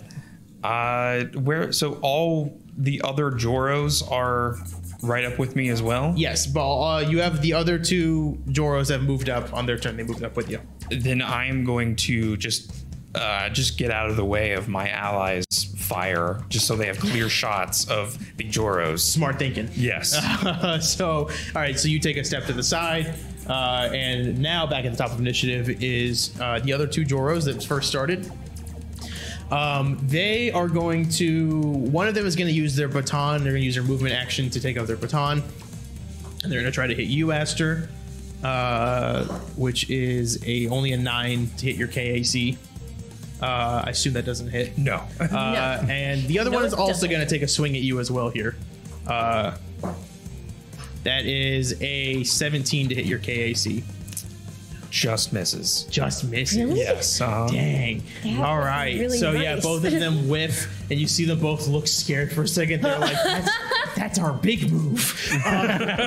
S3: Uh, where? So all the other Joros are right up with me as well.
S1: Yes, but uh, you have the other two Joros that moved up on their turn. They moved up with you.
S3: then I'm going to just uh, just get out of the way of my allies' fire, just so they have clear shots of the Joros.
S1: Smart thinking.
S3: Yes.
S1: so, all right. So you take a step to the side, uh, and now back at the top of initiative is uh, the other two Joros that first started. Um, they are going to. One of them is going to use their baton. They're going to use their movement action to take out their baton, and they're going to try to hit you, Aster, uh, which is a only a nine to hit your KAC. Uh, I assume that doesn't hit.
S3: No.
S1: Uh, and the other
S4: No,
S1: one is
S4: it
S1: also
S4: doesn't.
S1: going to take a swing at you as well here. Uh, that is a 17 to hit your KAC.
S3: just misses.
S1: Just misses.
S3: Yes. uh-huh.
S1: Dang. All right.
S4: really
S1: so yeah,
S4: nice.
S1: both of them whiff, and you see them both look scared for a second. They're like, "That's, that's our big move."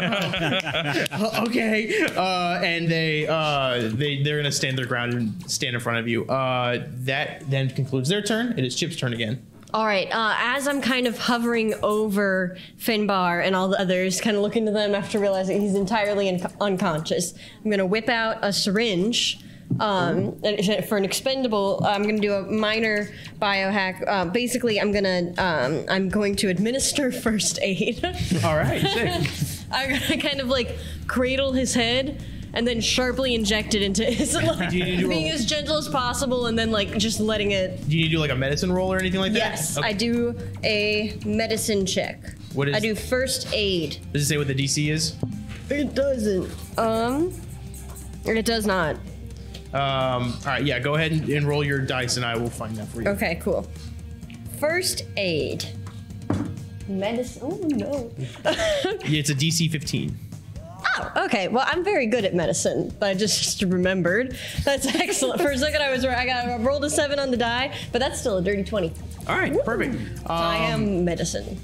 S1: Uh, okay. Uh, and they uh, they they're gonna stand their ground and stand in front of you. Uh, that then concludes their turn. It is Chip's turn again.
S4: All right. Uh, as I'm kind of hovering over Finbar and all the others, kind of looking to them after realizing he's entirely un- unconscious, I'm gonna whip out a syringe. Um, and for an expendable, I'm gonna do a minor biohack. Uh, basically, I'm gonna um, I'm going to administer first aid.
S1: All right. sick.
S4: I'm gonna kind of like cradle his head and then sharply inject it into his like,
S1: Do you need to do a-
S4: being as gentle as possible and then like just letting it
S1: Do you need to do like a medicine roll or anything like that?
S4: Yes,
S1: Okay.
S4: I do a medicine check.
S1: What is-
S4: I do first aid.
S1: Does it say what the DC is?
S4: It doesn't. Um, it does not.
S1: Um, all right, yeah, go ahead and, and roll your dice and I will find that for you.
S4: Okay, cool. First aid. Medicine. Oh no.
S1: Yeah, it's a DC 15.
S4: Oh, okay. Well, I'm very good at medicine. I just remembered. That's excellent. For a second, I was right. I got I rolled a seven on the die, but that's still a dirty twenty.
S1: All right, perfect. Um,
S4: I am medicine.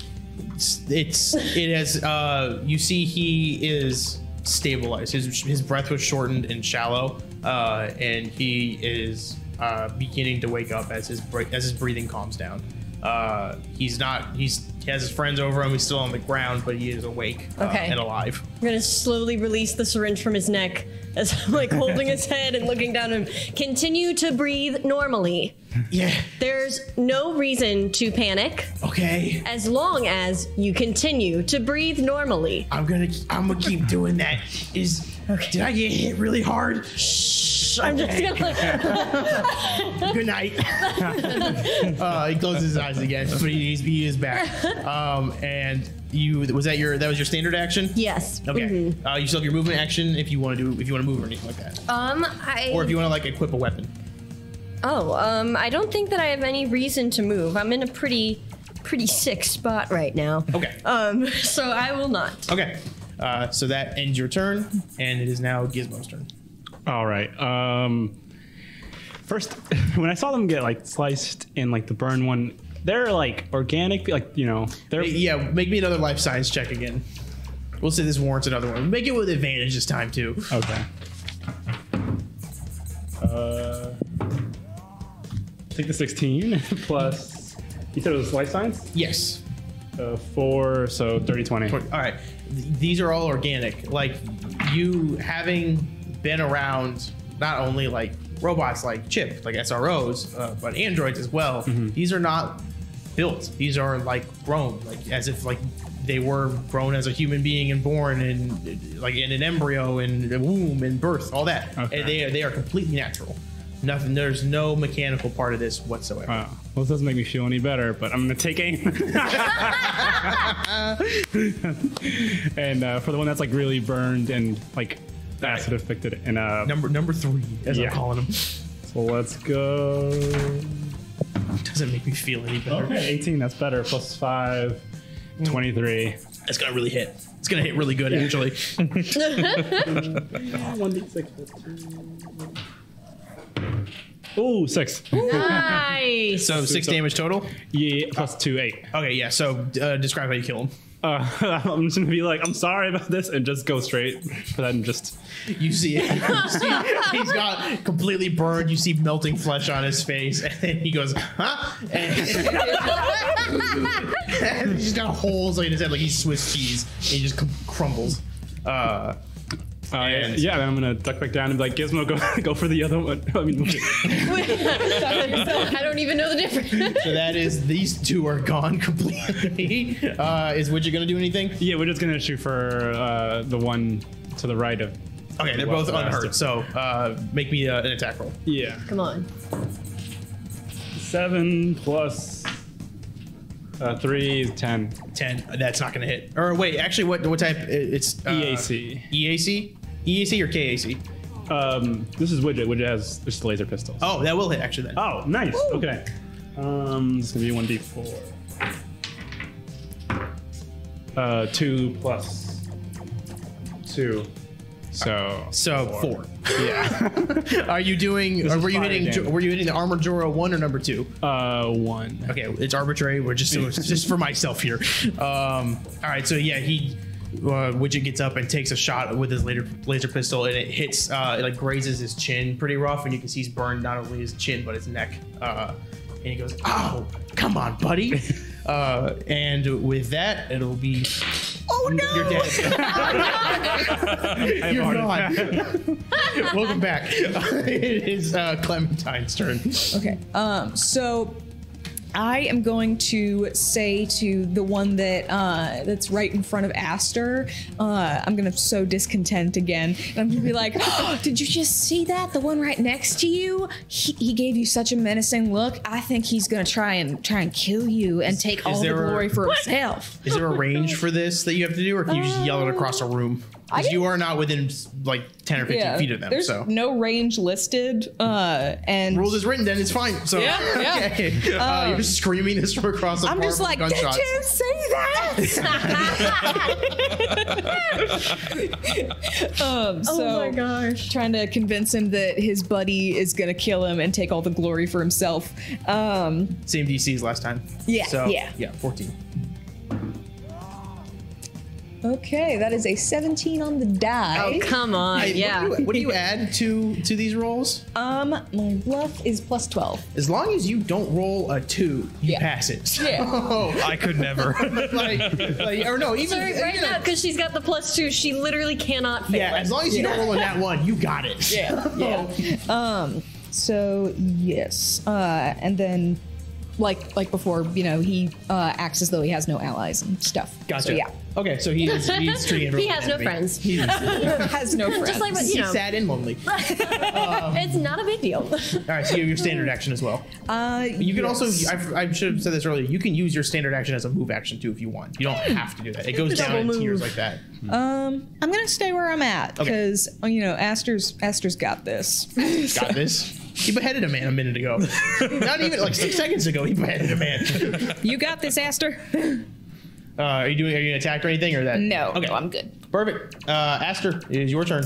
S1: It's, it's it has. Uh, you see, he is stabilized. His his breath was shortened and shallow, uh, and he is uh, beginning to wake up as his bre- as his breathing calms down. Uh, he's not. He's he has his friends over him. He's still on the ground, but he is awake uh,
S4: Okay.
S1: and alive.
S4: I'm gonna slowly release the syringe from his neck as I'm like holding his head and looking down at him. Continue to breathe normally.
S1: Yeah.
S4: There's no reason to panic
S1: Okay.
S4: as long as you continue to breathe normally.
S1: I'm gonna. I'm gonna keep doing that. Is did I get hit really hard?
S4: Shh, I'm just gonna like,
S1: good night. uh, he closes his eyes again, but he, he's, he is back. Um, and you was that your that was your standard action?
S4: yes.
S1: Okay.
S4: Mhm.
S1: Uh, you still have your movement action if you want to do if you want to move or anything like that,
S4: Um, I.
S1: or if you want to like equip a weapon.
S4: oh, um, I don't think that I have any reason to move. I'm in a pretty, pretty sick spot right now.
S1: Okay.
S4: Um, so I will not.
S1: Okay. Uh, so that ends your turn, and it is now Gizmo's turn.
S5: All right. Um, first, when I saw them get like sliced in like the burn one, they're like organic, like you know, they're
S1: Yeah, make me another life science check again. We'll say this warrants another one. Make it with advantage this time too.
S5: okay. Uh, take the sixteen plus. You said it was life science.
S1: Yes.
S5: Uh, four, so 30, 20.
S1: All right, Th- these are all organic. Like you having been around not only like robots like Chip, like SROs, uh, but androids as well.
S5: Mm-hmm.
S1: These are not built. These are like grown, like as if like they were grown as a human being and born and like in an embryo and a womb and birth, all that.
S5: Okay.
S1: And they are, they are completely natural. Nothing. There's no mechanical part of this whatsoever.
S5: Wow. Well, this doesn't make me feel any better, but I'm gonna take aim. and uh, for the one that's like really burned and like acid affected, and uh,
S1: Number number three, as
S5: Yeah.
S1: I'm calling them,
S5: so let's go.
S1: doesn't make me feel any better.
S5: Okay, 18. That's better. Plus five. 23.
S1: It's gonna really hit. It's gonna hit really good, actually.
S5: 1d6. Ooh, six.
S4: Nice.
S1: So six damage total.
S5: Yeah, plus two, eight.
S1: Okay, yeah. So uh, describe how you kill him.
S5: Uh, I'm just gonna be like, I'm sorry about this, and just go straight for that and just
S1: You see, it. You see he's got completely burned. You see melting flesh on his face, and then he goes, "Huh?" And, and he's got holes like in his head, like he's Swiss cheese, and he just cr- crumbles. Uh,
S5: Uh,
S1: And-
S5: yeah, then I'm gonna duck back down and be like, Gizmo, go go for the other one. I mean,
S4: I don't even know the difference.
S1: so that is these two are gone completely. Uh, is Widget gonna do anything?
S5: yeah, we're just gonna shoot for uh, the one to the right of.
S1: Okay, they're
S5: Well,
S1: both
S5: that's
S1: unhurt.
S5: different.
S1: So uh, make me uh, an attack roll.
S5: Yeah,
S4: Come on.
S5: seven plus uh, three is ten.
S1: Ten. That's not gonna hit. Or wait, actually, what what type? It- It's uh,
S5: EAC.
S1: EAC, EAC E or KAC?
S5: Um, this is widget. Widget has just laser pistols.
S1: Oh, that will hit actually then.
S5: Oh, nice. Okay. Um, it's gonna be one d four. Uh, two plus two. So
S1: so four.
S5: yeah.
S1: Are you doing? Or
S5: is
S1: were you
S5: fire
S1: hitting?
S5: damage.
S1: Were you hitting the armored Joro one or number two?
S5: uh, one.
S1: Okay, it's arbitrary. We're just it's just for myself here. Um, all right, so yeah, he uh, Widget gets up and takes a shot with his laser laser pistol, and it hits uh, it like grazes his chin pretty rough, and you can see he's burned not only his chin but his neck. Uh, and he goes, "Oh, come on, buddy." Uh, and with that, it'll be. Oh no! You're dead. You're gone. Welcome back. it is uh, Clementine's turn.
S6: Okay. Um. So, I am going to say to the one that uh, that's right in front of Aster, uh, I'm gonna sow discontent again, and I'm gonna be like, oh, "Did you just see that? The one right next to you? He, he gave you such a menacing look. I think he's gonna try and try and kill you and take all the
S1: there a-
S6: glory for himself."
S1: Is there a range for this that you have to do, or can you just yell it across a room? Because you are not within like ten or fifteen feet of them,
S6: there's
S1: so
S6: no range listed, uh, and
S1: rules is written, then it's fine. So
S6: Yeah, yeah.
S1: okay, uh, you're just screaming this from across the
S6: I'm
S1: bar
S6: just
S1: from
S6: like, "Did
S1: gunshots.
S6: you see that?" um, so
S4: oh my gosh.
S6: trying to convince him that his buddy is gonna kill him and take all the glory for himself. Um,
S1: Same DC as last time.
S6: Yeah,
S1: So,
S6: yeah.
S1: yeah. Fourteen.
S6: okay, that is a 17 on the die.
S4: Oh, come on.
S1: Hey,
S4: yeah.
S1: What do, you, what do you add to to these rolls?
S6: Um, my bluff is plus 12.
S1: As long as you don't roll a two, you
S6: Yeah.
S1: pass it. So,
S3: I could never.
S1: like, like, or no, even
S4: Sorry, right
S1: even
S4: now,
S1: a-
S4: because she's got the plus two, she literally cannot fail.
S1: yeah, as long as you don't roll a nat one, you got it.
S6: Yeah, yeah. um, so yes, uh, and then like like before, you know, he uh, acts as though he has no allies and stuff.
S1: Gotcha.
S6: So, yeah,
S1: Okay, so he is, he's treating
S4: He
S1: everyone
S4: has
S1: like
S4: no
S1: an enemy.
S4: friends.
S1: He's,
S6: has no friends.
S4: Just like, what- you
S1: he's
S4: know,
S1: sad and lonely. All
S4: it's not a big deal.
S1: right, so you have your standard action as well.
S6: uh,
S1: You can
S6: yes.
S1: also, I've, I should have said this earlier, you can use your standard action as a move action too if you want. You don't have to do that. It goes down in
S4: Double
S1: tiers
S4: move.
S1: like that.
S6: Um, I'm gonna stay where I'm at
S1: Okay.
S6: because oh, you know Aster's Aster's got this.
S1: Got this. He beheaded a man a minute ago. Not even like six seconds ago, he beheaded a man.
S6: You got this, Aster.
S1: Uh, are you doing? Are you gonna attack or anything or that?
S6: No,
S1: Okay.
S6: no, I'm good.
S1: Perfect. Uh, Aster, it is your turn.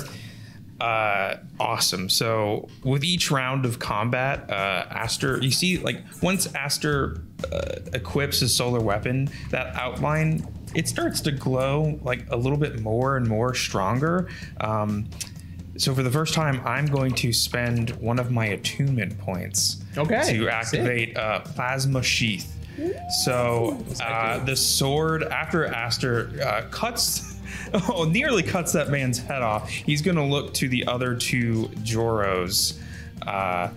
S3: Uh, awesome. So with each round of combat, uh, Aster, you see, like once Aster uh, equips his solar weapon, that outline it starts to glow like a little bit more and more stronger. Um, so for the first time, I'm going to spend one of my attunement points
S1: Okay,
S3: to
S1: sick.
S3: activate uh, plasma sheath. So uh, the sword, after Aster uh, cuts, oh, nearly cuts that man's head off, he's going to look to the other two Joros. Uh,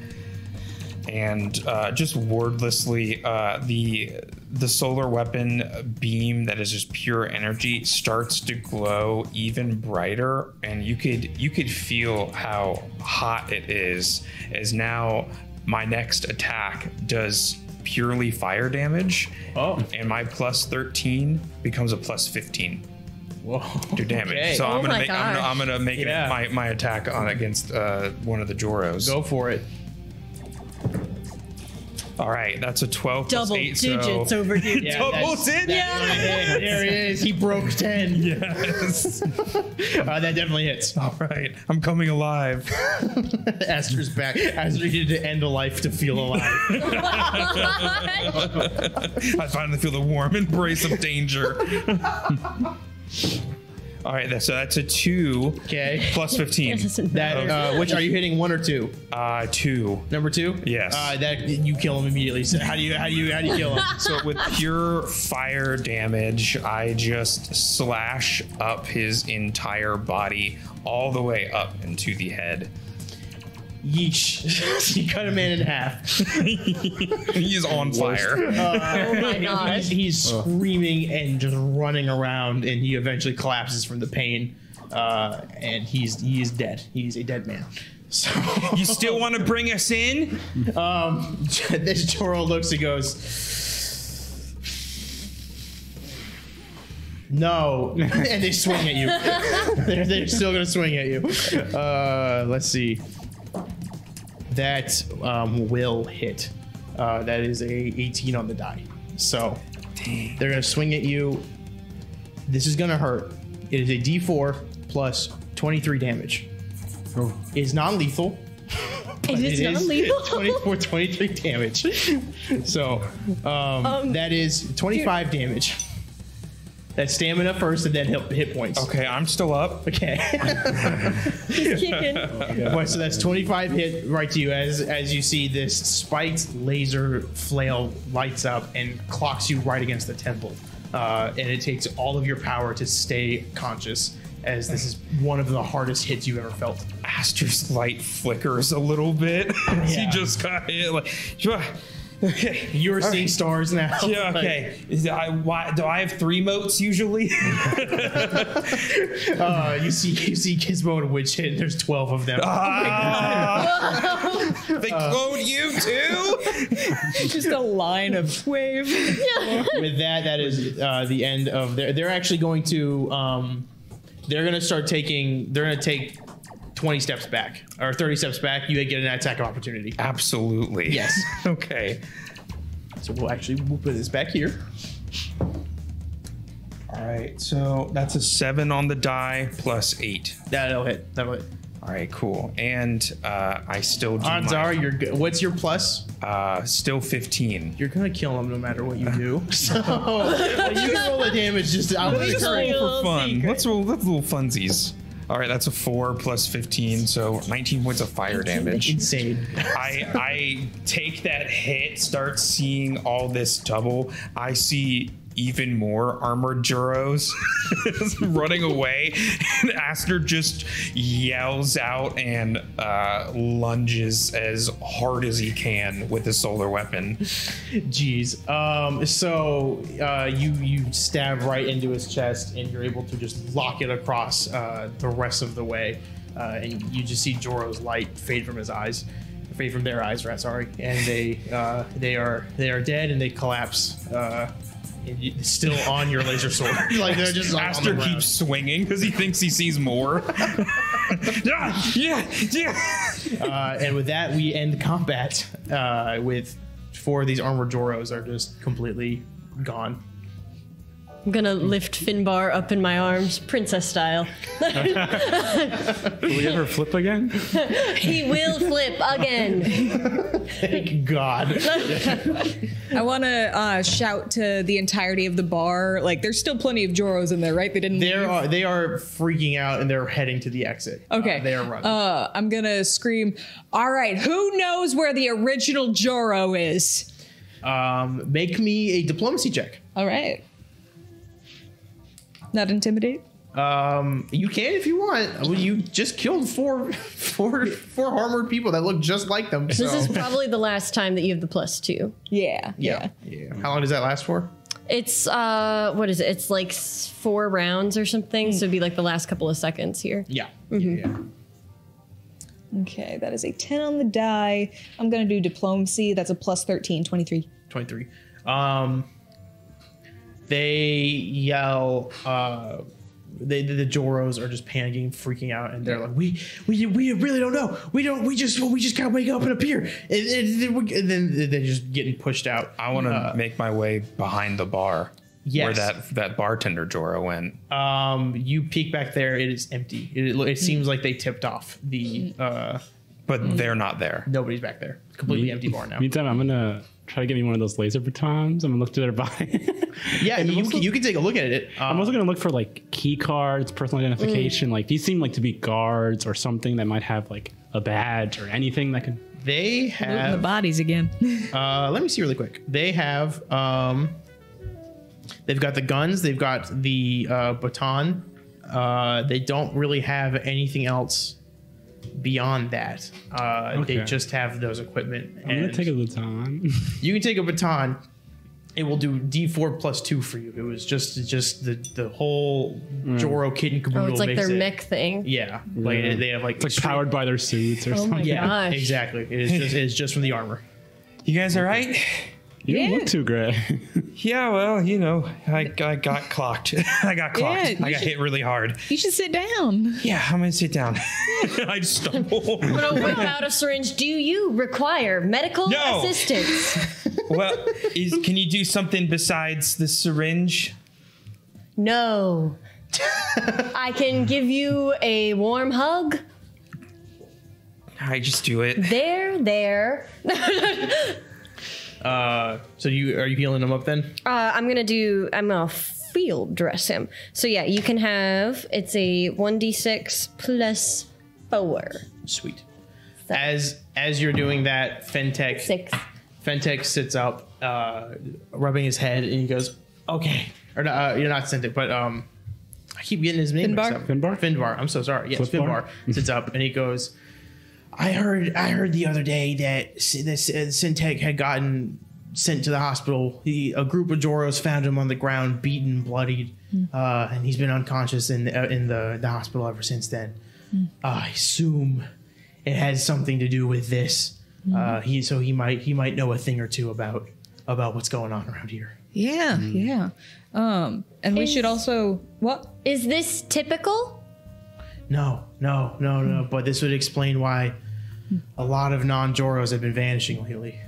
S3: and uh, just wordlessly, uh, the the solar weapon beam that is just pure energy starts to glow even brighter, and you could you could feel how hot it is. As now, my next attack does purely fire damage,
S1: Oh.
S3: and my plus thirteen becomes a plus fifteen
S1: Whoa.
S3: to damage.
S1: Okay.
S3: So
S4: Oh
S3: I'm gonna
S4: my
S3: make I'm gonna,
S4: gosh.
S3: I'm gonna make it
S1: Yeah.
S3: my, my attack on against uh, one of the Joros.
S1: Go for it.
S3: All right, that's a 12 plus
S4: Double
S3: 8,
S4: digits
S3: so...
S4: over here.
S1: Yeah,
S3: Double
S1: that's-
S3: digits!
S1: There, there he is. He broke ten.
S3: Yes.
S1: Uh, that definitely hits.
S3: All right, I'm coming alive.
S1: Aster's back. Aster needed to end a life to feel alive.
S3: I finally feel the warm embrace of danger. All right, that- so that's a two
S1: Okay.
S3: plus 15.
S1: That uh, which are you hitting one or two?
S3: Uh, two.
S1: Number two.
S3: Yes.
S1: Uh, that you kill him immediately. So how do you how do you how do you kill him?
S3: So with pure fire damage, I just slash up his entire body all the way up into the head.
S1: Yeesh. you cut a man in half.
S3: He is on fire.
S4: Oh my gosh.
S1: He's, he's screaming and just running around, and he eventually collapses from the pain. Uh, and he's he is dead. He's a dead man. So
S3: You still want to bring us in?
S1: um, this Toro looks and goes, "No," and they swing at you. they're, they're still gonna swing at you. Uh, let's see. That um, will hit. Uh, that is a 18 on the die. So they're gonna swing at you. This is gonna hurt. It is a D4 plus 23 damage. It is non-lethal.
S4: It
S1: But
S4: is not lethal.
S1: 24, 23 damage. So um, that is 25 damage. That's stamina first and then hit, hit points.
S3: Okay, I'm still up.
S1: Okay. Well, so that's 25 hit right to you as as you see this spiked laser flail lights up and clocks you right against the temple. Uh, and it takes all of your power to stay conscious as this is one of the hardest hits you've ever felt.
S3: Aster's light flickers a little bit. he
S1: Yeah.
S3: just got hit. Like, "Shua, Okay.
S1: You're seeing stars now.
S3: Yeah, okay. Is I, why, do I have three moats usually?
S1: Like, uh, you see, you see Gizmo and Widget. And there's twelve of them.
S3: Ah. they cloned you too?
S6: Just a line of wave.
S1: With that, that is uh, the end of. They're they're actually going to. Um, they're gonna start taking. They're gonna take twenty steps back or thirty steps back. You get an attack of opportunity.
S3: Absolutely.
S1: Yes.
S3: Okay.
S1: So we'll actually we'll put this back here.
S3: All right. So that's a seven on the die plus eight.
S1: That'll hit. That'll hit.
S3: All right. Cool. And uh, I still do
S1: Odds
S3: my-
S1: are you're good. What's your plus?
S3: uh, still fifteen.
S1: You're gonna kill him no matter what you do. So when you roll the damage just out of the
S3: Just
S1: current.
S3: roll for fun.
S4: secret.
S3: Let's roll. Let's little funsies. All right. That's a four plus fifteen, so nineteen points of fire damage.
S1: Insane.
S3: I I take that hit, start seeing all this double. I see even more armored Juros running away, and Aster just yells out and uh, lunges as hard as he can with his solar weapon.
S1: Jeez. Um, so uh, you you stab right into his chest, and you're able to just lock it across uh, the rest of the way, uh, and you just see Joro's light fade from his eyes, fade from their eyes, right? Sorry, and they uh, they are they are dead, and they collapse. Uh, and you- still on your laser sword, like they're just like, on the
S3: Aster
S1: ground.
S3: keeps swinging because he thinks he sees more. yeah, yeah, yeah.
S1: Uh, and with that, we end combat. Uh, with four of these armored Joros are just completely gone.
S4: I'm gonna lift Finbar up in my arms, princess style.
S5: Will we ever flip again?
S4: He will flip again.
S1: Thank God.
S6: I want to uh, shout to the entirety of the bar. Like, there's still plenty of Joros in there, right? They didn't.
S1: They
S6: leave.
S1: are they are freaking out and they're heading to the exit.
S6: Okay.
S1: Uh, they are running.
S6: Uh, I'm gonna scream. All right, who knows where the original Joro is?
S1: um, make me a diplomacy check.
S6: All right. Not intimidate.
S1: Um, you can if you want. Well, you just killed four four four armored people that look just like them. So.
S4: This is probably the last time that you have the plus two.
S6: Yeah.
S1: yeah. yeah. How long does that last for?
S4: It's uh, what is it? It's like s- four rounds or something. So it'd be like the last couple of seconds here.
S1: Yeah. yeah.
S6: Okay, that is a 10 on the die. I'm gonna do diplomacy. That's a plus 13, 23.
S1: 23. Um, they yell. Uh, they, the, the Joros are just panicking, freaking out, and they're like, "We, we, we really don't know. We don't. We just, we just gotta wake up and appear." And, and then we- and then they're just getting pushed out.
S3: I want to make my way behind the bar. Where
S1: Yes.
S3: that, that bartender Jorah went.
S1: Um, you peek back there; it is empty. It, it seems like they tipped off the. Uh,
S3: But they're not there.
S1: nobody's back there. It's a completely empty bar now.
S5: Meantime, I'm gonna try to get me one of those laser batons. I'm gonna look through their body.
S1: Yeah,
S5: And
S1: you,
S5: also-
S1: can- you can take a look at it. Um,
S5: I'm also gonna look for like key cards, personal identification. Like these seem like to be guards or something that might have like a badge or anything that could.
S1: they
S2: Looting
S1: have
S2: the bodies again.
S1: Uh, let me see really quick. They have um, they've got the guns. They've got the uh, baton. Uh, they don't really have anything else beyond that. Uh, They
S5: Okay.
S1: just have those equipment.
S5: I'm gonna
S1: and
S5: take a baton.
S1: you can take a baton. It will do D4 plus two for you. It was just just the the whole Joro kid and
S4: Oh,
S1: caboodle.
S4: it's like
S1: makes
S4: their
S1: it-
S4: mech thing.
S1: Yeah, like
S5: Mm. Yeah.
S1: they have like,
S5: It's like powered by their suits or
S4: Oh my
S5: something.
S1: Yeah,
S4: gosh.
S1: exactly. It is just it's just from the armor.
S3: You guys all right?
S5: You don't look too great.
S3: Yeah, well, you know, I, I got clocked. I got clocked.
S6: Yeah,
S3: I got hit really hard.
S2: you should sit down.
S3: Yeah, I'm gonna sit down. I just stumble.
S4: I'm gonna whip out a syringe. Do you require medical
S3: No.
S4: assistance?
S3: well, is, can you do something besides the syringe?
S4: No. I can give you a warm hug.
S3: I just do it.
S4: There, there.
S1: Uh, so you are you healing them up then?
S4: Uh, I'm gonna do. I'm gonna field dress him. So yeah, you can have. It's a one d six plus four.
S1: Sweet. As as you're doing that, Fentech
S4: Six.
S1: Fentech sits up, uh, rubbing his head, and he goes, "Okay." Or no, uh, you're not Fentech, but um, I keep getting his name
S6: Finbar?
S1: mixed up.
S5: Finbar?
S1: Finbar. I'm so sorry. Yes,
S5: Flipbar?
S1: Finbar sits up, and he goes, "I heard. I heard the other day that S- that S- uh, Syntech had gotten sent to the hospital. He, a group of Joros found him on the ground, beaten, bloodied, uh, and he's been unconscious in the, uh, in the, the hospital ever since then. I assume it has something to do with this. Uh, he so he might he might know a thing or two about about what's going on around here.
S2: Yeah, yeah. Um, and we should
S4: Is-
S2: also what?
S4: Is this typical?
S1: No, no, no, no. But this would explain why a lot of non Joros have been vanishing lately.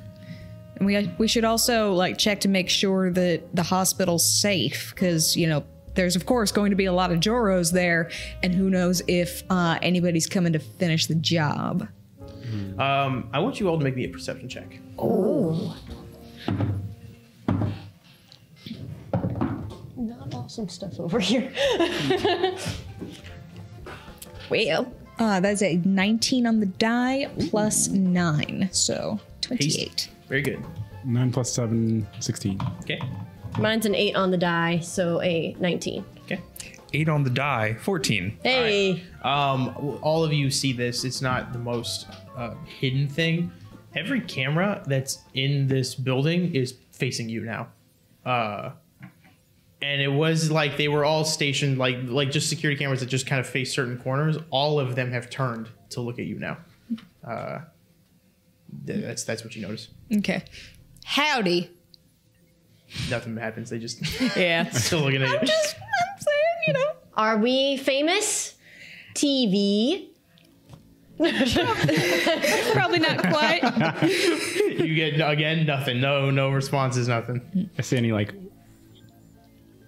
S2: And we we should also like check to make sure that the hospital's safe because you know there's of course going to be a lot of Joros there, and who knows if uh, anybody's coming to finish the job.
S1: Um, I want you all to make me a perception check.
S4: Not awesome stuff over here.
S2: Well, uh, that's a 19 on the die plus nine, so 28.
S1: Very good.
S5: 9 plus 7, 16.
S1: Okay.
S4: Mine's an eight on the die, so a 19.
S1: Okay.
S3: Eight on the die, 14.
S4: Hey.
S1: Um, w- all of you see this. It's not the most uh, hidden thing. Every camera that's in this building is facing you now. Uh, and it was like they were all stationed, like like just security cameras that just kind of face certain corners. All of them have turned to look at you now. Uh, th- that's that's what you notice.
S2: Okay. Howdy.
S1: Nothing happens. They just
S2: Yeah.
S1: still looking at you.
S2: Just, I'm saying, you know.
S4: Are we famous? TV.
S2: Probably not quite.
S1: You get again nothing. No no responses. Nothing.
S5: I see any like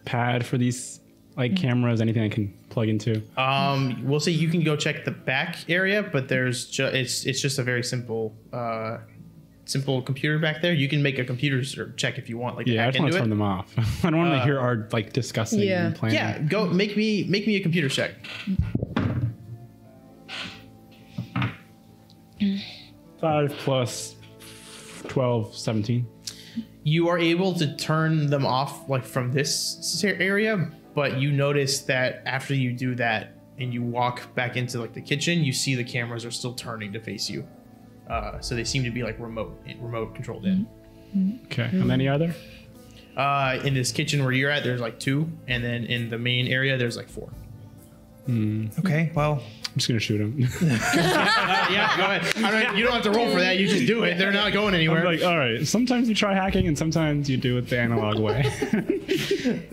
S5: pad for these like cameras, anything I can plug into.
S1: Um, we'll say you can go check the back area, but there's ju- it's it's just a very simple uh, simple computer back there. You can make a computer ser- check if you want, like
S5: yeah, I
S1: hack
S5: just want
S1: into
S5: to turn
S1: it.
S5: them off. I don't want to hear our like discussing
S4: Yeah.
S5: and planning.
S1: Yeah, go make me make me a computer check.
S5: Five plus 12, 17.
S1: You are able to turn them off like from this s- area, but you notice that after you do that and you walk back into like the kitchen, you see the cameras are still turning to face you. Uh, so they seem to be like remote remote controlled in.
S5: Okay. How many are there?
S1: Uh, in this kitchen where you're at, there's like two, and then in the main area, there's like four.
S3: Okay, well,
S5: I'm just going to shoot him.
S1: yeah, go ahead. I don't, you don't have to roll for that. You just do it. They're not going anywhere.
S5: I'm like, all right, sometimes you try hacking and sometimes you do it the analog way.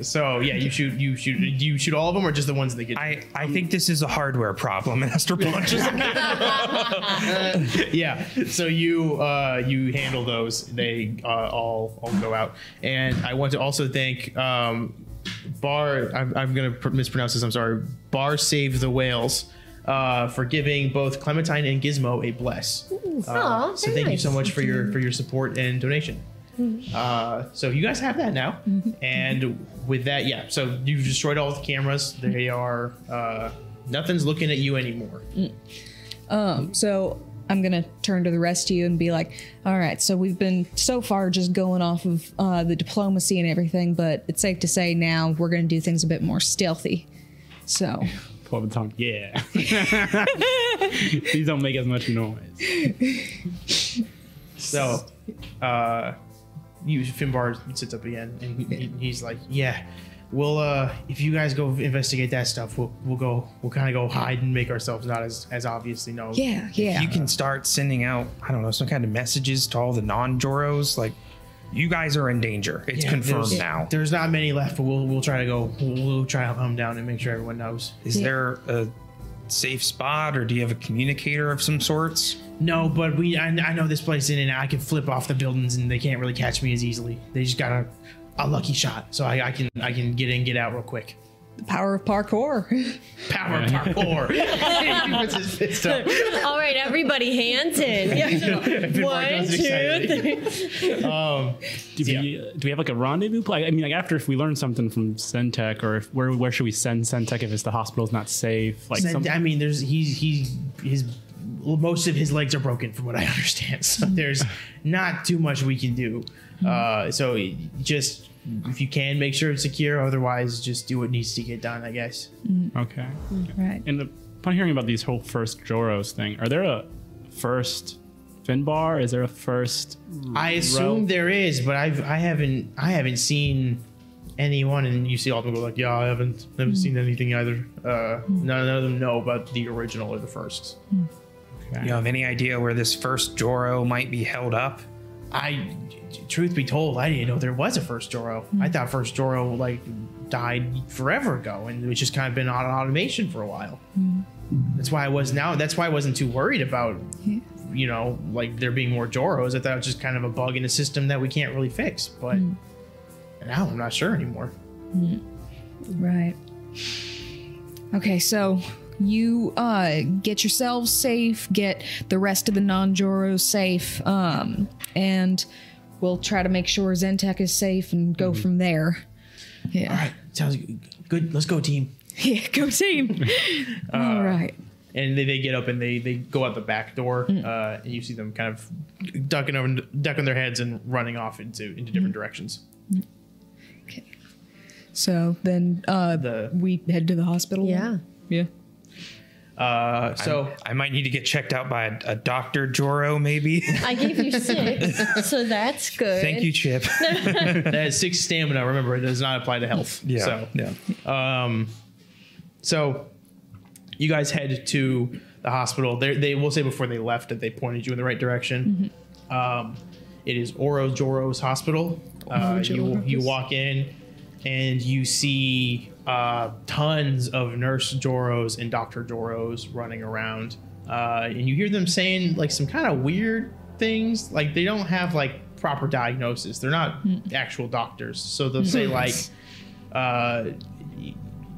S1: so yeah, you shoot. You shoot. Do you shoot all of them or just the ones that get?
S3: I, I think this is a hardware problem. And Esther punches him.
S1: yeah. So you uh, you handle those. They uh, all all go out. And I want to also thank um, Bar. I'm, I'm gonna pr- mispronounce this. I'm sorry. Bar save the whales. Uh, for giving both Clementine and Gizmo a bless. Uh,
S4: Aw,
S1: so
S4: very
S1: thank you
S4: nice.
S1: so much for your for your support and donation. Uh, so you guys have that now, and with that, yeah. So you've destroyed all the cameras. They are uh, nothing's looking at you anymore.
S6: Um, so I'm gonna turn to the rest of you and be like, all right, so we've been so far just going off of uh, the diplomacy and everything, but it's safe to say now we're gonna do things a bit more stealthy. So
S5: Pull up the tongue. Yeah. Please don't make as much noise.
S1: So, uh, you Finbar sits up again, and he- he, he's like, "Yeah, we'll uh, if you guys go investigate that stuff, we'll we'll go we'll kind of go hide and make ourselves not as as obviously known."
S6: yeah, yeah.
S3: You can start sending out, I don't know, some kind of messages to all the non Joros. Like, you guys are in danger. It's
S1: Yeah,
S3: confirmed
S1: there's-
S3: now.
S1: There's not many left, but we'll we'll try to go. We'll, we'll try to come down and make sure everyone knows.
S3: Is there a safe spot or do you have a communicator of some sorts?
S1: No, but we I, I know this place in and I can flip off the buildings and they can't really catch me as easily. They just got a, a lucky shot, so I, I can I can get in, get out real quick.
S6: The power of parkour.
S1: Power parkour. he puts his fist up.
S4: All right, everybody, hands in.
S1: Everybody
S4: One,
S1: does it
S4: two,
S1: excitedly.
S4: three.
S1: Um,
S5: Do, we, do we have like a rendezvous play? I mean, like after if we learn something from Centec, or if where where should we send Centec if it's the hospital's not safe? Like some,
S1: Sen- I mean, there's he's he's his most of his legs are broken from what I understand. So there's not too much we can do.
S5: Mm-hmm.
S1: Uh, so just if you can make sure it's secure, otherwise just do what needs to get done. I guess.
S5: Mm-hmm. okay.
S6: right.
S5: And upon hearing about these whole first Joros thing, are there a first Finbar? Is there a first?
S1: I assume
S5: Ralph?
S1: there is, but I've I haven't I haven't seen anyone. And you see all of them go like, yeah, I haven't haven't
S5: Mm-hmm.
S1: seen anything either. Uh, none of them know about the original or the first.
S3: You have any idea where this first Joro might be held up?
S1: I, truth be told, I didn't know there was a first Joro. I thought first Joro like died forever ago, and it's just kind of been on automation for a while. That's why I was now. That's why I wasn't too worried about, you know, like there being more Joros. I thought it was just kind of a bug in the system that we can't really fix. But now I'm not sure anymore.
S6: Right. Okay, so you uh, get yourselves safe, get the rest of the non Joros safe, um, and we'll try to make sure Zentech is safe and
S3: Mm-hmm.
S6: go from there. Yeah.
S1: All right, sounds good. Let's go, team.
S6: Yeah, go team. All right.
S1: And they, they get up and they they go out the back door,
S4: Hmm.
S1: uh, and you see them kind of ducking over, ducking their heads and running off into into different directions.
S6: So then uh,
S1: The
S6: we head to the hospital.
S4: Yeah.
S6: Yeah.
S1: Uh, so
S3: I might need to get checked out by a, a doctor Joro, maybe.
S4: I gave you six, so that's good.
S3: Thank you, Chip.
S1: that is six stamina. Remember, it does not apply to health.
S3: yeah,
S1: So,
S3: yeah.
S1: so you guys head to the hospital. They they will say before they left that they pointed you in the right direction.
S4: Mm-hmm.
S1: Um, it is Oro Joro's hospital. Uh, you you walk in and you see uh, tons of Nurse Joros and Doctor Joros running around, uh, and you hear them saying like some kind of weird things. Like they don't have like proper diagnosis. They're not actual doctors, so they'll say like. Uh,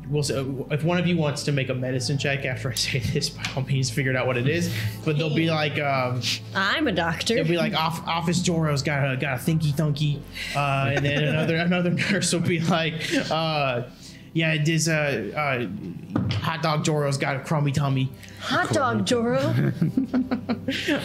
S1: we'll say, if one of you wants to make a medicine check after I say this, by all means, figure it out what it is. But they'll be like, um,
S4: I'm a doctor.
S1: they'll be like, off, office Joro's got a got a thinky thunky, uh, and then another another nurse will be like, uh, yeah, this uh, uh, hot dog Joro's got a crummy tummy,
S4: Hot dog, Joro.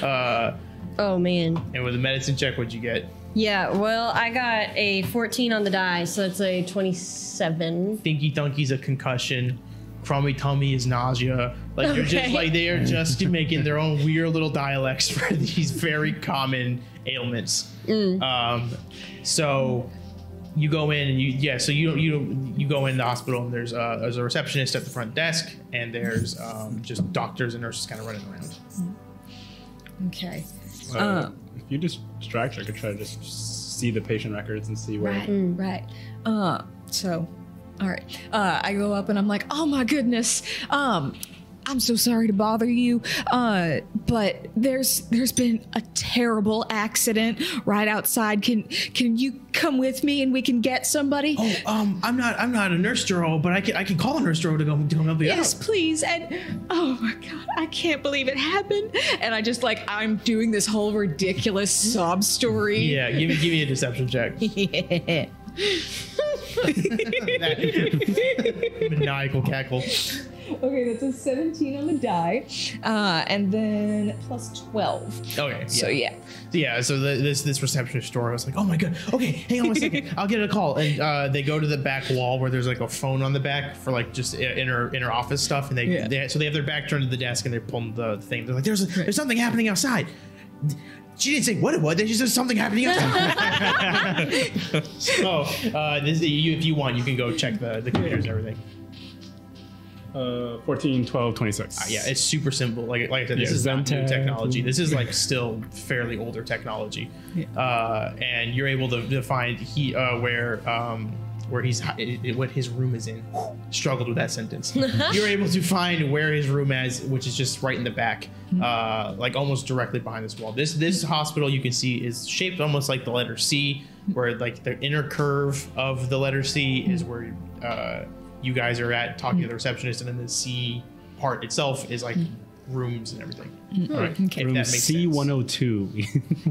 S1: Uh,
S4: oh man.
S1: and with a medicine check, what'd you get?
S4: Yeah. Well, I got a 14 on the die, so that's a 27.
S1: Thinky thunky's a concussion. Crummy tummy is nausea. Like you're just
S4: Okay.
S1: like they are just making their own weird little dialects for these very common ailments.
S6: Mm.
S1: Um, so you go in and you yeah. So you you you go in the hospital and there's a, there's a receptionist at the front desk and there's um, just doctors and nurses kind of running around.
S6: Okay.
S5: Uh, if you just distract, her, I could try to just see the patient records and see where.
S6: Right, right. Uh, so, all right. Uh, I go up and I'm like, oh my goodness. Um, I'm so sorry to bother you, uh, but there's there's been a terrible accident right outside. Can can you come with me and we can get somebody?
S1: Oh, um, I'm not I'm not a nurse Joro, but I can I can call a nurse Joro to go to come help you
S6: Yes,
S1: out.
S6: please. And oh my god, I can't believe it happened. And I just like I'm doing this whole ridiculous sob story.
S1: Yeah, give me give me a deception check.
S6: Yeah.
S1: That maniacal cackle.
S6: Okay, that's a 17 on the die. Uh, and then plus 12.
S1: Okay. Yeah.
S6: So, yeah.
S1: Yeah, so the, this this receptionist store, I was like, oh my god, okay, hang on one second, I'll get a call. And uh, they go to the back wall where there's like a phone on the back for like just i- inner inner office stuff, and they,
S6: Yeah.
S1: they so they have their back turned to the desk and they're pulling the thing. They're like, there's there's something happening outside. She didn't say what it was. They just said something happening outside. so uh, this, you, if you want, you can go check the, the computers and everything.
S5: Uh, 14, 12, 26.
S1: Yeah, it's super simple. Like like I said, this
S5: Yeah,
S1: is not new
S5: Zemtab.
S1: technology. This is like still fairly older technology. Uh, and you're able to, to find he uh, where um, where he's hi- i- i- what his room is in. Struggled with that sentence. you're able to find where his room is, which is just right in the back, uh, like almost directly behind this wall. This this hospital you can see is shaped almost like the letter C, where like the inner curve of the letter C is where. Uh, you guys are at talking to the receptionist, and then the C part itself is like rooms and everything. All right, if
S5: Room
S1: that makes sense.
S5: C102.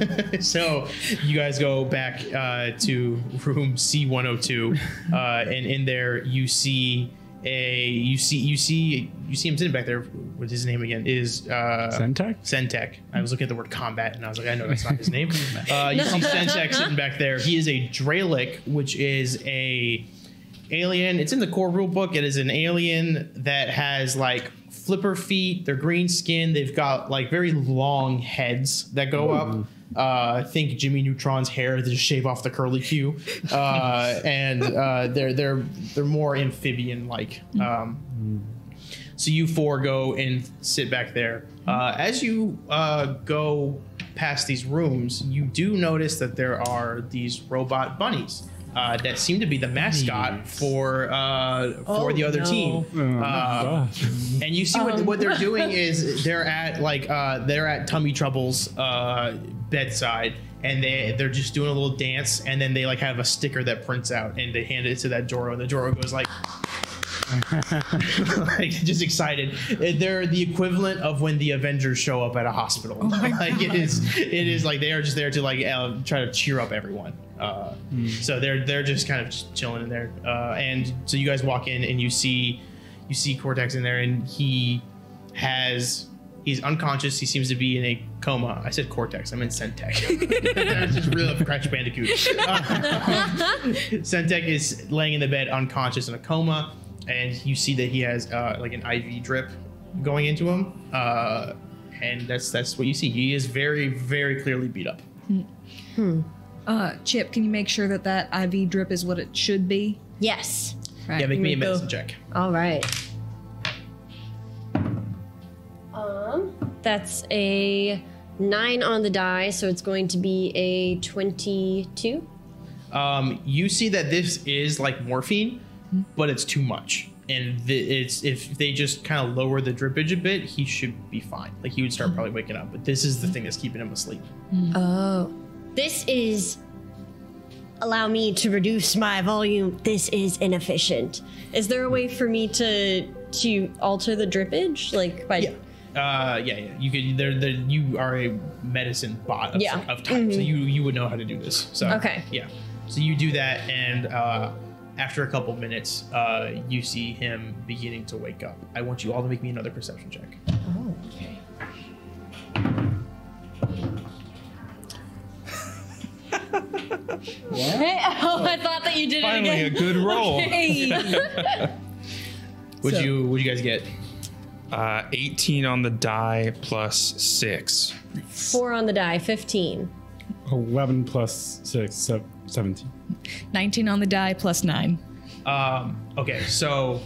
S5: we got-
S1: So, uh, so you guys go back uh, to room C102, uh, and in there you see a you see you see you see him sitting back there. What's his name again? Is uh,
S5: Zentek?
S1: Sentech. I was looking at the word combat and I was like, I know that's not his name. Uh, you see Sentech sitting back there. He is a Dralic, which is a alien. It's in the core rule book. It is an alien that has like flipper feet. They're green skin. They've got like very long heads that go up. Uh, think Jimmy Neutron's hair to just shave off the curly cue, uh, and uh, they're they're they're more amphibian like. Um, so you four go and sit back there. Uh, as you uh, go past these rooms, you do notice that there are these robot bunnies uh, that seem to be the mascot for uh, for
S7: Oh,
S1: the other
S7: no.
S5: Oh,
S1: team.
S5: my
S1: Uh,
S5: gosh.
S1: and you see what, what they're doing is they're at like uh, they're at Tummy Trouble's uh, bedside, and they they're just doing a little dance, and then they like have a sticker that prints out, and they hand it to that Joro, and the Joro goes like. like just excited. They're the equivalent of when the Avengers show up at a hospital. like it is, it is like they are just there to like uh, try to cheer up everyone. Uh, So they're they're just kind of just chilling in there. Uh, and so you guys walk in and you see you see Cortex in there, and he has he's unconscious. He seems to be in a coma. I said Cortex. I meant Centec. That's just real Crash Bandicoot. Centec is laying in the bed unconscious in a coma, and you see that he has uh, like an IV drip going into him, uh, and that's that's what you see. He is very very clearly beat up.
S2: Uh, Chip, can you make sure that that IV drip is what it should be?
S4: Yes.
S2: Right.
S1: Yeah, make me a
S4: Here we go.
S1: medicine check.
S4: All right. Um, that's a nine on the die, so it's going to be a twenty-two.
S1: um, you see that this is like morphine, but it's too much. And th- it's if they just kind of lower the drippage a bit, he should be fine. Like he would start probably waking up. But this is the thing that's keeping him asleep.
S4: Oh, this is. Allow me to reduce my volume. This is inefficient. Is there a way for me to to alter the drippage, like by?
S1: Yeah. Uh, yeah, yeah. You could. There, there. You are a medicine bot of,
S4: Yeah. Mm-hmm.
S1: of type, so you you would know how to do this. So
S4: Okay.
S1: Yeah. So you do that, and uh, after a couple minutes, uh, you see him beginning to wake up. I want you all to make me another perception check.
S4: Hey, oh, I thought that you did
S3: Finally, a good roll.
S1: Would you? Would you guys get?
S3: Uh, 18 on the die plus six.
S4: Four on the die, fifteen.
S5: 11 plus 6, sev- 17.
S2: 19 on the die plus 9.
S1: Um, okay, so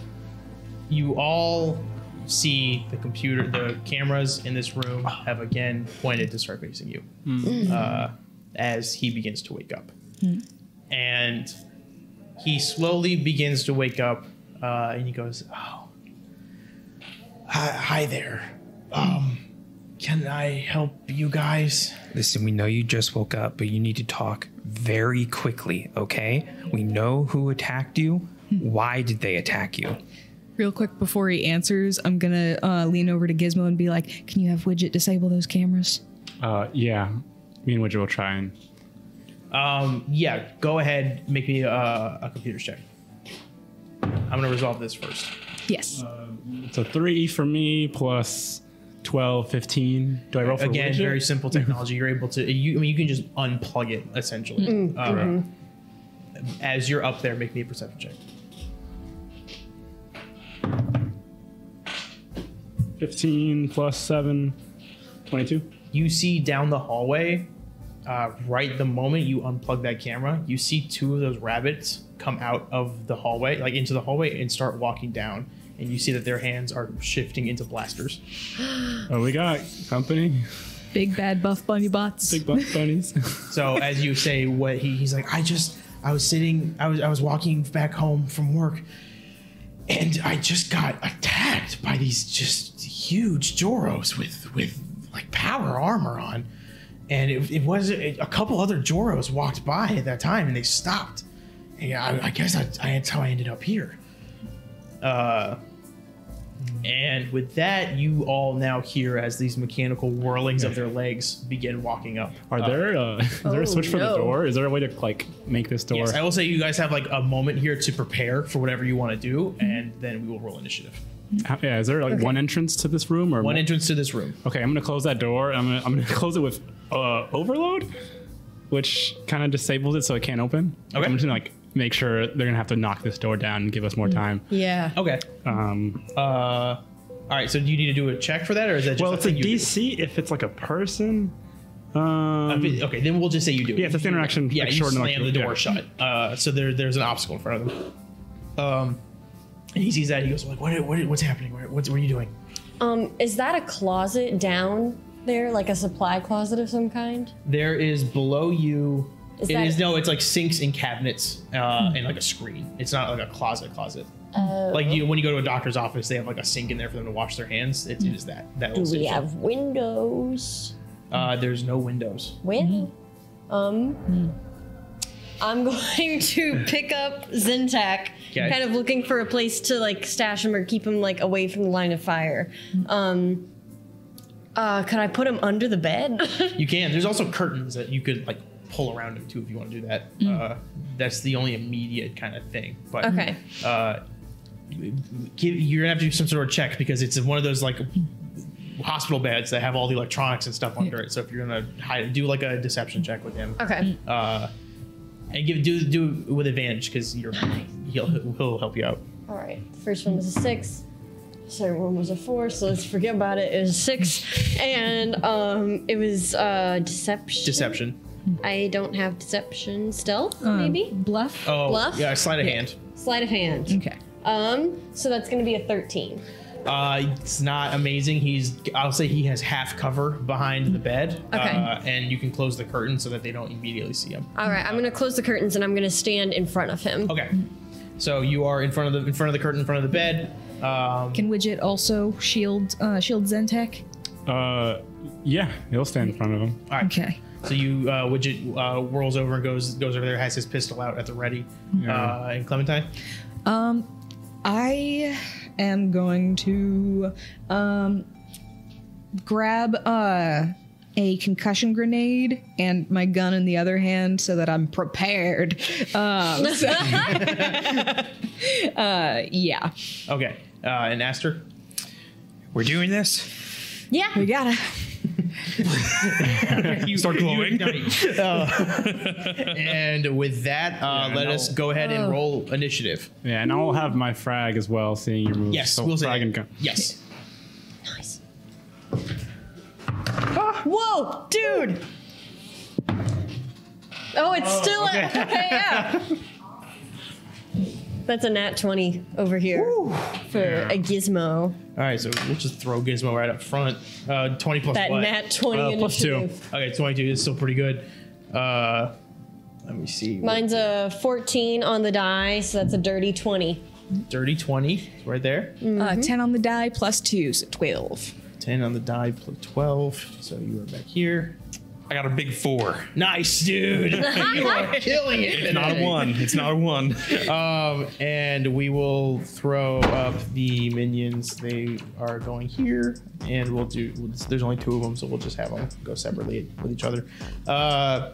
S1: you all see the computer, the cameras in this room have again pointed to start facing you uh, as he begins to wake up. And he slowly begins to wake up uh, and he goes, Oh, hi, hi there. Um, can I help you guys?
S3: Listen, we know you just woke up, but you need to talk very quickly, okay? We know who attacked you. Why did they attack you?
S2: Real quick before he answers, I'm gonna uh, lean over to Gizmo and be like, "Can you have Widget disable those cameras?"
S5: Uh, yeah. Me and Widget will try and.
S1: Um, yeah, go ahead, make me uh, a computer check. I'm going to resolve this first.
S2: Yes.
S1: Uh,
S5: It's a 3 for me plus 12, 15. Do I roll for
S1: again
S5: Widget?
S1: very simple technology you're able to you, I mean, you can just unplug it essentially Uh, as you're up there make me a perception check
S5: 15 plus 7, 22.
S1: you see down the hallway uh, right the moment you unplug that camera you see two of those rabbits come out of the hallway like into the hallway and start walking down and you see that their hands are shifting into blasters
S5: Oh, we got company.
S2: Big bad buff bunny bots.
S5: Big buck bunnies.
S1: So as you say what he, he's like, I just I was sitting I was I was walking back home from work and I just got attacked by these just huge Joros with with like power armor on. And it, it was a couple other Joros walked by at that time and they stopped. And I, I guess I, I, that's how I ended up here. Uh, and with that, you all now hear as these mechanical whirlings of their legs begin walking up.
S5: Are there uh, is there a switch for the door? Is there a way to like make this door?
S1: Yes, I will say you guys have like a moment here to prepare for whatever you want to do,
S5: Mm-hmm.
S1: and then we will roll initiative.
S5: Uh, yeah, is there like one entrance to this room or
S1: One
S5: mo-
S1: entrance to this room.
S5: Okay, I'm gonna close that door. I'm gonna I'm gonna close it with uh, overload, which kind of disables it so it can't open.
S1: Okay.
S5: I'm just gonna like make sure they're gonna have to knock this door down and give us more
S1: Mm.
S5: time.
S2: Yeah.
S1: Okay.
S5: Um,
S1: Uh, all right. So do you need to do a check for that, or is that just
S5: well, it's a
S1: thing you do?
S5: DC if it's like a person. Um,
S1: If it- Okay, then we'll just say you do. it.
S5: Yeah, if it's an interaction,
S1: Yeah,
S5: like,
S1: you
S5: short enough,
S1: slam the door
S5: yeah.
S1: shut. Uh, so there, there's an obstacle in front of them. Um, and he sees that he goes like, "What? what what's happening? What, what's, what are you doing?"
S4: Um, is that a closet down there, like a supply closet of some kind?
S1: There is below you.
S4: Is
S1: it
S4: that- Hmm.
S1: is no, it's like sinks and cabinets uh, and like a screen. It's not like a closet closet.
S4: Uh,
S1: Like you, when you go to a doctor's office, they have like a sink in there for them to wash their hands. It, it is that. That
S4: Hmm. do
S1: little
S4: we
S1: station.
S4: have windows?
S1: Uh, there's no windows.
S4: When? Um, I'm going to pick up Zintac,
S1: Okay.
S4: kind of looking for a place to like stash him or keep him like away from the line of fire. Um, uh, could I put him under the bed?
S1: You can. There's also curtains that you could like pull around them too if you want to do that.
S4: Mm.
S1: Uh, that's the only immediate kind of thing. But
S4: okay.
S1: uh, give, you're gonna have to do some sort of check because it's one of those like hospital beds that have all the electronics and stuff under it. So if you're gonna hide, do like a deception check with him,
S4: Okay.
S1: uh, and give do do it with advantage because you're he'll he'll help you out.
S4: All right. First one was a six. Second one was a four, so let's forget about it. It was a six, and um, it was uh, deception.
S1: Deception.
S4: I don't have deception. Stealth,
S6: Uh.
S2: Um,
S4: maybe.
S2: Bluff.
S1: Oh,
S4: Bluff?
S1: yeah, sleight of hand.
S4: Sleight of hand.
S2: Okay.
S4: Um, so that's gonna be a 13.
S1: Uh, it's not amazing. He's, I'll say he has half cover behind the bed.
S4: Okay.
S1: Uh, and you can close the curtain so that they don't immediately see him.
S4: All right, I'm gonna close the curtains and I'm gonna stand in front of him.
S1: Okay. So you are in front of the in front of the curtain, in front of the bed. Um,
S6: Can Widget also shield uh, shield Zentek?
S5: uh, yeah, he'll stand in front of him.
S1: all right.
S2: Okay.
S1: So you uh, widget uh, whirls over and goes goes over there, has his pistol out at the ready.
S4: Mm.
S1: Uh, and Clementine.
S6: Um, I am going to um, grab uh, a concussion grenade and my gun in the other hand so that I'm prepared. Um, so- uh, yeah.
S1: Okay. Uh, and Aster.
S3: We're doing this.
S4: Yeah.
S6: We uh, gotta.
S1: You
S3: Start glowing.
S1: ignite. Uh, and with that, uh,
S5: Yeah,
S1: let
S5: no.
S1: us go ahead and roll initiative.
S5: Yeah, and I'll have my frag as well, seeing your moves.
S1: Yes,
S3: Oh,
S5: So
S1: we'll say
S5: frag and
S1: that.
S5: gun.
S1: yes.
S4: Nice. Whoa, dude! Oh, it's still okay. okay, yeah. That's a nat 20 over here for a gizmo.
S1: All right, so we'll just throw Gizmo right up front. Uh, 20 plus
S4: That
S1: what?
S4: nat 20
S5: Uh, plus two.
S4: initiative.
S1: Okay, 22 is still pretty good. Uh, let me see.
S4: Mine's a 14 on the die, so that's a dirty 20.
S1: Dirty 20, it's right there.
S6: Uh,
S2: Mm-hmm.
S6: 10 on the die plus 2, so 12.
S1: 10 on the die, plus 12. So you are back here.
S3: I got a big four.
S1: Nice, dude. you are killing it.
S3: It's not a one. It's not a one.
S1: Um, and we will throw up the minions. They are going here, and we'll do. We'll, there's only two of them, so we'll just have them go separately with each other. Uh,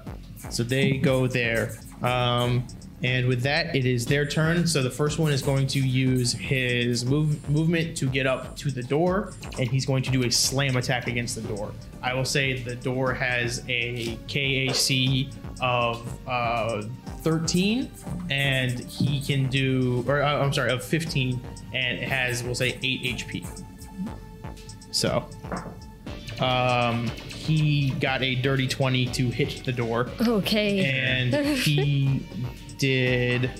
S1: so they go there. Um, and with that, it is their turn. So the first one is going to use his move movement to get up to the door, and he's going to do a slam attack against the door. I will say the door has a KAC of uh, 13, and he can do, or uh, I'm sorry, of 15, and it has, we'll say, 8 HP. So, um, he got a dirty 20 to hit the door
S4: Okay.
S1: and he did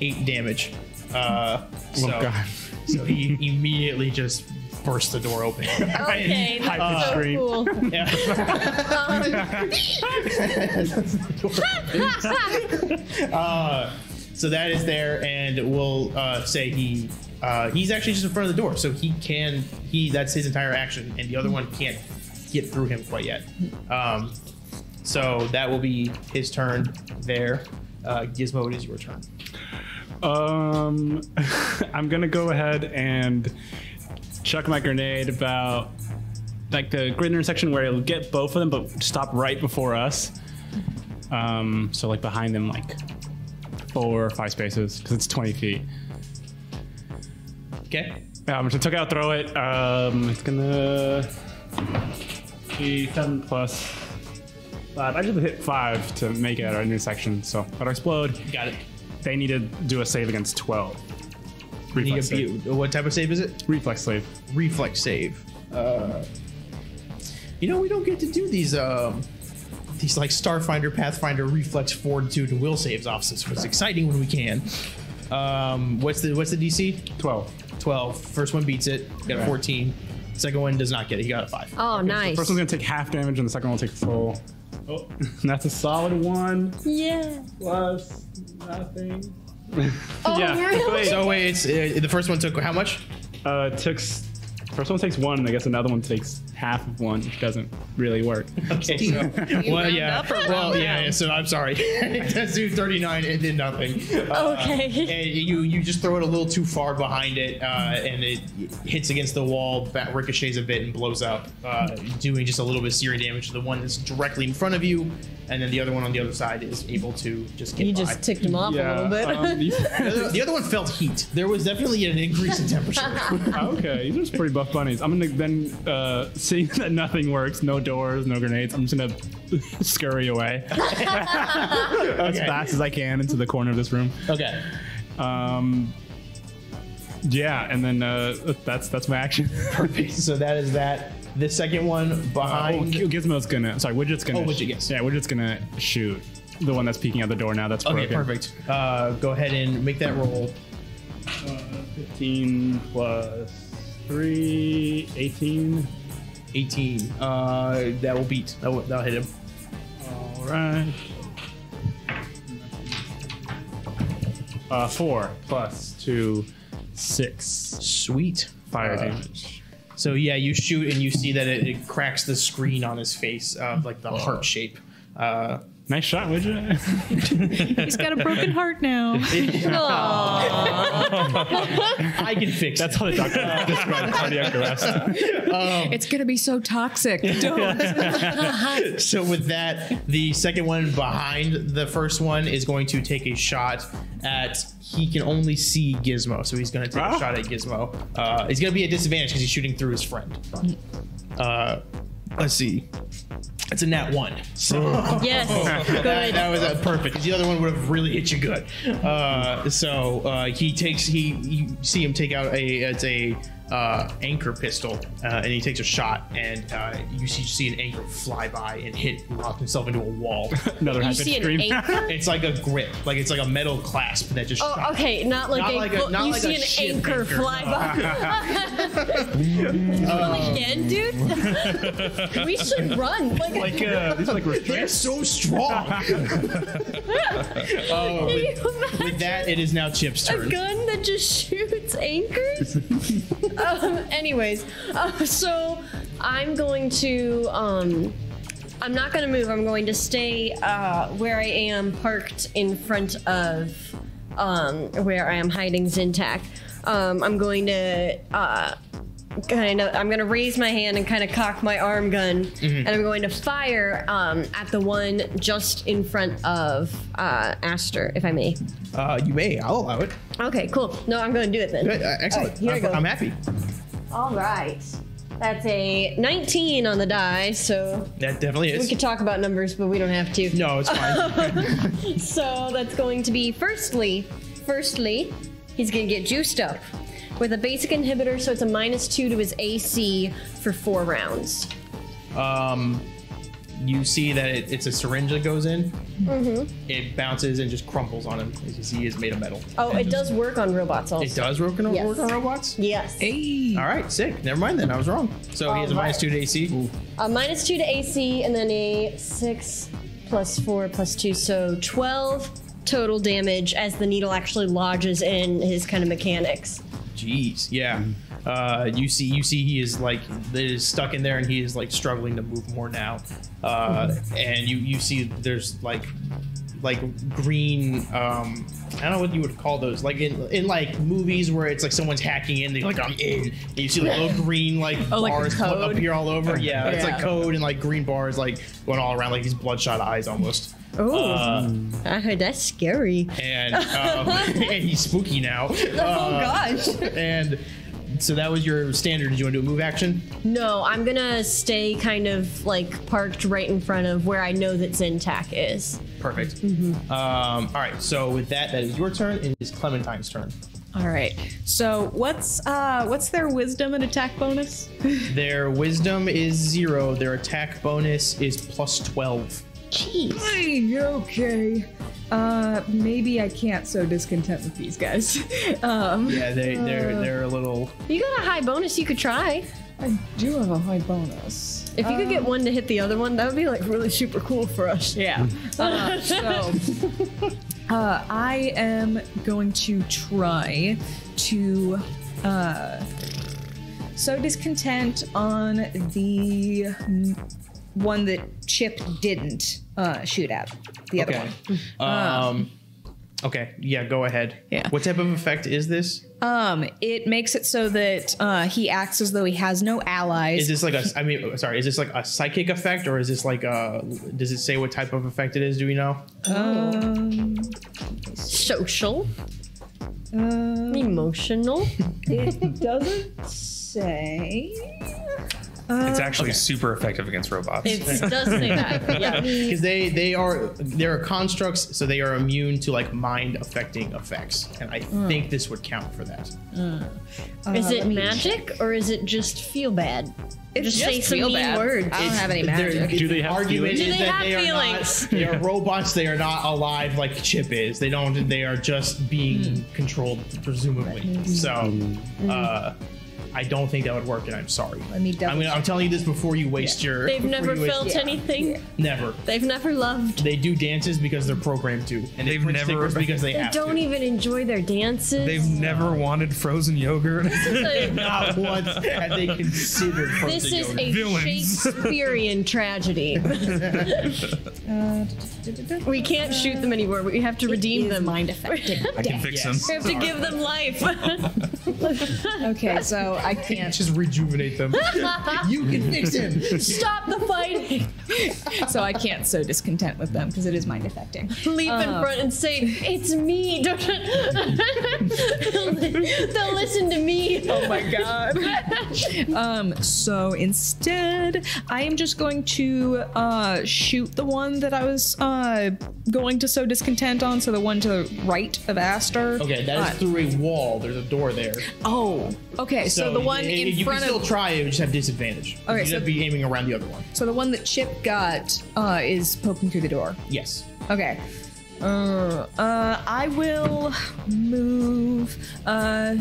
S1: eight damage. Uh, so,
S5: God.
S1: so he immediately just burst the door open.
S4: Okay, that's
S5: High pitch
S4: so
S5: scream.
S4: cool.
S1: uh, so that is there, and we'll uh, say he uh, he's actually just in front of the door, so he can he that's his entire action, and the other one can't get through him quite yet. Um, so that will be his turn there. Uh, Gizmo, it is your turn.
S5: Um, I'm gonna go ahead and chuck my grenade about like the grid intersection where it'll get both of them, but stop right before us. Um, so like behind them, like four or five spaces because it's 20 feet.
S1: Okay.
S5: Yeah, I'm just gonna took out throw it. Um, it's gonna be seven plus five. I should have hit five to make it at our intersection, so that'll explode.
S1: Got it.
S5: They need to do a save against 12.
S1: You
S5: Reflex
S1: get-
S5: save.
S1: you- what type of save is it?
S5: Reflex save.
S1: Reflex save. Uh, you know, we don't get to do these um, these like Starfinder, Pathfinder, Reflex, Fortitude, and Will saves off. So it's exciting when we can. Um, what's the what's the DC?
S5: 12.
S1: 12. First one beats it. Got a
S5: Okay.
S1: 14. Second one does not get it. He got a five.
S4: Oh, nice.
S5: First one's gonna take half damage, and the second one will take full. Oh, that's a solid one
S4: yeah.
S5: plus nothing.
S4: Oh,
S5: yeah.
S4: really?
S1: So wait, it's uh, the first one took how much?
S5: Uh, it took. s- First one takes one. and I guess another one takes half of one, which doesn't really work.
S1: Okay, so- well,
S2: round
S1: yeah,
S2: up or
S1: well,
S2: round
S1: yeah,
S2: down?
S1: yeah. So I'm sorry. Let's do 39 and then nothing. Uh,
S4: Okay.
S1: and you you just throw it a little too far behind it, uh, and it hits against the wall, bat ricochets a bit, and blows up, uh, doing just a little bit of searing damage to the one that's directly in front of you, and then the other one on the other side is able to just get
S4: You
S1: by.
S4: just ticked him off a little bit.
S5: um, these-
S1: the, other, the other one felt heat. There was definitely an increase in temperature.
S5: okay, these are just pretty buff bunnies. I'm gonna then, uh, seeing that nothing works, no doors, no grenades, I'm just gonna scurry away as
S1: Okay.
S5: fast as I can into the corner of this room.
S1: Okay.
S5: Um, yeah, and then uh, that's that's my action.
S1: So that is that. The second one
S5: Uh, oh,
S1: behind.
S5: G- Gizmo's gonna. Sorry, Widget's gonna.
S1: Oh, Widget,
S5: sh-
S1: yes.
S5: Yeah, Widget's gonna shoot the one that's peeking out the door now. That's
S1: okay,
S5: broken.
S1: perfect. Uh, go ahead and make that roll.
S5: Uh, Fifteen plus three, 18.
S1: 18. Uh, that will beat. That will, that'll hit him.
S5: All right. Uh, four plus two, six
S1: Sweet.
S5: fire
S1: Uh,
S5: damage.
S1: So yeah, you shoot and you see that it, it cracks the screen on his face, uh, like the heart shape. Uh,
S5: Nice shot, Widget.
S2: He's got a broken heart now.
S1: I can fix.
S5: that's how the doctor described cardiac arrest.
S2: it's gonna be so toxic. Don't.
S1: it. So with that, the second one behind the first one is going to take a shot at. He can only see Gizmo, so he's going to take
S5: Ah.
S1: a shot at Gizmo. Uh, he's going to be at disadvantage because he's shooting through his friend. Uh, let's see. It's a nat one. So.
S4: yes.
S1: That, that was uh, perfect. 'cause The other one would have really hit you good. Uh, so uh, he takes he you see him take out a it's a uh, anchor pistol uh, and he takes a shot and uh, you see, see an anchor fly by and hit lock himself into a wall.
S5: Another
S4: You
S5: half
S4: see an
S5: scream.
S4: anchor?
S1: it's like a grip, like it's like a metal clasp that just.
S4: Oh,
S1: shot.
S4: okay. Not like
S1: Not
S4: a.
S1: like a-
S4: book.
S1: not
S4: you
S1: like a
S4: see
S1: ship
S4: an anchor
S1: anchor,
S4: fly
S1: no.
S4: by. Again, dude. we should run. Like,
S5: like uh, these are like
S1: They're
S5: restraints.
S1: so strong. Oh,
S4: can you
S1: With
S4: imagine
S1: that, it is now Chip's
S4: a
S1: turn.
S4: gun that just shoots anchors? um, anyways, uh, so I'm going to. Um, I'm not going to move. I'm going to stay uh, where I am, parked in front of um, where I am hiding Zintac. Um, I'm going to. Uh, kind of i'm going to raise my hand and kind of cock my arm gun and i'm going to fire um, at the one just in front of uh, aster if i may
S1: Uh, you may. I'll allow it.
S4: okay cool no i'm going to do it then
S1: Good, uh, excellent.
S4: Alright, here I
S1: I'm,
S4: go.
S1: I'm happy.
S4: all right that's a 19 on the die so
S1: That definitely
S4: we
S1: is.
S4: could talk about numbers but we don't have to
S1: No, it's fine.
S4: So that's going to be firstly, firstly, he's going to get juiced up with a basic inhibitor, so it's a minus two to his AC for four rounds.
S1: Um, you see that it, it's a syringe that goes in. It bounces and just crumples on him. As you see, he is made of metal.
S4: Oh, it does work on robots also.
S1: It does work on,
S4: Yes.
S1: work on robots?
S4: Yes.
S1: All right, sick. Never mind then. I was wrong. So he has a
S4: All right.
S1: minus two to AC.
S4: A Uh, minus two to AC and then a six plus four plus two, so 12 total damage as the needle actually lodges in his kind of mechanics.
S1: Jeez. Yeah. Uh, you see, you see, he is like it is stuck in there, and he is like struggling to move more now. Uh, and you you see, there's like like green. Um, I don't know what you would call those. Like in, in like movies where it's like someone's hacking in, they're like I'm in. And you see like little green like
S2: Oh, like the
S1: bars put
S2: code?
S1: up here all over. Yeah, it's like
S4: Yeah.
S1: code and like green bars like going all around like these bloodshot eyes almost.
S4: Oh,
S1: Uh,
S4: I heard that's scary.
S1: and um, and he's spooky now. Uh,
S4: gosh.
S1: and so that was your standard. Did you want to do a move action?
S4: No, I'm gonna stay kind of like parked right in front of where I know that Zintac is.
S1: perfect. Um, all right, so with that, that is your turn. It is Clementine's turn.
S6: All right. So what's uh what's their wisdom and attack bonus?
S1: Their wisdom is zero. Their attack bonus is plus twelve.
S6: Jeez. Okay. Uh, maybe I can't so discontent with these guys. um,
S1: Yeah, they they're they're a little.
S4: You got a high bonus you could try.
S6: I do have a high bonus.
S4: If you could get one to hit the other one, that would be like really super cool for us.
S6: Yeah. Uh, so uh, I am going to try to uh,
S8: So discontent on the one that Chip didn't uh, shoot at. The other
S1: Okay.
S8: one.
S1: Um, okay, yeah, go ahead.
S8: Yeah.
S1: What type of effect is this?
S8: Um, it makes it so that uh, he acts as though he has no allies.
S1: Is this like a? I mean, sorry. Is this like a psychic effect, or is this like a? Does it say what type of effect it is? Do we know?
S4: Oh.
S8: Um,
S4: Social.
S8: uh,
S4: Emotional.
S8: it doesn't say.
S3: It's actually super effective against robots.
S4: It does say that. Yeah.
S1: Because they they are they are constructs, so they are immune to like mind affecting effects, and I think this would count for that.
S9: Uh,
S4: Is it magic or is it just feel bad? just, say some mean words.
S9: I don't have any magic.
S10: Do they have
S1: argument
S10: feelings?
S1: is
S4: Do they
S1: that
S4: have
S1: they are
S4: feelings?
S1: not they are robots. They are not alive like Chip is. They don't. They are just being controlled, presumably. So, uh, I don't think that would work, and I'm sorry. Let
S8: me
S1: I'm,
S8: double
S1: gonna, I'm telling you this before you waste your.
S4: They've
S1: before
S4: never
S1: you waste-
S4: felt anything.
S1: Never.
S4: They've never loved.
S1: They do dances because they're programmed to, and they
S3: They've
S1: print
S3: never-
S1: stickers because they,
S4: They
S1: have
S4: don't
S1: to.
S4: even enjoy their dances.
S3: They've never wanted frozen yogurt.
S1: Not once have they considered.
S4: this
S1: frozen
S4: is
S1: yogurt.
S4: a
S3: Villains.
S4: Shakespearean tragedy. we can't shoot them anymore. We have to redeem them.
S6: mind affected.
S3: I can fix
S1: Yes.
S4: We have to give them life.
S8: Okay, so I can't.
S1: just rejuvenate them. you can fix him.
S4: Stop the fighting.
S6: so I can't so discontent with them because it is mind affecting.
S4: Leap in front and say, "It's me." Don't- They'll listen to me.
S6: Oh my god. um, so instead, I am just going to uh, shoot the one that I was uh, going to sow discontent on, so the one to the right of Aster.
S1: Okay, that is through a wall. There's a door there.
S6: Oh, okay. So, the
S1: you-
S6: one
S1: you,
S6: in
S1: you
S6: front
S1: can
S6: of
S1: still try it, you just have disadvantage.
S6: Okay,
S1: you
S6: so-
S1: would be aiming around the other one.
S6: so the one that Chip got uh, is poking through the door.
S1: Yes.
S6: Okay. Uh, uh, I will move uh,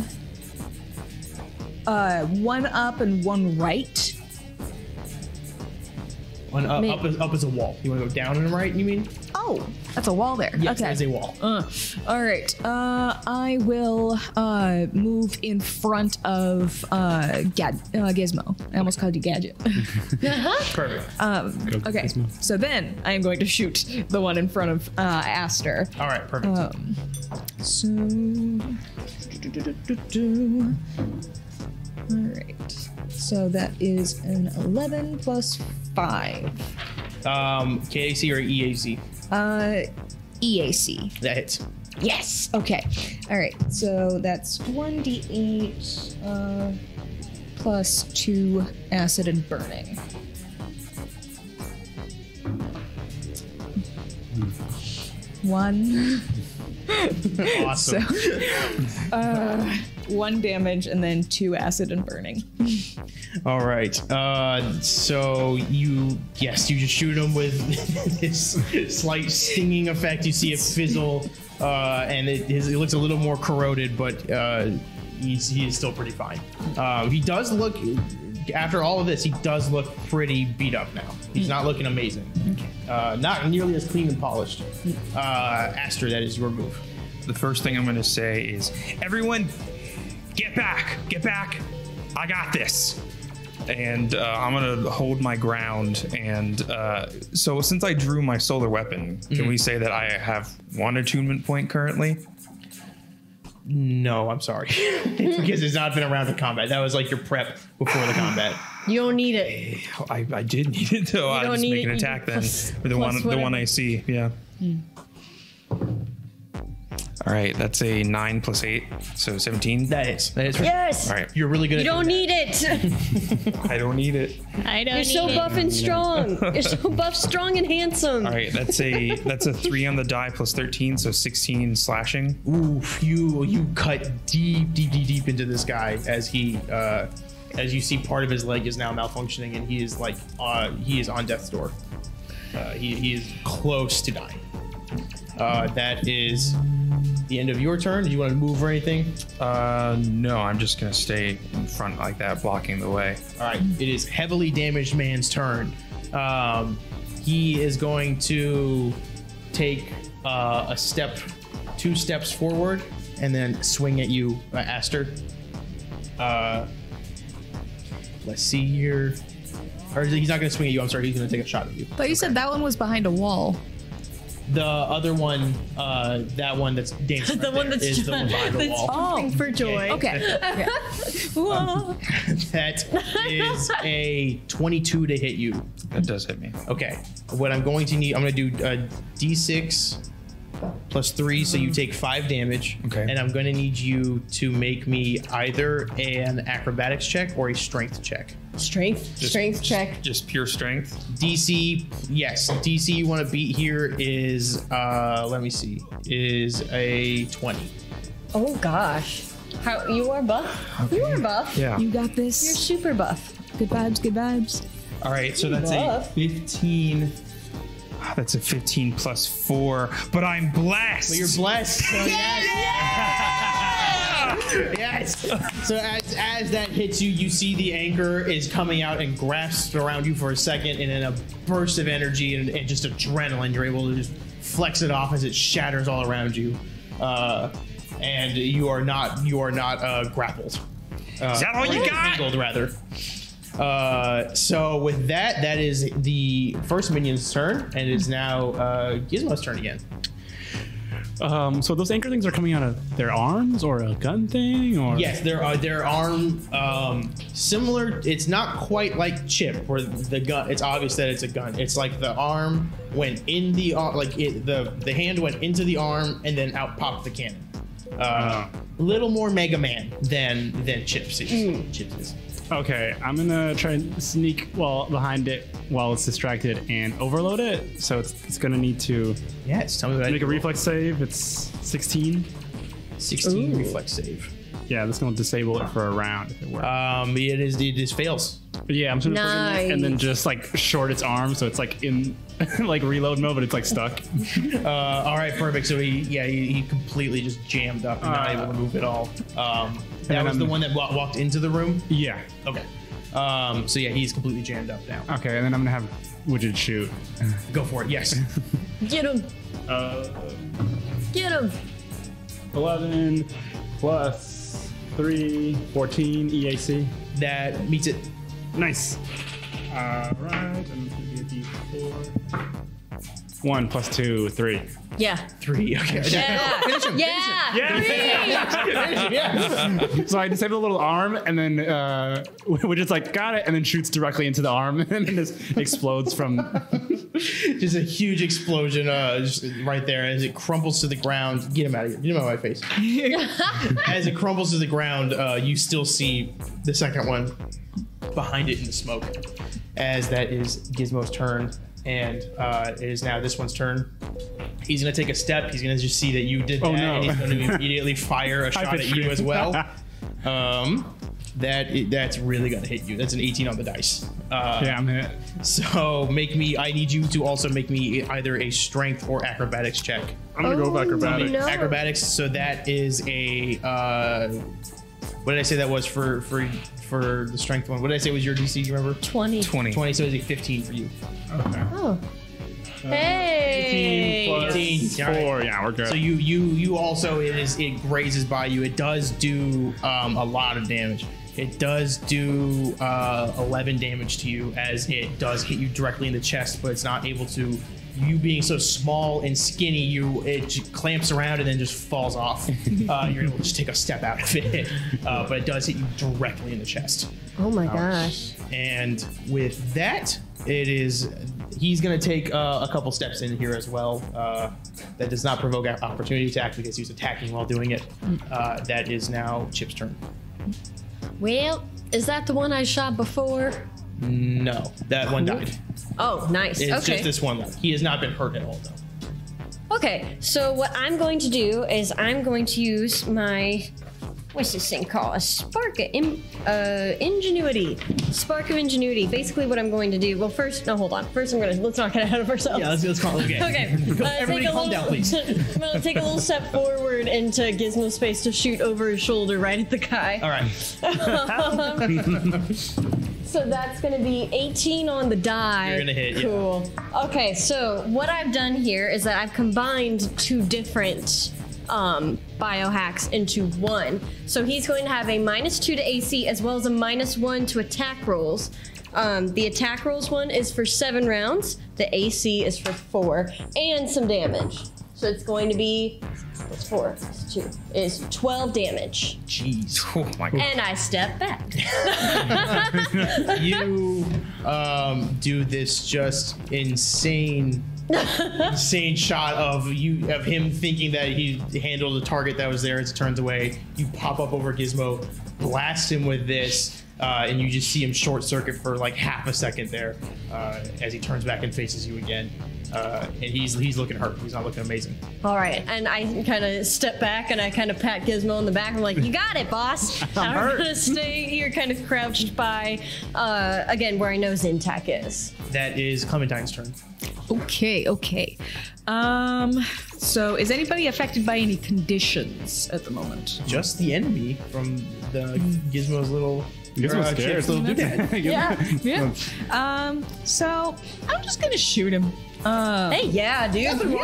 S6: uh, one up and one right.
S1: One up, up, is, up is a wall. You want to go down and right? You mean?
S6: Oh, that's a wall there.
S1: Yes,
S6: okay.
S1: there's a wall.
S6: Uh, all right. Uh, I will uh, move in front of uh, Gad- uh, Gizmo. I almost called you Gadget.
S1: Perfect.
S6: okay. So then I am going to shoot the one in front of uh, Aster.
S1: All right. Perfect.
S4: Oh.
S6: So. All right. So that is an 11 plus 5.
S1: um, KAC or EAC?
S6: Uh, EAC.
S1: That hits.
S6: Yes. Okay. All right. So that's 1d8 uh, plus 2 acid and burning. One,
S1: Awesome.
S6: one damage, and then two acid and burning.
S1: All right. Uh, so you, yes, you just shoot him with this slight stinging effect. You see it fizzle, uh, and it, his, it looks a little more corroded, but uh, he's, he is still pretty fine. Uh, he does look, after all of this, he does look pretty beat up now. He's not looking amazing. Uh, not nearly as clean and polished. Uh, Aster, that is your move.
S3: The first thing I'm going to say is, everyone, get back, get back. I got this. And uh, I'm going to hold my ground. And uh, so, since I drew my solar weapon, can we say that I have one attunement point currently?
S1: No, Oh, I'm sorry. because it's not been around the combat. That was like your prep before the combat.
S4: You don't need it.
S3: I, I did need it, though. I'll
S4: don't
S3: just
S4: need
S3: make an
S4: it,
S3: attack then.
S4: plus-
S3: the,
S4: plus
S3: one, the one
S4: whatever.
S3: I see, yeah. All right, that's a nine plus eight, so 17.
S1: That is. That is.
S4: Yes.
S3: All right,
S1: You're really good
S4: You
S1: at
S4: don't need it.
S3: I don't need it.
S11: I don't
S4: You're so
S11: need it.
S4: buff and strong. You're so buff, strong, and handsome.
S3: All right, that's a that's a three on the die plus 13, so 16 slashing.
S1: Oof, you you cut deep, deep, deep, deep into this guy as he uh as you see part of his leg is now malfunctioning and he is like uh he is on death's door. Uh, he, he is close to dying. Uh, that is the end of your turn. Do you want to move or anything?
S3: Uh, no, I'm just gonna stay in front like that, blocking the way.
S1: All right, it is heavily damaged man's turn. Um, he is going to take uh, a step, two steps forward, and then swing at you, uh, Aster. Uh, let's see here. Or he's not going to swing at you. I'm sorry. He's going to take a shot at you.
S12: But you said that one was behind a wall.
S1: The other one, uh, that one that's dancing,
S4: The
S1: right
S4: one
S1: there
S4: that's
S1: is the one behind the
S4: that's
S1: wall.
S4: jumping for joy.
S12: Okay.
S1: That is a 22 to hit you.
S3: That does hit me.
S1: Okay. What I'm going to need, I'm going to do a D6 plus three, so you take five damage.
S3: Okay.
S1: And I'm going to need you to make me either an acrobatics check or a strength check.
S4: Strength. strength check.
S3: Just pure strength.
S1: DC, yes, DC you want to beat here is, uh, let me see, is a 20.
S4: Oh gosh. How you are buff? You are buff.
S3: Yeah.
S12: You got this.
S4: You're super buff.
S12: Good vibes, good vibes.
S3: All right, so that's a
S4: Rough.
S3: 15. Ah, That's a 15 plus four, but I'm blessed.
S1: But you're blessed. So yes. yes. So as as that hits you, you see the anchor is coming out and grasps around you for a second, and in a burst of energy and, and just adrenaline, you're able to just flex it off as it shatters all around you, uh, and you are not you are not uh, grappled. Uh,
S3: that all
S1: or
S3: Oh, you got?
S1: entangled, rather. Uh, so with that, that is the first minion's turn, and it is now uh, Gizmo's turn again.
S5: Um, so those anchor things are coming out of their arms or a gun thing or
S1: Yes, there are there are um, similar. It's not quite like Chip, where the gun. It's obvious that it's a gun. It's like the arm went in the ar- like it, the the hand went into the arm and then out popped the cannon.
S5: Uh-huh.
S1: Uh, little more Mega Man than than Chip's is.
S5: Hmm.
S1: Chip's is.
S5: Okay, I'm gonna try and sneak while behind it while it's distracted and overload it. So it's, it's gonna need to
S1: Yes, tell me what I
S5: make a
S1: roll.
S5: reflex save. It's 16.
S1: Sixteen reflex save.
S5: Yeah, that's gonna disable it for a round if it works.
S1: Um, it is it just fails.
S5: Uh, But yeah, I'm just gonna plug it in and then
S4: Nice.
S5: just like short its arm, so it's like in like reload mode, but it's like stuck.
S1: Uh, all right, perfect. So he, yeah, he, he completely just jammed up and not
S5: Uh,
S1: able to move at all. Um, that
S5: then
S1: was the
S5: I'm-
S1: one that wa- walked into the room.
S5: yeah.
S1: Okay. Um, so yeah, he's completely jammed up now.
S5: Okay, and then I'm gonna have widget shoot.
S1: Go for it. Yes.
S4: Get him.
S5: Uh,
S4: Get him.
S5: 11 plus E 3, 14 EAC.
S1: that meets it.
S5: Nice. All right, and it's gonna be a D4. One plus two, three.
S4: Yeah.
S1: Three. Okay.
S4: Yeah. yeah.
S1: yeah.
S5: So I disable the little arm, and then uh, we're just like, got it, and then shoots directly into the arm, and then just explodes from.
S1: Just a huge explosion uh, just right there as it crumples to the ground. Get him out of here. Get him out of my face. as it crumbles to the ground, uh, you still see the second one behind it in the smoke. As that is Gizmo's turn, and uh, it is now this one's turn. He's gonna take a step. He's gonna just see that you did
S5: Oh,
S1: that,
S5: no.
S1: and he's gonna immediately fire a shot at you as well. Um, that that's really gonna hit you. That's an 18 on the dice. Uh,
S5: yeah, I'm hit.
S1: So make me. I need you to also make me either a strength or acrobatics check.
S5: I'm gonna go back acrobatic.
S4: no.
S1: Acrobatics. So that is a. Uh, what did I say that was for for for the strength one? What did I say was your DC? You remember?
S4: 20.
S3: 20.
S1: 20. So it's a 15 for you.
S4: Oh. Hey.
S5: plus
S1: 18, all right.
S5: four. Yeah, we're good.
S1: So you you you also it is it grazes by you. It does do um, a lot of damage. It does do uh, 11 damage to you as it does hit you directly in the chest, but it's not able to. You being so small and skinny, you it j- clamps around and then just falls off. uh, you're able to just take a step out of it, uh, but it does hit you directly in the chest.
S4: Oh my gosh.
S1: And with that, it is he's going to take uh, a couple steps in here as well. Uh, that does not provoke a- opportunity attack because he was attacking while doing it. Uh, that is now Chip's turn.
S4: Well, is that the one I shot before?
S1: No, that one died.
S4: Oh, nice.
S1: It's
S4: okay.
S1: just this one left. He has not been hurt at all though.
S4: Okay, so what I'm going to do is I'm going to use my what's this thing called? A spark of in, uh, ingenuity, spark of ingenuity. Basically, what I'm going to do. Well, first, no, hold on. First, I'm gonna let's not get ahead of ourselves.
S1: let's call it again.
S4: Okay. Uh,
S1: Everybody calm down, please.
S4: I'm gonna take a little step forward into Gizmo space to shoot over his shoulder right at the guy.
S1: All right.
S4: So that's going to be 18 on the die.
S1: You're gonna hit, yeah.
S4: Cool. Okay, so what I've done here is that I've combined two different um, biohacks into one. So he's going to have a minus two to AC as well as a minus one to attack rolls. Um, the attack rolls one is for seven rounds, the AC is for four, and some damage. So it's going to be what's four? It's two. Is 12 damage.
S1: Jeez.
S3: Oh my god.
S4: And I step back.
S1: you um, do this just insane insane shot of you of him thinking that he handled a target that was there as it turns away you pop up over gizmo blast him with this uh, and you just see him short circuit for like half a second there uh, as he turns back and faces you again uh, and he's he's looking hurt he's not looking amazing
S4: All right, and I kind of step back and I kind of pat Gizmo on the back. I'm like, "You got it, boss." I'm,
S5: hurt.
S4: gonna stay here, kind of crouched by, uh, again where I know Zintac is.
S1: that is clementine's turn
S6: Okay, okay. Um, so is anybody affected by any conditions at the moment?
S1: just the enemy from the gizmo's little
S5: Gizmo's
S1: or, uh,
S5: scared.
S1: Chip's little doodad.
S5: yeah.
S6: Yeah. Um, so I'm just gonna shoot him. Uh,
S4: Hey, yeah, dude.
S1: Nothing wrong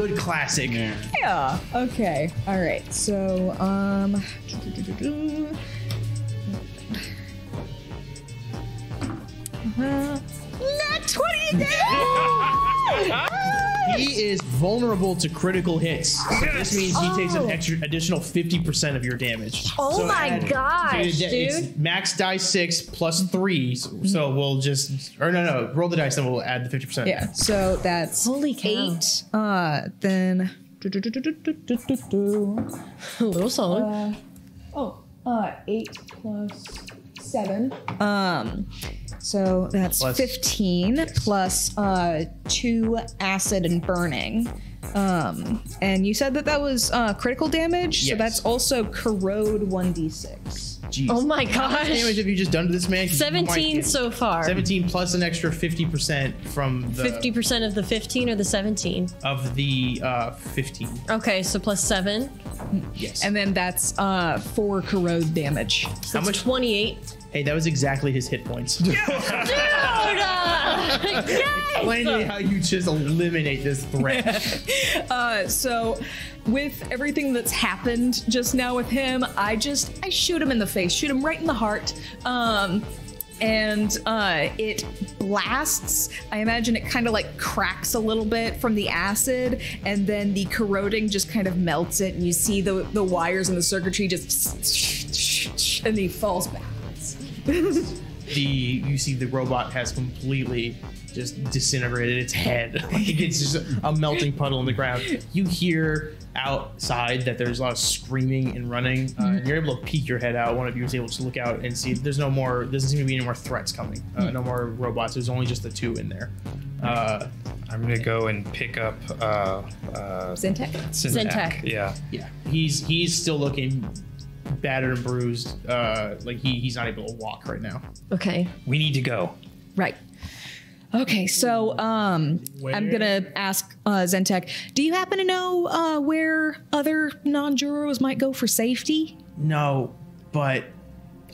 S1: with a
S6: Yeah.
S1: Good classic.
S6: yeah.
S13: Okay. All right.
S6: So, um,
S13: Not 20 again!
S1: He is vulnerable to critical hits. So this means he takes an extra additional 50% of your damage.
S4: Oh my gosh,
S1: your da- it's
S4: dude.
S1: max die six plus three. So, so we'll just, or no, no, roll the dice, then we'll add the 50%.
S6: yeah. So that's
S4: Holy cow.
S6: eight. Uh, then.
S4: A little song.
S13: Oh, uh, 8 plus 7.
S6: Um, so that's
S1: Plus-
S6: 15 plus uh, 2 acid and burning. Um, and you said that that was uh, critical damage, so
S1: Yes.
S6: that's also corrode 1d6.
S1: Jeez.
S4: oh my
S1: damage
S4: gosh.
S1: have you just done to this man? 'Cause you might
S4: Seventeen
S1: get-
S4: so far.
S1: 17 plus an extra 50% from the,
S4: Fifty percent of the fifteen or the seventeen.
S1: of the uh, 15.
S4: Okay, so plus seven.
S1: Yes.
S6: And then that's uh, 4 corrode damage.
S4: So
S1: How
S4: that's
S1: much-
S4: Twenty-eight.
S1: hey, that was exactly his hit points.
S4: Dude, uh, yes!
S1: Explain to me how you just eliminate this threat.
S6: Uh, so with everything that's happened just now with him, I just I shoot him in the face, shoot him right in the heart. Um and uh, it blasts. I imagine it kind of like cracks a little bit from the acid, and then the corroding just kind of melts it, and you see the the wires and the circuitry just, and he falls back.
S1: the you see the robot has completely just disintegrated its head. Like it's just a melting puddle on the ground. You hear outside that there's a lot of screaming and running. Uh, and you're able to peek your head out. One of you is able to look out and see there's no more. Doesn't seem to be any more threats coming. Uh, No more robots. There's only just the two in there. Uh,
S3: I'm gonna go and pick up uh, uh,
S6: Zintek.
S3: Syntac.
S1: Um,
S4: Syntac.
S3: Yeah.
S1: yeah, he's he's still looking battered and bruised. Uh, like he, he's not able to walk right now.
S4: Okay.
S3: We need to go.
S6: Right. Okay, so um, I'm gonna ask uh, Zentek. Do you happen to know uh, where other non-jurors might go for safety?
S1: No, but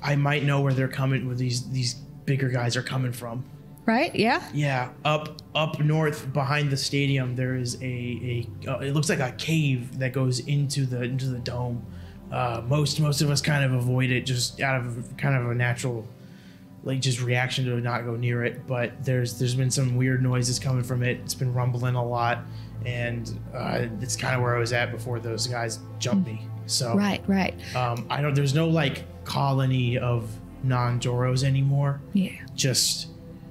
S1: I might know where they're coming. Where these these bigger guys are coming from.
S6: Right? Yeah.
S1: Yeah, up up north behind the stadium, there is a a. Uh, it looks like a cave that goes into the into the dome. Uh, most most of us kind of avoid it just out of kind of a natural, like just reaction to not go near it. But there's there's been some weird noises coming from it. It's been rumbling a lot, and uh, it's kind of where I was at before those guys jumped me. So
S6: Right. Right.
S1: um, I don't. There's no like colony of non Joros anymore.
S6: Yeah.
S1: Just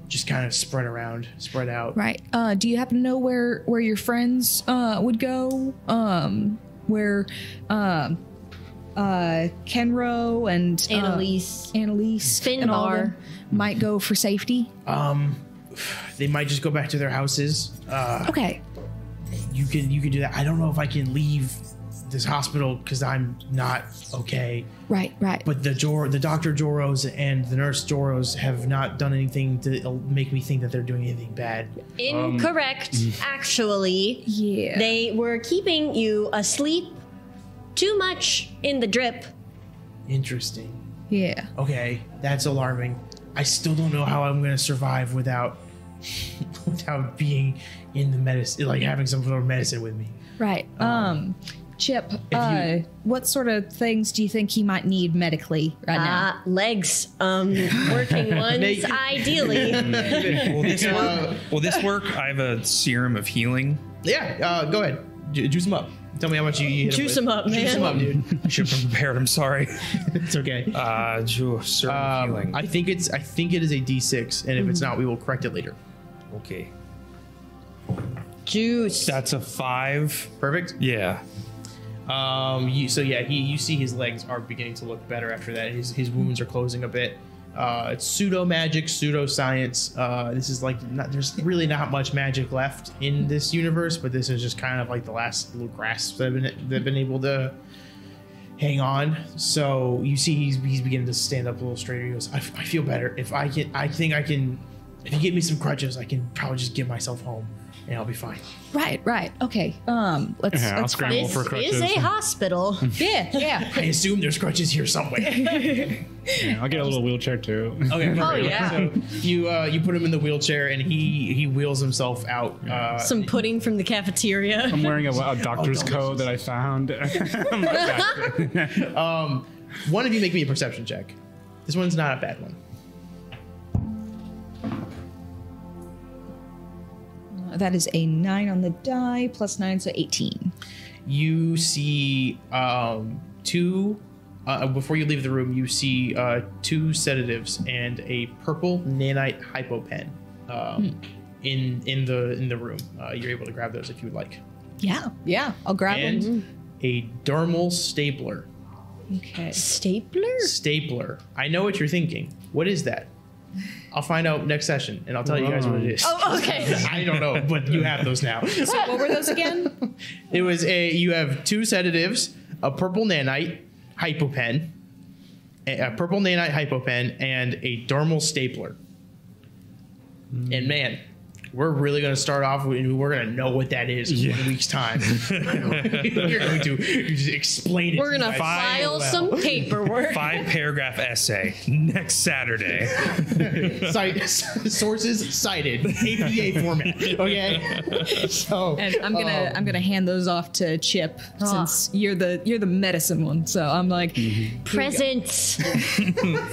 S1: just kind of spread around, spread out.
S12: Right. Uh, do you happen to know where where your friends uh, would go? Um, where um, uh, Kenro and uh,
S4: Annalise.
S12: Annalise, and all of them might go for safety.
S1: Um, they might just go back to their houses. Uh,
S12: Okay.
S1: you can you can do that. I don't know if I can leave this hospital because I'm not okay.
S12: Right. Right.
S1: But the Jor- the doctor Joros and the nurse Joros have not done anything to uh, make me think that they're doing anything bad.
S4: Incorrect,
S1: mm.
S4: actually.
S12: yeah.
S4: They were keeping you asleep too much in the drip.
S1: Interesting.
S12: yeah.
S1: Okay, that's alarming. I still don't know how I'm gonna survive without without being in the medicine, like having some sort of medicine with me.
S12: Right. Um, Chip, uh, what sort of things do you think he might need medically right now?
S4: Uh, legs, um, working ones,
S1: Naked.
S4: ideally.
S3: Will this
S1: Uh,
S3: work? Will this work? I have a serum of healing.
S1: yeah, uh, go ahead, Ju- juice them up. Tell me how much you, you hit
S4: Juice
S1: with.
S4: them up,
S1: Juice
S4: man.
S1: them up, dude.
S3: I should have been prepared. I'm sorry.
S1: It's okay.
S3: Uh, ju- serum of
S1: Um,
S3: healing.
S1: I think it's I think it is a D6, and if it's not, we will correct it later.
S3: okay.
S4: Juice.
S3: That's a five.
S1: Perfect.
S3: Yeah.
S1: Um, you, so yeah, he, you see his legs are beginning to look better after that. His, his wounds are closing a bit. Uh, it's pseudo magic, pseudo science. Uh, this is like not, there's really not much magic left in this universe, but this is just kind of like the last little grasp that I've been, that I've been able to hang on. So you see he's, he's beginning to stand up a little straighter. He goes, I, I feel better. If I can, I think I can, if you get me some crutches, I can probably just get myself home and I'll be fine.
S12: Right. Right. Okay. Um, let's.
S5: Yeah, I'll
S12: let's
S5: scramble
S4: This
S5: for crutches.
S4: is a hospital.
S12: yeah. Yeah.
S1: I assume there's crutches here somewhere.
S5: Yeah, I'll get a little wheelchair too.
S1: Okay.
S4: Oh, yeah.
S1: So you uh, you put him in the wheelchair and he he wheels himself out. Uh,
S4: Some pudding from the cafeteria.
S5: I'm wearing a, a doctor's
S1: Oh,
S5: coat that I found. I'm like, "Doctor."
S1: one of you make me a perception check. This one's not a bad one.
S12: Uh, That is a nine on the die plus nine, so eighteen.
S1: You see um, two. Uh, before you leave the room, you see uh, two sedatives and a purple nanite hypopen um, in in the in the room. Uh, you're able to grab those if you would like,
S12: Yeah. Yeah. I'll grab them.
S1: and a dermal stapler.
S12: Okay.
S4: Stapler?
S1: Stapler. I know what you're thinking. What is that? I'll find out next session, and I'll tell you guys what it is.
S4: Oh, okay.
S1: I don't know, but you have those now.
S12: What were those again?
S1: It was a you have two sedatives, a purple nanite hypopen, a a purple nanite hypopen, and a dermal stapler. And man, we're really gonna start off with, and we're gonna know what that is in one week's time. You're going to just explain it.
S4: We're
S1: to
S4: gonna
S1: you guys. Well.
S4: file some paperwork.
S3: Five paragraph essay next Saturday.
S1: Cite, sources cited APA format. Okay, so um,
S2: And
S12: I'm
S4: oh.
S12: gonna I'm gonna hand those off to Chip since you're the you're the medicine one. So I'm like,
S1: Mm-hmm.
S4: Presents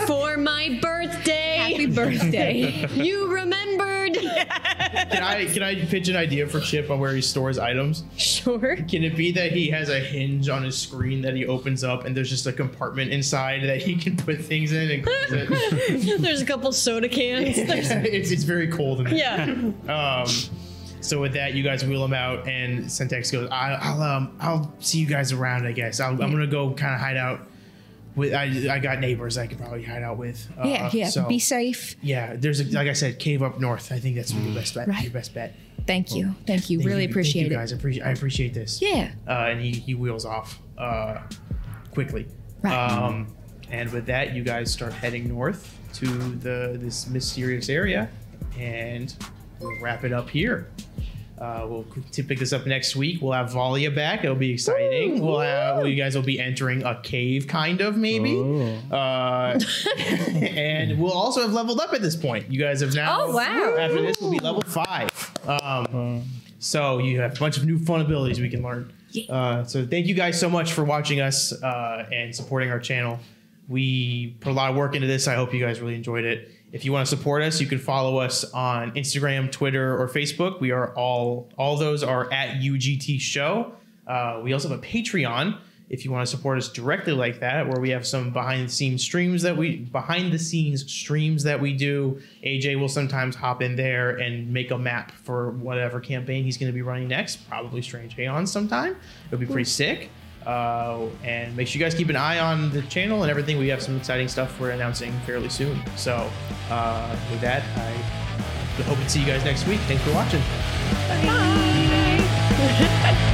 S4: for my birthday.
S12: happy birthday.
S4: You remembered.
S1: can I can I pitch an idea for Chip on where he stores items?
S4: Sure.
S1: Can it be that he has a hinge on his screen that he opens up and there's just a compartment inside that he can put things in and close it?
S4: There's a couple soda cans. There's-
S1: it's, it's very cold in there.
S4: yeah.
S1: Um, so with that, you guys wheel him out, and Syntax goes, I, "I'll um, I'll see you guys around. I guess I'll, I'm gonna go kind of hide out with. I, I got neighbors I could probably hide out with. Uh,
S12: yeah. Yeah.
S1: so-
S12: Be safe.
S1: yeah. There's a, like I said, cave up north. I think that's your best bet.
S12: Right.
S1: Your best bet.
S12: Thank you. Thank you.
S1: Thank
S12: really
S1: you-
S12: appreciate
S1: thank you
S12: it.
S1: guys. I appreciate I appreciate this.
S12: Yeah.
S1: Uh, and he he wheels off uh, quickly.
S12: Right.
S1: Um, and with that, you guys start heading north to the this mysterious area, and we'll wrap it up here. Uh, we'll c- to pick this up next week. We'll have Valia back. It'll be exciting. we'll have, well, you guys will be entering a cave, kind of maybe,
S12: Oh.
S1: uh, and we'll also have leveled up at this point. You guys have now.
S4: Oh, wow.
S1: After this, will be level five. Um, so you have a bunch of new fun abilities we can learn. Uh, so thank you guys so much for watching us uh, and supporting our channel. We put a lot of work into this. I hope you guys really enjoyed it. If you want to support us, you can follow us on Instagram, Twitter, or Facebook. We are all all those are at UGT Show. Uh, we also have a Patreon. If you want to support us directly like that, where we have some behind the scenes streams that we behind the scenes streams that we do, AJ will sometimes hop in there and make a map for whatever campaign he's going to be running next. Probably Strange Aeon sometime. It'll be pretty sick. Uh, and make sure you guys keep an eye on the channel and everything. We have some exciting stuff we're announcing fairly soon. So uh, with that, uh, I hope to see you guys next week. Thanks for watching.
S4: Bye.